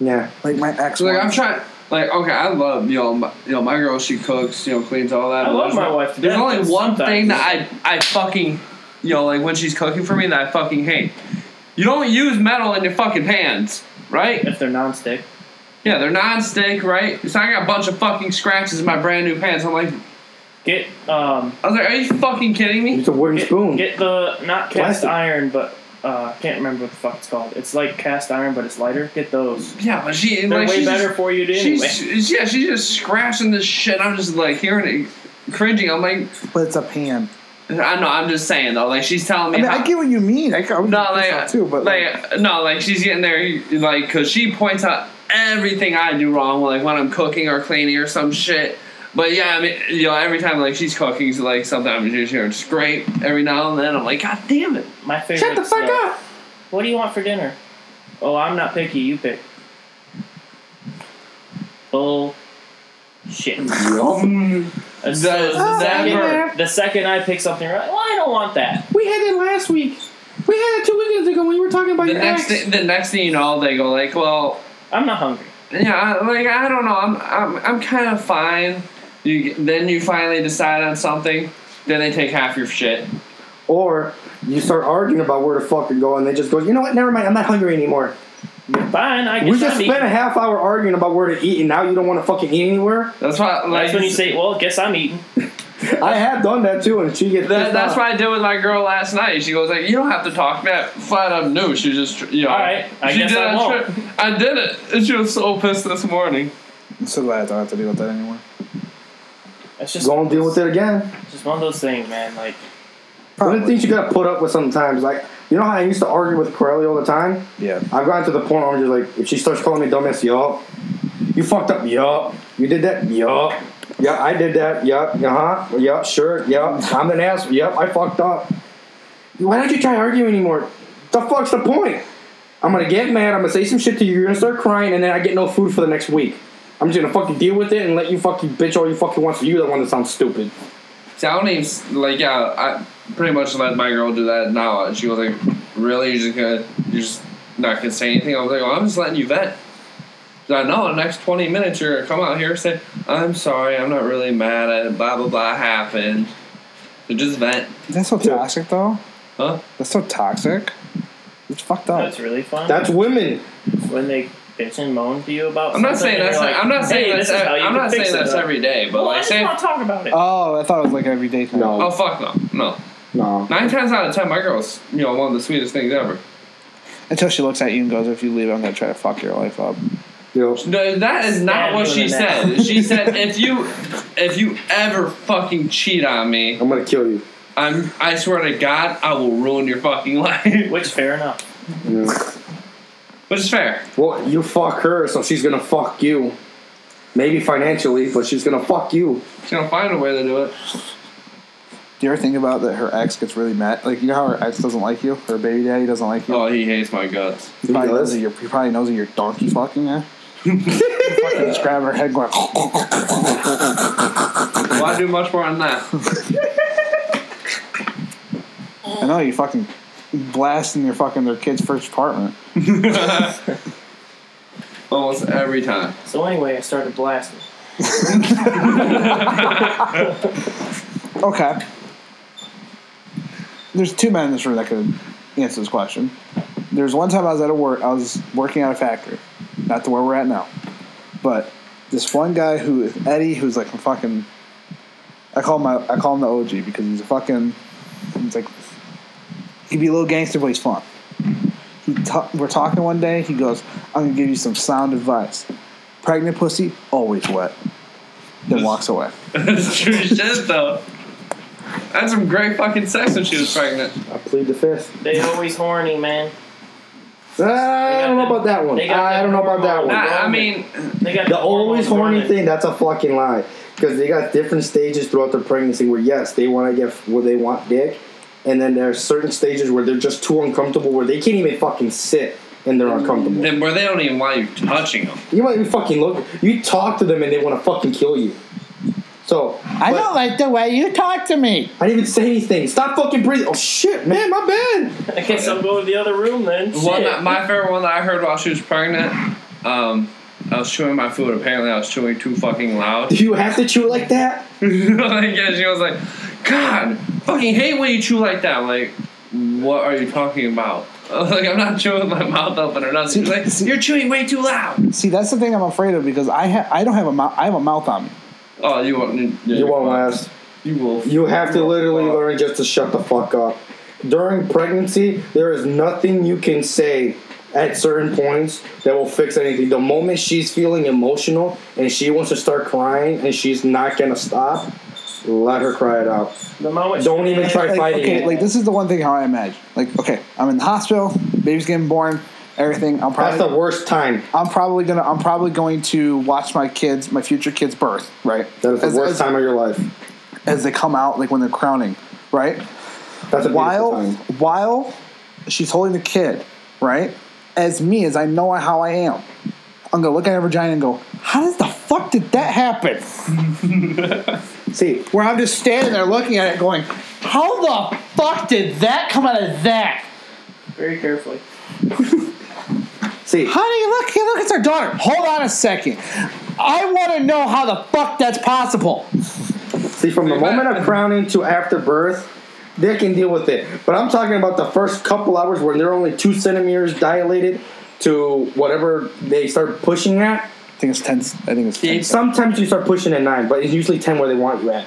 S1: Yeah.
S2: Like my ex.
S3: So like I'm
S2: wife-
S3: trying, like okay, I love you know, my, you know my girl. She cooks, you know, cleans all that.
S4: Oh, I
S3: But
S4: love
S3: there's
S4: my
S3: no-
S4: wife to
S3: There's
S4: death,
S3: only
S4: but
S3: one thing
S4: sometimes-
S3: that I I fucking you know like when she's cooking for me that I fucking hate. You don't use metal in your fucking pans, right?
S4: If they're nonstick,
S3: Yeah, they're non-stick, right? So I got a bunch of fucking scratches in my brand new pans. I'm like,
S4: get um,
S3: I was like, are you fucking kidding me?
S1: It's a wooden
S4: get,
S1: spoon.
S4: get the not cast
S1: Plastic.
S4: iron, but uh, can't remember what the fuck it's called. It's like cast iron, but it's lighter. Get those.
S3: Yeah, but she
S4: They're
S3: like
S4: way
S3: she's
S4: better
S3: just,
S4: for you to anyway.
S3: she's, she's- yeah she's just scratching this shit. I'm just like hearing it, cringing. I'm like,
S2: but it's a pan.
S3: I know. I'm just saying though, like she's telling
S2: I
S3: me.
S2: mean,
S3: how-
S2: I get what you mean. I, I would
S3: No,
S2: get pissed
S3: like
S2: off too, but like,
S3: like, no, like she's getting there, like because she points out everything I do wrong, like when I'm cooking or cleaning or some shit. But yeah, I mean, you know, every time like she's cooking, so, like sometimes you just hear her scrape every now and then. I'm like, God damn it!
S4: My favorite. Shut the fuck up. What do you want for dinner? Oh, I'm not picky. You pick. Bull. Shit. As soon as the,
S3: Oh,
S4: second,
S3: yeah.
S4: the second I pick something, right? Well, I don't want that.
S1: We had that last week. We had it two weekends ago when you were talking about
S3: The
S1: your
S3: next,
S1: ex.
S3: thing, the next thing you know, they go like, well,
S4: I'm not hungry.
S3: yeah, I, like I don't know, I'm, I'm, I'm kind of fine. You then you finally decide on something, then they take half your shit.
S1: Or you start arguing about where to fucking go, and they just go, you know what? Never mind. I'm not hungry anymore.
S4: Fine, I guess
S1: We just
S4: I'm
S1: spent a
S4: eating.
S1: half hour arguing about where to eat, and now you don't want to fucking eat anywhere.
S3: That's why, like,
S4: That's when you say, "Well, guess I'm eating."
S1: I have done that too, and she gets.
S3: That,
S1: pissed
S3: that's
S1: off.
S3: what I did with my girl last night. She goes like, "You don't have to talk back." Flat up, no. She was just, you know.
S4: All right, I
S3: she
S4: guess
S3: did
S4: I
S3: a
S4: won't.
S3: trip. I did it, and she was so pissed this morning.
S2: I'm so glad I don't have to deal with that anymore.
S4: It's just
S1: Gonna deal with it again.
S4: It's just one of those things, man. Like,
S1: One of the things you gotta put up with sometimes, like you know how I used to argue with Corelli all the time.
S2: Yeah.
S1: I've gotten to the point where I'm just like, if she starts calling me dumbass, yup. You fucked up, yup. You did that, yup. Yeah, I did that, yup. Uh huh. Yup, sure, yup. I'm an ass, yup. I fucked up. Why don't you try arguing anymore? The fuck's the point? I'm gonna get mad. I'm gonna say some shit to you. You're gonna start crying, and then I get no food for the next week. I'm just gonna fucking deal with it and let you fucking bitch all you fucking want. So you the one that sounds stupid.
S3: See, I don't even s- like. Yeah, I pretty much let my girl do that now. And she was like, "Really? You're just gonna, you're just not gonna say anything?" I was like, "Well, I'm just letting you vent." She's like, "No, in the next twenty minutes, you're gonna come out here and say, I'm sorry, I'm not really mad at it, blah blah blah happened.' So just vent,
S2: That's so toxic, though.
S3: huh?"
S2: That's so toxic. It's fucked up.
S4: That's really fun.
S1: That's women.
S4: When they bitch and moan to you about.
S3: I'm not
S4: something
S3: saying
S4: and
S3: that's.
S4: you're like,
S3: I'm not saying
S4: "Hey,
S3: that's. e-
S4: this is how you
S3: I'm
S4: can
S3: not
S4: fix
S3: saying
S4: it,
S3: that's
S4: though."
S3: every day, but
S4: Well, I
S3: like,
S4: just
S3: say,
S4: want to talk about it.
S2: Oh, I thought it was like every day thing.
S3: oh fuck no, no,
S1: no.
S3: Nine times out of ten, my girl's you know one of the sweetest things ever.
S2: Until she looks at you and goes, "If you leave, I'm gonna try to fuck your life up."
S3: No, that is not
S2: Stab
S3: what
S2: you
S3: she
S2: in the neck.
S3: said. She said, "If you, if you ever fucking cheat on me,
S1: I'm gonna kill you.
S3: I'm. I swear to God, I will ruin your fucking life."
S4: Which fair enough.
S3: Which is fair.
S1: Well, you fuck her, so she's gonna fuck you. Maybe financially, but she's gonna fuck you.
S3: She's gonna find a way to do it.
S2: Do you ever think about that her ex gets really mad? Like, you know how her ex doesn't like you? Her baby daddy doesn't like you?
S3: Oh, he hates my guts.
S2: He probably, knows that you're, he probably knows that you're donkey fucking her. fucking just grabbing her head going,
S3: Well, I do much more than that.
S2: I know you fucking blasting your fucking their kid's first apartment.
S3: Almost every time.
S4: So anyway, I started blasting.
S2: Okay. There's two men in this room that could answer this question. There's one time I was at a work, I was working at a factory, not to where we're at now, but this one guy who Eddie, who's like a fucking, I call him my, I call him the OG because he's a fucking, he's like, he'd be a little gangster, but he's fun. He ta- we're talking one day. He goes, "I'm gonna give you some sound advice. Pregnant pussy always wet." Then walks away.
S3: That's true shit, though. I had some great fucking sex when she was pregnant.
S1: I plead the fifth.
S4: They always horny, man.
S1: Ah, I don't know about that one.
S4: They got
S1: I don't know about that one.
S3: I mean,
S4: they got
S1: the always horny thing. That's a fucking lie because they got different stages throughout their pregnancy where yes, they want to get where they want dick, and then there are certain stages where they're just too uncomfortable where they can't even fucking sit and they're uncomfortable.
S3: Then where they don't even want you touching them.
S1: You might even fucking look. You talk to them and they want to fucking kill you. So I don't
S2: like the way you talk to me.
S1: I didn't even say anything. Stop fucking breathing. Oh shit, man, my bad.
S4: I guess I'm going to the other room then.
S3: The One
S4: Shit.
S3: that, my favorite one that I heard while she was pregnant. Um, I was chewing my food. Apparently, I was chewing too fucking loud.
S1: Do you have to chew like that?
S3: like, yeah, she was like, "God, fucking hate when you chew like that." I'm like, what are you talking about? I was like, I'm not chewing with my mouth open or nothing. She's like, "You're chewing way too loud."
S2: See, that's the thing I'm afraid of because I ha- I don't have a mouth. I have a mouth on me.
S3: Oh, you won't. You,
S1: You won't last.
S3: You will.
S1: You have to literally learn just to shut the fuck up. During pregnancy, there is nothing you can say at certain points that will fix anything. The moment she's feeling emotional and she wants to start crying and she's not gonna stop, let her cry it out.
S4: The moment
S1: Don't even try
S2: Like,
S1: fighting
S2: okay,
S1: it.
S2: like this is the one thing how I imagine. Like, okay, I'm in the hospital, baby's getting born, everything. I'm probably
S1: That's the worst time.
S2: I'm probably gonna I'm probably going to watch my kids, my future kids' birth, right?
S1: That is the worst time of your life.
S2: As they come out, like when they're crowning, right?
S1: That's a beautiful
S2: while while she's holding the kid, right? As me, as I know how I am, I'm gonna look at her vagina and go, "How does the fuck did that happen?"
S1: See,
S2: where I'm just standing there looking at it, going, "How the fuck did that come out of that?"
S4: Very carefully.
S1: See,
S2: honey, look, hey, look, it's our daughter. Hold on a second. I want to know how the fuck that's possible.
S1: See, from the moment of crowning to after birth, they can deal with it. But I'm talking about the first couple hours when they're only two centimeters dilated to whatever they start pushing at.
S2: I think it's ten. I think it's ten.
S1: Sometimes you start pushing at nine, but it's usually ten where they want you at.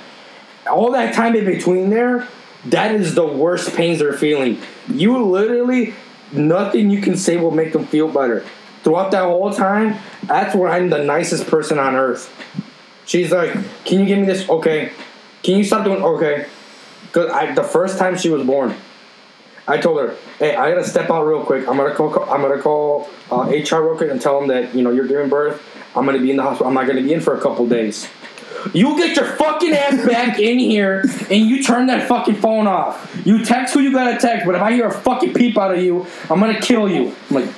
S1: All that time in between there, that is the worst pains they're feeling. You literally nothing you can say will make them feel better. Throughout that whole time, that's where I'm the nicest person on earth. She's like, "Can you give me this? Okay. Can you stop doing okay?" Cause I, the first time she was born, I told her, "Hey, I gotta step out real quick. I'm gonna call. I'm gonna call uh, HR real quick and tell them that you know you're giving birth. I'm gonna be in the hospital. I'm not gonna be in for a couple days. You get your fucking ass back in here and you turn that fucking phone off. You text who you gotta text, but if I hear a fucking peep out of you, I'm gonna kill you." I'm like,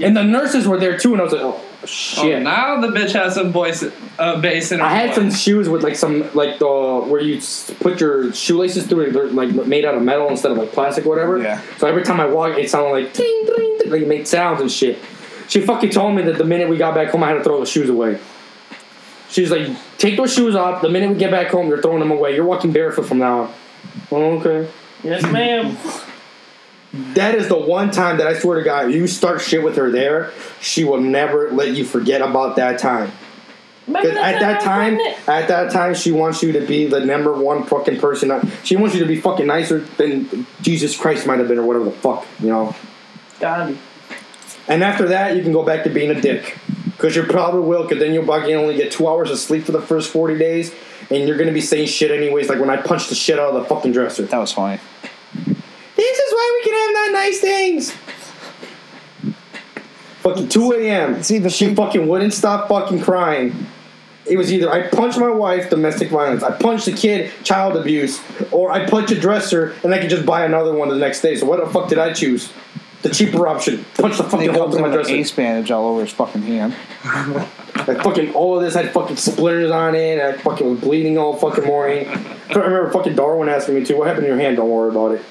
S1: and the nurses were there too, and I was like, "Oh shit."
S3: Oh, now the bitch has some voice, uh, bass in her
S1: I had
S3: voice.
S1: some shoes with like some like the where you s- put your shoelaces through it. They're like made out of metal instead of like plastic, or whatever. Yeah. So every time I walk, it sounded like ding, ding, ding, like it made sounds and shit. She fucking told me that the minute we got back home, I had to throw the shoes away. She's like, "Take those shoes off. The minute we get back home, you're throwing them away. You're walking barefoot from now on." Well, okay.
S4: Yes, ma'am.
S1: That is the one time that I swear to God, you start shit with her there, she will never let you forget about that time. Because at that time, at that time, she wants you to be the number one fucking person. She wants you to be fucking nicer than Jesus Christ might have been, or whatever the fuck, you know.
S4: God.
S1: And after that, you can go back to being a dick, because you probably will. Because then you'll fucking only get two hours of sleep for the first forty days, and you're gonna be saying shit anyways. Like when I punched the shit out of the fucking dresser. That
S2: was funny.
S1: This is why we can have not nice things. Fucking 2 a.m. See, the she fucking wouldn't stop fucking crying. It was either I punched my wife, domestic violence. I punched the kid, child abuse, or I punch a dresser and I can just buy another one the next day. So what the fuck did I choose? The cheaper option. Punch the
S2: They
S1: fucking hole
S2: comes
S1: through
S2: in
S1: my
S2: with an
S1: dresser.
S2: ace bandage all over his fucking hand.
S1: I fucking all of this had fucking splinters on it. I fucking was bleeding all fucking morning. I remember fucking Darwin asking me too. What happened to your hand? Don't worry about it.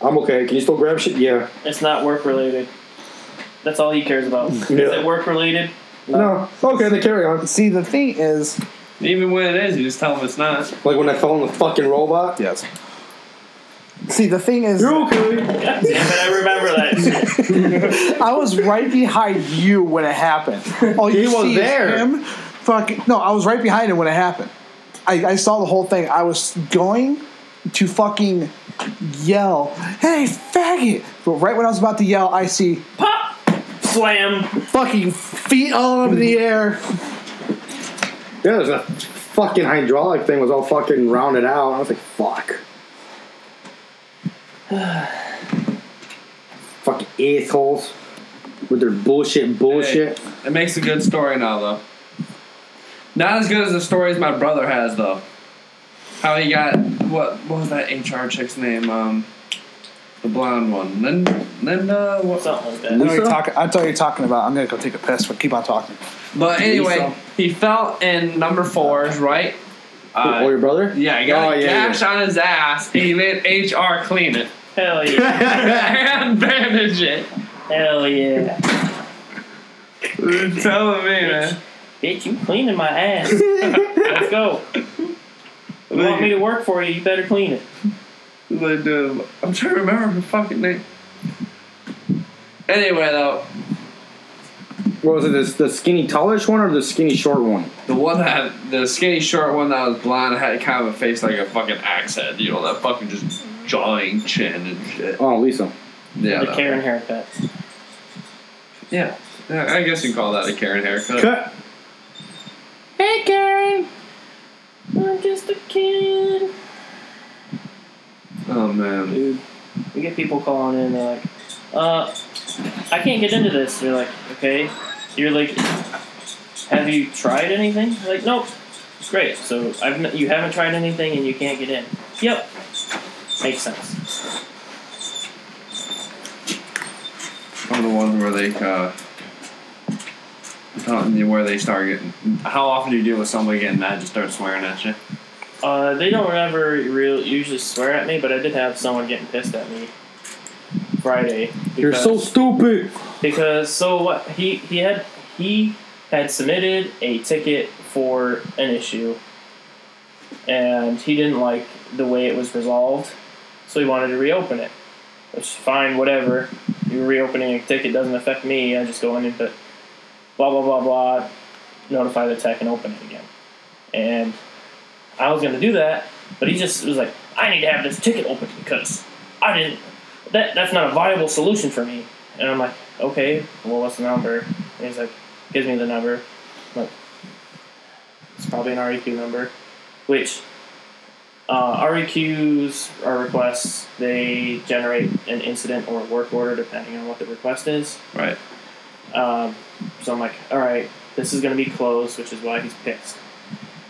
S1: I'm okay. Can you still grab shit? Yeah.
S4: It's not work related. That's all he cares about. Is
S1: Yeah.
S4: it work related?
S1: No. Okay, then carry on.
S2: See, the thing is.
S3: Even when it is, you just tell them it's not.
S1: Like when I fell in the fucking robot?
S2: Yes. See, the thing is.
S1: You're okay.
S4: God damn it, I remember that.
S2: I was right behind you when it happened. All you
S4: He was
S2: see is
S4: there.
S2: him. Fucking no, I was right behind him when it happened. I, I saw the whole thing. I was going to fucking yell, "Hey, faggot!" But right when I was about to yell, I see
S4: pop, slam,
S2: fucking feet all over the air.
S1: Yeah, there's a fucking hydraulic thing was all fucking rounded out. I was like, fuck. fucking assholes with their bullshit bullshit.
S3: It makes a good story now, though. Not as good as the stories my brother has, though. How he got what? What was that HR chick's name? Um, the blonde one, Linda. Linda what?
S4: Something like
S2: I know you're talking. I know what you're talking about. I'm gonna go take a piss, but keep on talking.
S3: But anyway, he fell in number fours, right? Uh,
S1: oh, your brother?
S3: Yeah, he got
S1: Oh,
S3: a
S1: yeah,
S3: gash on his ass, and he made HR clean it.
S4: Hell yeah.
S3: and bandage it.
S4: Hell yeah.
S3: Tell me, man.
S4: Bitch, you cleaning my ass. Let's go. You want me to work for you, you better clean it.
S3: Linda. I'm trying to remember her fucking name. Anyway, though,
S1: What was it? This, the skinny tallish one or the skinny short one?
S3: The one that the skinny short one that was blonde had kind of a face like a fucking axe head, you know, that fucking just jawing chin and shit.
S1: Oh, Lisa.
S3: Yeah,
S4: The
S3: that-
S4: Karen haircut.
S3: Yeah. Yeah, I guess you call that a Karen haircut.
S1: Cut.
S4: Hey, Karen. I'm just a kid.
S3: Oh man.
S4: Dude, we get people calling in. They're like, "Uh, I can't get into this." You're like, "Okay." You're like, "Have you tried anything?" They're like, "Nope." Great. So I've n- you haven't tried anything and you can't get in. Yep. Makes sense.
S3: I'm the one where they uh telling you where they start getting how often do you deal with somebody getting mad just start swearing at you?
S4: Uh, they don't ever real usually swear at me, but I did have someone getting pissed at me Friday.
S1: You're so
S4: because-
S1: stupid.
S4: because so what he he had he had submitted a ticket for an issue and he didn't like the way it was resolved so he wanted to reopen it which fine whatever you're reopening a ticket doesn't affect me i just go in and put blah blah blah blah notify the tech and open it again and i was going to do that but he just was like i need to have this ticket open because i didn't that that's not a viable solution for me and I'm like, okay, well, what's the number? And he's like, gives me the number. I'm like, probably an REQ number, which uh, REQs are requests. They generate an incident or a work order depending on what the request is.
S3: Right.
S4: Um, so I'm like, all right, this is going to be closed, which is why he's pissed.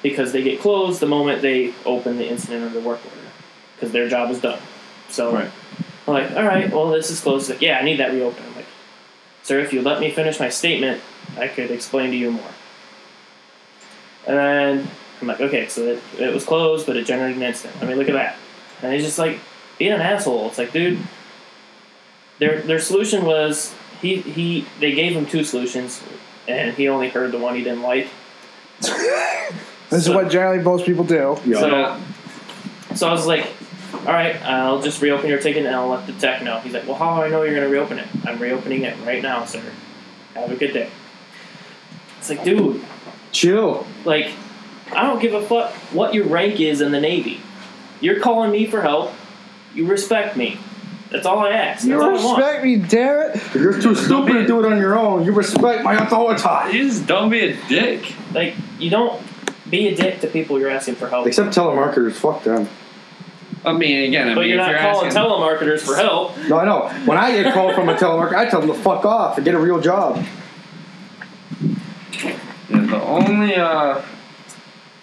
S4: Because they get closed the moment they open the incident or the work order, because their job is done. So
S3: Right.
S4: I'm like, all right, well, this is closed. He's like, yeah, I need that reopened. I'm like, sir, if you let me finish my statement, I could explain to you more. And then I'm like, okay, so it, it was closed, but it generated an incident. I mean, look at that. And he's just like being an asshole. It's like, dude, their their solution was he he they gave him two solutions, and he only heard the one he didn't like.
S2: This is what generally most people do.
S4: So, so I was like, all right, I'll just reopen your ticket and I'll let the tech know. He's like, well, how do I know you're going to reopen it? I'm reopening it right now, sir. Have a good day. It's like, dude.
S1: Chill.
S4: Like, I don't give a fuck what your rank is in the Navy. You're calling me for help. You respect me. That's all I ask. That's
S2: You
S4: all I want.
S2: respect me, damn it.
S1: You're too stupid to do it on your own. You respect my authority.
S3: You just don't be a dick.
S4: Like, you don't be a dick to people you're asking for help.
S1: Except telemarketers, fuck them.
S3: I mean, again, I
S4: But
S3: mean,
S4: you're
S3: if
S4: not
S3: you're
S4: calling
S3: asking-
S4: telemarketers for help.
S1: No, I know. When I get called from a telemarketer, I tell them to fuck off and get a real job.
S3: Yeah, the only uh,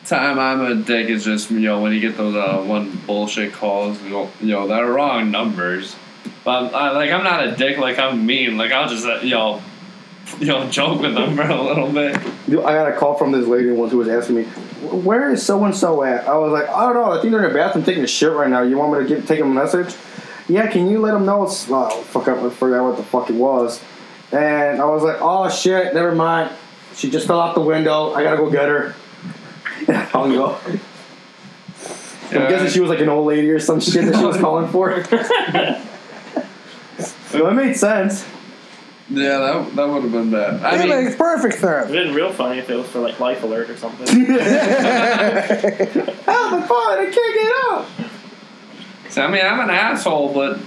S3: time I'm a dick is just you know when you get those uh, one bullshit calls, you know, you know that are wrong numbers. But I, like I'm not a dick, like I'm mean, like I'll just uh, you know you know joke with them for a little bit.
S1: You- I got a call from this lady once who was asking me, "Wh- "Where is so and so at?" I was like, "I don't know. I think they're in the bathroom taking a shit right now. You want me to get, take them a message?" Yeah, can you let them know? It's oh, fuck. I forgot what the fuck it was, and I was like, "Oh shit, never mind." She just fell out the window. I gotta go get her. And I hung up. I'm guessing she was like an old lady or some shit that she was calling for. so it made sense.
S3: Yeah, that that would have been bad.
S2: it makes perfect sense.
S4: It would been real funny if it was for like life alert or something.
S1: I'm a father. I can't get out.
S3: So, I mean, I'm an asshole, but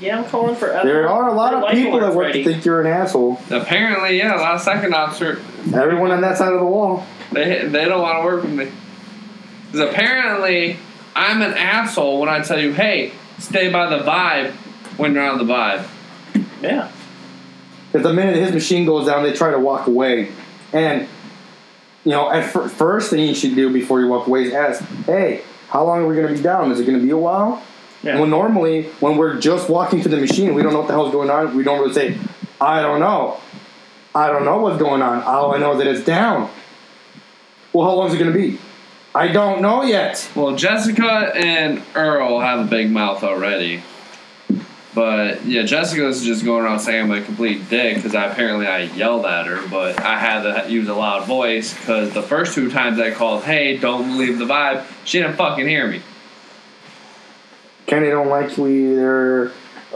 S4: yeah, I'm calling for.
S1: There are a lot of people that would think you're an asshole.
S3: apparently, yeah, a lot of second officer
S1: Everyone on that side of the wall.
S3: they they don't want to work with me because apparently I'm an asshole when I tell you, hey, stay by the vibe when you're on the vibe.
S4: Yeah.
S1: Because the minute his machine goes down, they try to walk away. And, you know, at fir- first thing you should do before you walk away is ask, hey, how long are we going to be down? Is it going to be a while?
S4: Yeah.
S1: Well, normally, when we're just walking to the machine, we don't know what the hell's going on. We don't really say, I don't know. I don't know what's going on. All I know is that it's down. Well, how long is it going to be? I don't know yet.
S3: Well, Jessica and Earl have a big mouth already. But yeah, Jessica's just going around saying I'm a complete dick because I apparently I yelled at her, but I had to use a loud voice because the first two times I called, "Hey, don't leave the vibe," she didn't fucking hear me.
S1: Kenny don't like you either.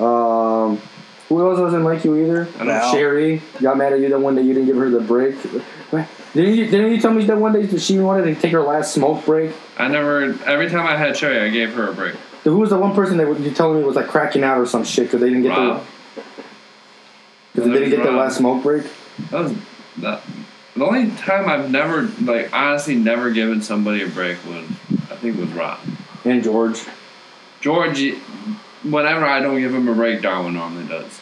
S1: Um, who else doesn't like you either?
S3: I know.
S1: Sherry got mad at you that one day you didn't give her the break. What? Didn't you, didn't you tell me that one day that she wanted to take her last smoke break?
S3: I never. Every time I had Cherry, I gave her a break.
S1: Who was the one person that you telling me was like cracking out or some shit because they didn't get
S3: Rob.
S1: their because they didn't get their
S3: Rob.
S1: last smoke break?
S3: That was that. The only time I've never, like, honestly, never given somebody a break was, I think, was Rob.
S1: And George,
S3: George, whenever I don't give him a break, Darwin normally does.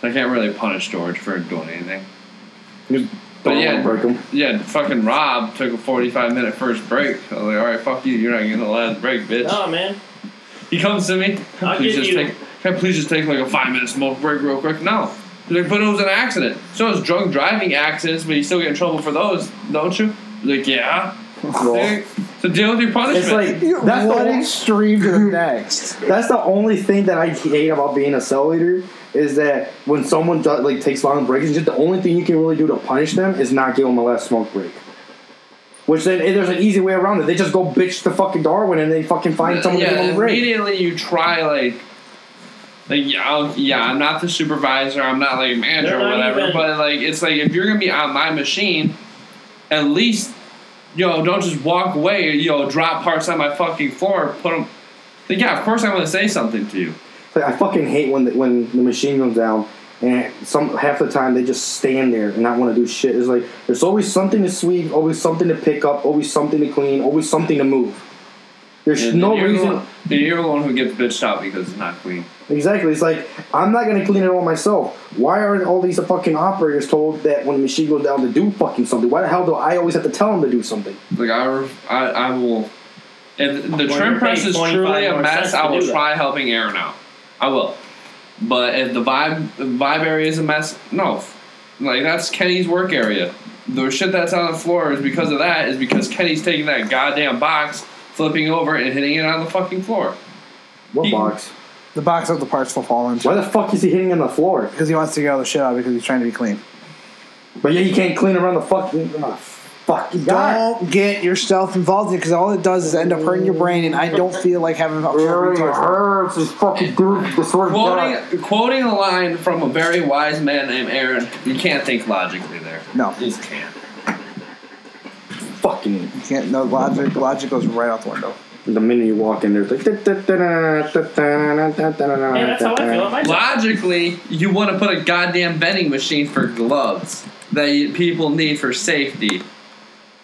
S3: So I can't really punish George for doing anything. But
S1: Don't
S3: yeah,
S1: wanna break 'em.
S3: yeah, fucking Rob took a forty-five minute first break. I was like, all right, fuck you, you're not getting the last break, bitch.
S4: No, man.
S3: He comes to me.
S4: I'll
S3: please
S4: give
S3: just
S4: you-
S3: take. Can I please just take like a five minute smoke break real quick? No. He's like, but it was an accident. So it's drunk driving accidents, but you still get in trouble for those, don't you? I'm Like, yeah.
S1: Well.
S3: So deal with your punishment.
S1: It's like that's the
S2: One
S1: only
S2: extreme to the next.
S1: that's the only thing that I hate about being a cell leader is that when someone does, like takes long breaks, and shit, the only thing you can really do to punish them is not give them a last smoke break. Which then eh, there's an easy way around it. They just go bitch to fucking Darwin and they fucking find someone to give them a break.
S3: immediately you try like, like yeah, I'll, yeah, I'm not the supervisor, I'm not like manager
S4: They're
S3: or
S4: not
S3: whatever,
S4: even-
S3: but like it's like if you're gonna be on my machine, at least yo don't just walk away, yo drop parts on my fucking floor, put them. Like, yeah, of course I'm gonna say something to you.
S1: Like, I fucking hate when the, when the machine goes down and some half the time they just stand there and not want to do shit. It's like there's always something to sweep, always something to pick up, always something to clean, always something to move. There's
S3: And
S1: no
S3: you're the
S1: reason.
S3: one- you're the one who gets bitched out because it's not clean.
S1: Exactly. It's like I'm not gonna clean it all myself. Why are all these fucking operators told that when the machine goes down to do fucking something? Why the hell do I always have to tell them to do something?
S3: Like I, ref- I, I will. If the
S1: When
S3: trim
S1: you're
S3: press
S1: paid
S3: is
S1: 25
S3: truly a
S1: more
S3: mess,
S1: cents to
S3: I will
S1: do that.
S3: try helping Aaron out. I will. But if the vibe vibe area is a mess, no. Like that's Kenny's work area. The shit that's on the floor is because of that. Is because Kenny's taking that goddamn box, flipping over and hitting it on the fucking floor.
S1: What box?
S2: The box that the parts will fall into.
S1: Why the fuck is he hitting on the floor?
S2: Because he wants to get all the shit out because he's trying to be clean.
S1: But yeah, you can't clean around the fucking oh, fucking guy.
S2: Don't get yourself involved in it because all it does is end up hurting your brain, and I don't feel like having a
S1: hurts. His fucking group.
S3: Quoting, quoting a line from a very wise man named Aaron, you can't think logically there.
S2: No.
S3: You just can't.
S1: Fucking.
S2: You can't. No logic. Logic goes right out the window.
S1: The minute you walk in, there, it's like. Yeah,
S3: Logically, you want to put a goddamn vending machine for gloves that you, people need for safety.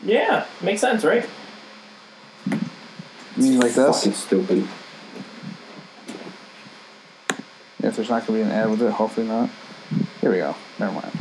S4: Yeah, makes sense, right?
S2: like this?
S1: Fucking stupid.
S2: If there's not going to be an ad with it, hopefully not. Here we go. Never mind.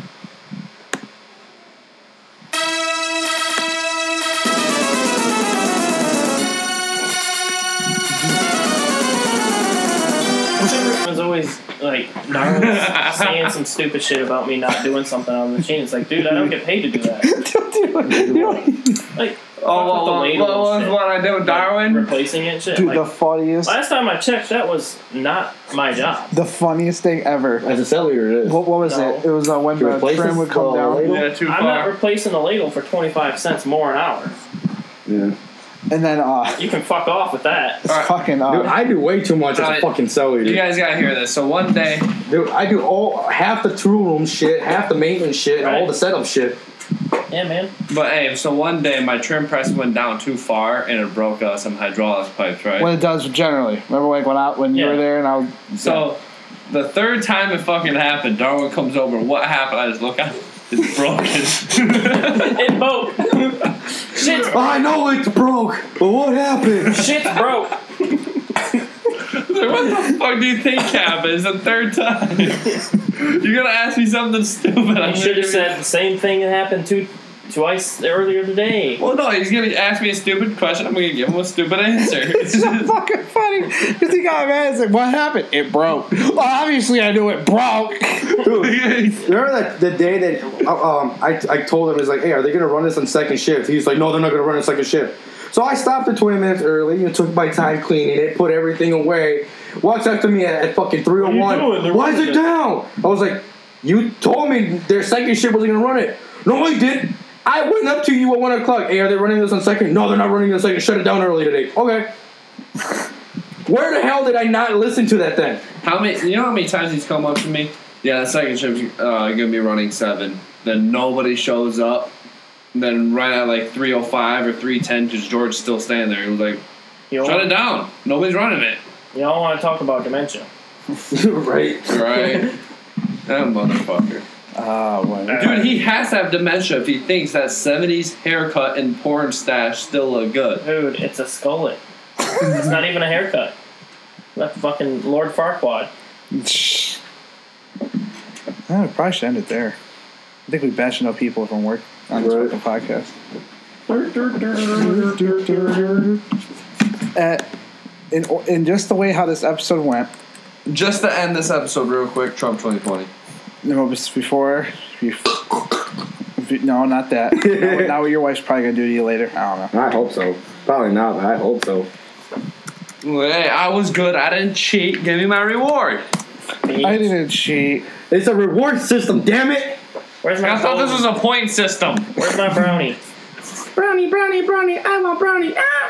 S4: Everyone's always like Narwhal's saying some stupid shit about me not doing something on the machine. It's like, dude, I don't get paid to do that. like,
S3: Oh, what,
S4: fuck with the
S3: what, what was
S4: labels
S3: what I did with Darwin?
S4: replacing it, shit.
S2: Dude,
S4: like,
S2: the funniest,
S4: last time I checked, that was not my job.
S2: the funniest thing ever.
S1: As a cellular, it is.
S2: What, what was
S4: No.
S2: it? It was uh, when
S4: To
S2: the
S4: replace
S2: trim
S4: this
S2: would come
S4: little
S2: down,
S4: ladle? I'm not replacing the ladle for 25 cents more an hour.
S1: Yeah.
S2: and then uh,
S4: You can fuck off with that.
S1: It's
S2: fucking.
S1: Dude, I do way too much as a
S3: Alright.
S1: fucking cellular.
S3: You guys gotta hear this. So one day,
S1: Dude, I do all half the tool room shit, half the maintenance shit, and all the setup shit.
S4: Yeah, man.
S3: but hey, so one day my trim press went down too far and it broke uh, some hydraulic pipes, right?
S2: When it does generally. Remember like when I when you were there and I was
S3: So the third time it fucking happened, Darwin comes over. What happened? I just look at it. It's broken.
S4: it broke. Shit's
S1: I know it's broke, but what happened?
S4: Shit's broke.
S3: what the fuck do you think happened? It's the third time. You're gonna ask me something stupid.
S4: I should have said the same thing that happened two, twice earlier today.
S3: Well, no, he's gonna ask me a stupid question. I'm gonna give him a stupid answer. It's just-
S2: fucking funny because he got mad. It's like, what happened? It broke. Well, obviously, I knew it broke.
S1: Dude, remember that the day that uh, um, I, I told him, it's like, hey, are they going to run this on second shift? He's like, no, they're not going to run on second shift. So I stopped it 20 minutes early, you know, took my time cleaning it, put everything away. Walks up to me at, at fucking
S6: What are you doing?
S1: 301.
S6: They're
S1: Why is
S6: running
S1: it
S6: it."
S1: down? I was like, you told me their second shift wasn't going to run it. No, I did. I went up to you at 1 o'clock. Hey, are they running this on second? No, they're not running this on second. Shut it down early today. Okay. Where the hell did I not listen to that then?
S3: how many? You know how many times he's come up to me? Yeah, the second shift's uh, gonna be running seven. Then nobody shows up. Then right at like 3:05 or 3:10, just George's still standing there. He was like,
S4: You
S3: "Shut it down. Nobody's running it."
S4: You don't want to talk about dementia.
S1: right.
S3: Right. that motherfucker.
S1: Ah,
S3: Dude, he has to have dementia if he thinks that 70s haircut and porn stash still look good.
S4: Dude, it's a skullet. it's not even a haircut. That fucking Lord Farquaad.
S2: I probably should end it there. I think we bashed enough people from work on this fucking podcast. Uh, in, in just the way how this episode went,
S3: Just to end this episode real quick, Trump 2020.
S2: no, bes- before, bef- be- no, not that. now, what- now what your wife's probably gonna do to you later. I don't know.
S1: I hope so. Probably not, but I hope so.
S3: Hey, I was good. I didn't cheat. Give me my reward.
S2: I didn't cheat.
S1: It's a reward system, damn it!
S4: Where's
S3: I thought this was a point system.
S4: Where's my brownie?
S1: Brownie, brownie, brownie, I want brownie. Ah!